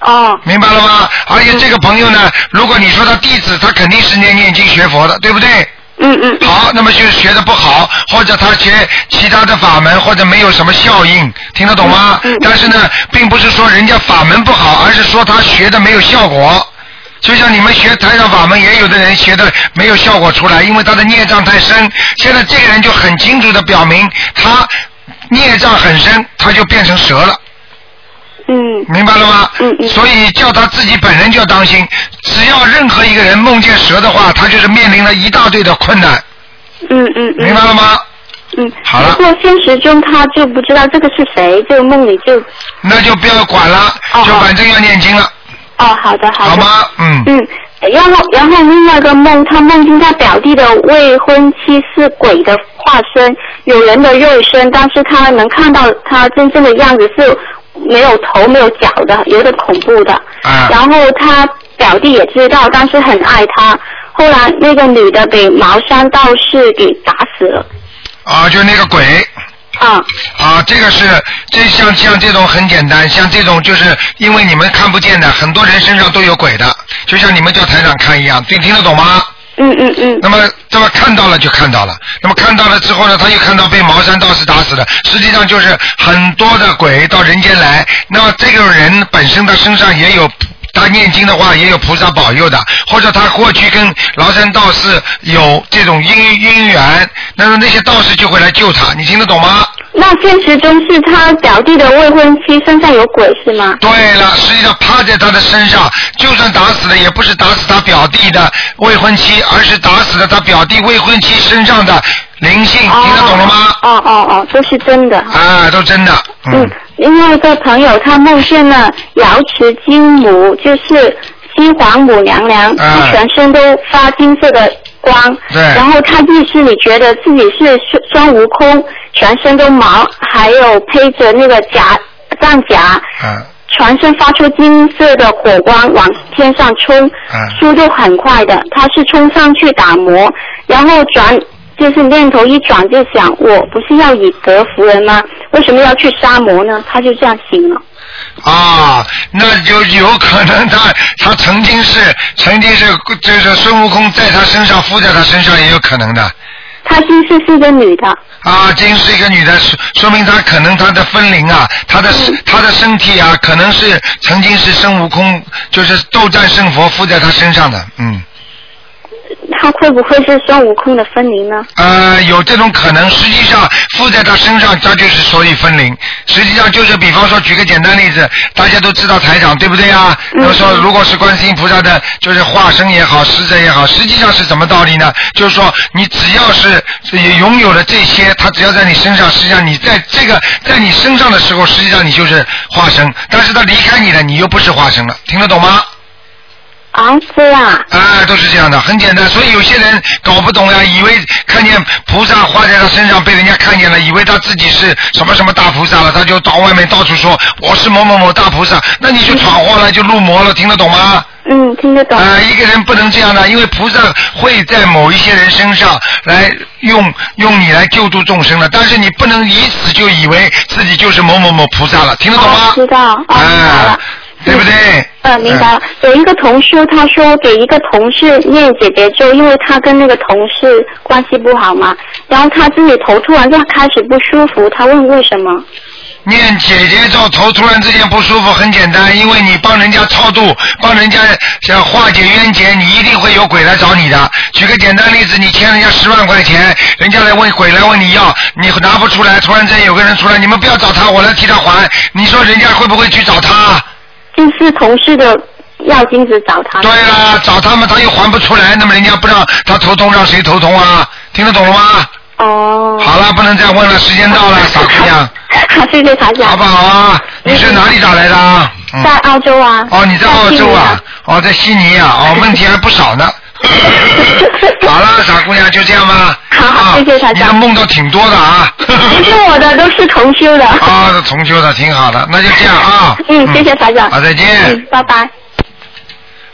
[SPEAKER 3] 哦。
[SPEAKER 2] 明白了吗？而且这个朋友呢，如果你说他弟子，他肯定是念念经学佛的，对不对？
[SPEAKER 3] 嗯嗯。
[SPEAKER 2] 好，那么就是学的不好，或者他学其他的法门，或者没有什么效应，听得懂吗？但是呢，并不是说人家法门不好，而是说他学的没有效果。就像你们学台上法门，也有的人学的没有效果出来，因为他的孽障太深。现在这个人就很清楚的表明，他孽障很深，他就变成蛇了。
[SPEAKER 3] 嗯，
[SPEAKER 2] 明白了吗？嗯嗯。所以叫他自己本人就要当心，只要任何一个人梦见蛇的话，他就是面临了一大堆的困难。
[SPEAKER 3] 嗯嗯嗯。
[SPEAKER 2] 明白了吗？
[SPEAKER 3] 嗯。
[SPEAKER 2] 好了。
[SPEAKER 3] 不过现实中他就不知道这个是谁，这个梦里就。哦
[SPEAKER 2] 那就不要管了，就反正要念经了。
[SPEAKER 3] 哦，好的好的。
[SPEAKER 2] 好吗？嗯。
[SPEAKER 3] 嗯，然后然后另外一个梦，他梦见他表弟的未婚妻是鬼的化身，有人的肉身，但是他能看到他真正的样子是没有头没有脚的，有点恐怖的。
[SPEAKER 2] 啊
[SPEAKER 3] 然后他表弟也知道，但是很爱他。后来那个女的被茅山道士给打死了。
[SPEAKER 2] 啊，就那个鬼。
[SPEAKER 3] 啊。
[SPEAKER 2] 啊，这个是这像像这种很简单，像这种就是因为你们看不见的，很多人身上都有鬼的，就像你们叫台长看一样，听听得懂吗？
[SPEAKER 3] 嗯嗯嗯。
[SPEAKER 2] 那么，这么看到了就看到了，那么看到了之后呢，他又看到被茅山道士打死的，实际上就是很多的鬼到人间来，那么这个人本身他身上也有。他念经的话也有菩萨保佑的，或者他过去跟崂山道士有这种姻姻缘，那么那些道士就会来救他，你听得懂吗？
[SPEAKER 3] 那现实中是他表弟的未婚妻身上有鬼是吗？
[SPEAKER 2] 对了，实际上趴在他的身上，就算打死了，也不是打死他表弟的未婚妻，而是打死了他表弟未婚妻身上的灵性，嗯听得懂了吗？
[SPEAKER 3] 哦哦哦，这是真的。
[SPEAKER 2] 啊，都真的，嗯，
[SPEAKER 3] 另外一个朋友他梦见了瑶池金母，就是西皇母娘娘，她全身都发金色的光。
[SPEAKER 2] 啊对
[SPEAKER 3] 然后他意识里觉得自己是孙孙悟空，全身都毛，还有披着那个甲战甲，
[SPEAKER 2] 嗯
[SPEAKER 3] 全身发出金色的火光往天上冲，
[SPEAKER 2] 嗯，
[SPEAKER 3] 速度很快的，他是冲上去打磨，然后转就是念头一转就想，我不是要以德服人吗？为什么要去杀魔呢？他就这样醒了。
[SPEAKER 2] 啊，那就有可能他他曾经是曾经是就是孙悟空在他身上附在他身上也有可能的，
[SPEAKER 3] 他今世是个女的，
[SPEAKER 2] 啊，今是一个女的，说说明她可能她的分灵啊，她的、她的身体啊，可能是曾经是孙悟空，就是斗战胜佛附在她身上的，嗯，
[SPEAKER 3] 他会不会是孙悟空的分灵呢？
[SPEAKER 2] 呃，有这种可能。实际上附在她身上，她就是所以分灵。实际上就是，比方说举个简单例子，大家都知道台长对不对啊？那么说，如果是观世音菩萨的，就是化身也好，使者也好，实际上是什么道理呢？就是说，你只要是拥有了这些，他只要在你身上，实际上你在这个在你身上的时候，实际上你就是化身。但是他离开你了，你又不是化身了，听得懂吗？
[SPEAKER 3] 啊，这样。
[SPEAKER 2] 啊，都是这样的，很简单。所以有些人搞不懂呀，以为看见菩萨画在他身上被人家看见了，以为他自己是什么什么大菩萨了，他就到外面到处说我是某某某大菩萨，那你就闯祸了，就入魔了，听得懂吗？
[SPEAKER 3] 嗯，听得懂。
[SPEAKER 2] 啊、一个人不能这样的，因为菩萨会在某一些人身上来用用你来救助众生的，但是你不能以此就以为自己就是某某某菩萨了，听得懂吗？啊
[SPEAKER 3] 知道。
[SPEAKER 2] 嗯
[SPEAKER 3] 哦，明白了。
[SPEAKER 2] 对不对？
[SPEAKER 3] 呃，明白了。
[SPEAKER 2] 嗯
[SPEAKER 3] 有一个同事他说给一个同事念姐姐咒，因为他跟那个同事关系不好嘛，然后他自己头突然就开始不舒服，他问为什么？
[SPEAKER 2] 念姐姐咒头突然之间不舒服，很简单，因为你帮人家超度，帮人家想化解冤结，你一定会有鬼来找你的。举个简单例子，你欠人家十万块钱，人家来问鬼来问你要，你拿不出来，突然之间有个人出来，你们不要找他，我来替他还，你说人家会不会去找他？
[SPEAKER 3] 就是同事的要金子找他。
[SPEAKER 2] 对啦，找他们他又还不出来，那么人家不让他头痛，让谁头痛啊？听得懂了吗？
[SPEAKER 3] 哦。
[SPEAKER 2] 好了，不能再问了，时间到了，傻姑娘。
[SPEAKER 3] 好，谢谢台长。
[SPEAKER 2] 好不好啊？你是哪里打来的啊？嗯
[SPEAKER 3] 在澳洲啊。
[SPEAKER 2] 哦，你在澳洲啊？哦，在悉尼啊？哦，问题还不少呢。
[SPEAKER 3] 啊
[SPEAKER 2] 好了，傻姑娘，就这样吧。好好，谢谢大家。你的梦倒挺多的啊。 不
[SPEAKER 3] 是我的，都是重修 的。
[SPEAKER 2] 啊，都重修的，挺好的，那就这样啊。
[SPEAKER 3] 嗯，谢谢台长。
[SPEAKER 2] 好，再见。
[SPEAKER 3] 嗯，拜拜。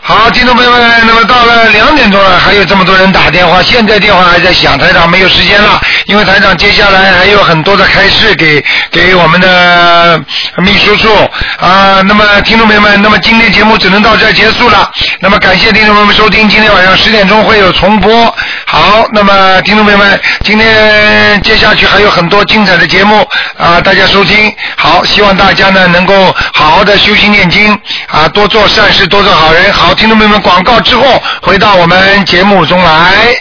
[SPEAKER 2] 好，听众朋友们，那么到了两点钟了，还有这么多人打电话，现在电话还在响，台长没有时间了，因为台长接下来还有很多的开示给给我们的秘书处啊、那么听众朋友们，那么今天节目只能到这儿结束了，那么感谢听众朋友们收听，今天晚上十点钟会有重播。好，那么听众朋友们，今天接下去还有很多精彩的节目啊、大家收听。好，希望大家呢能够好好的修心念经啊、多做善事，多做好人。好，听众朋友们，广告之后回到我们节目中来。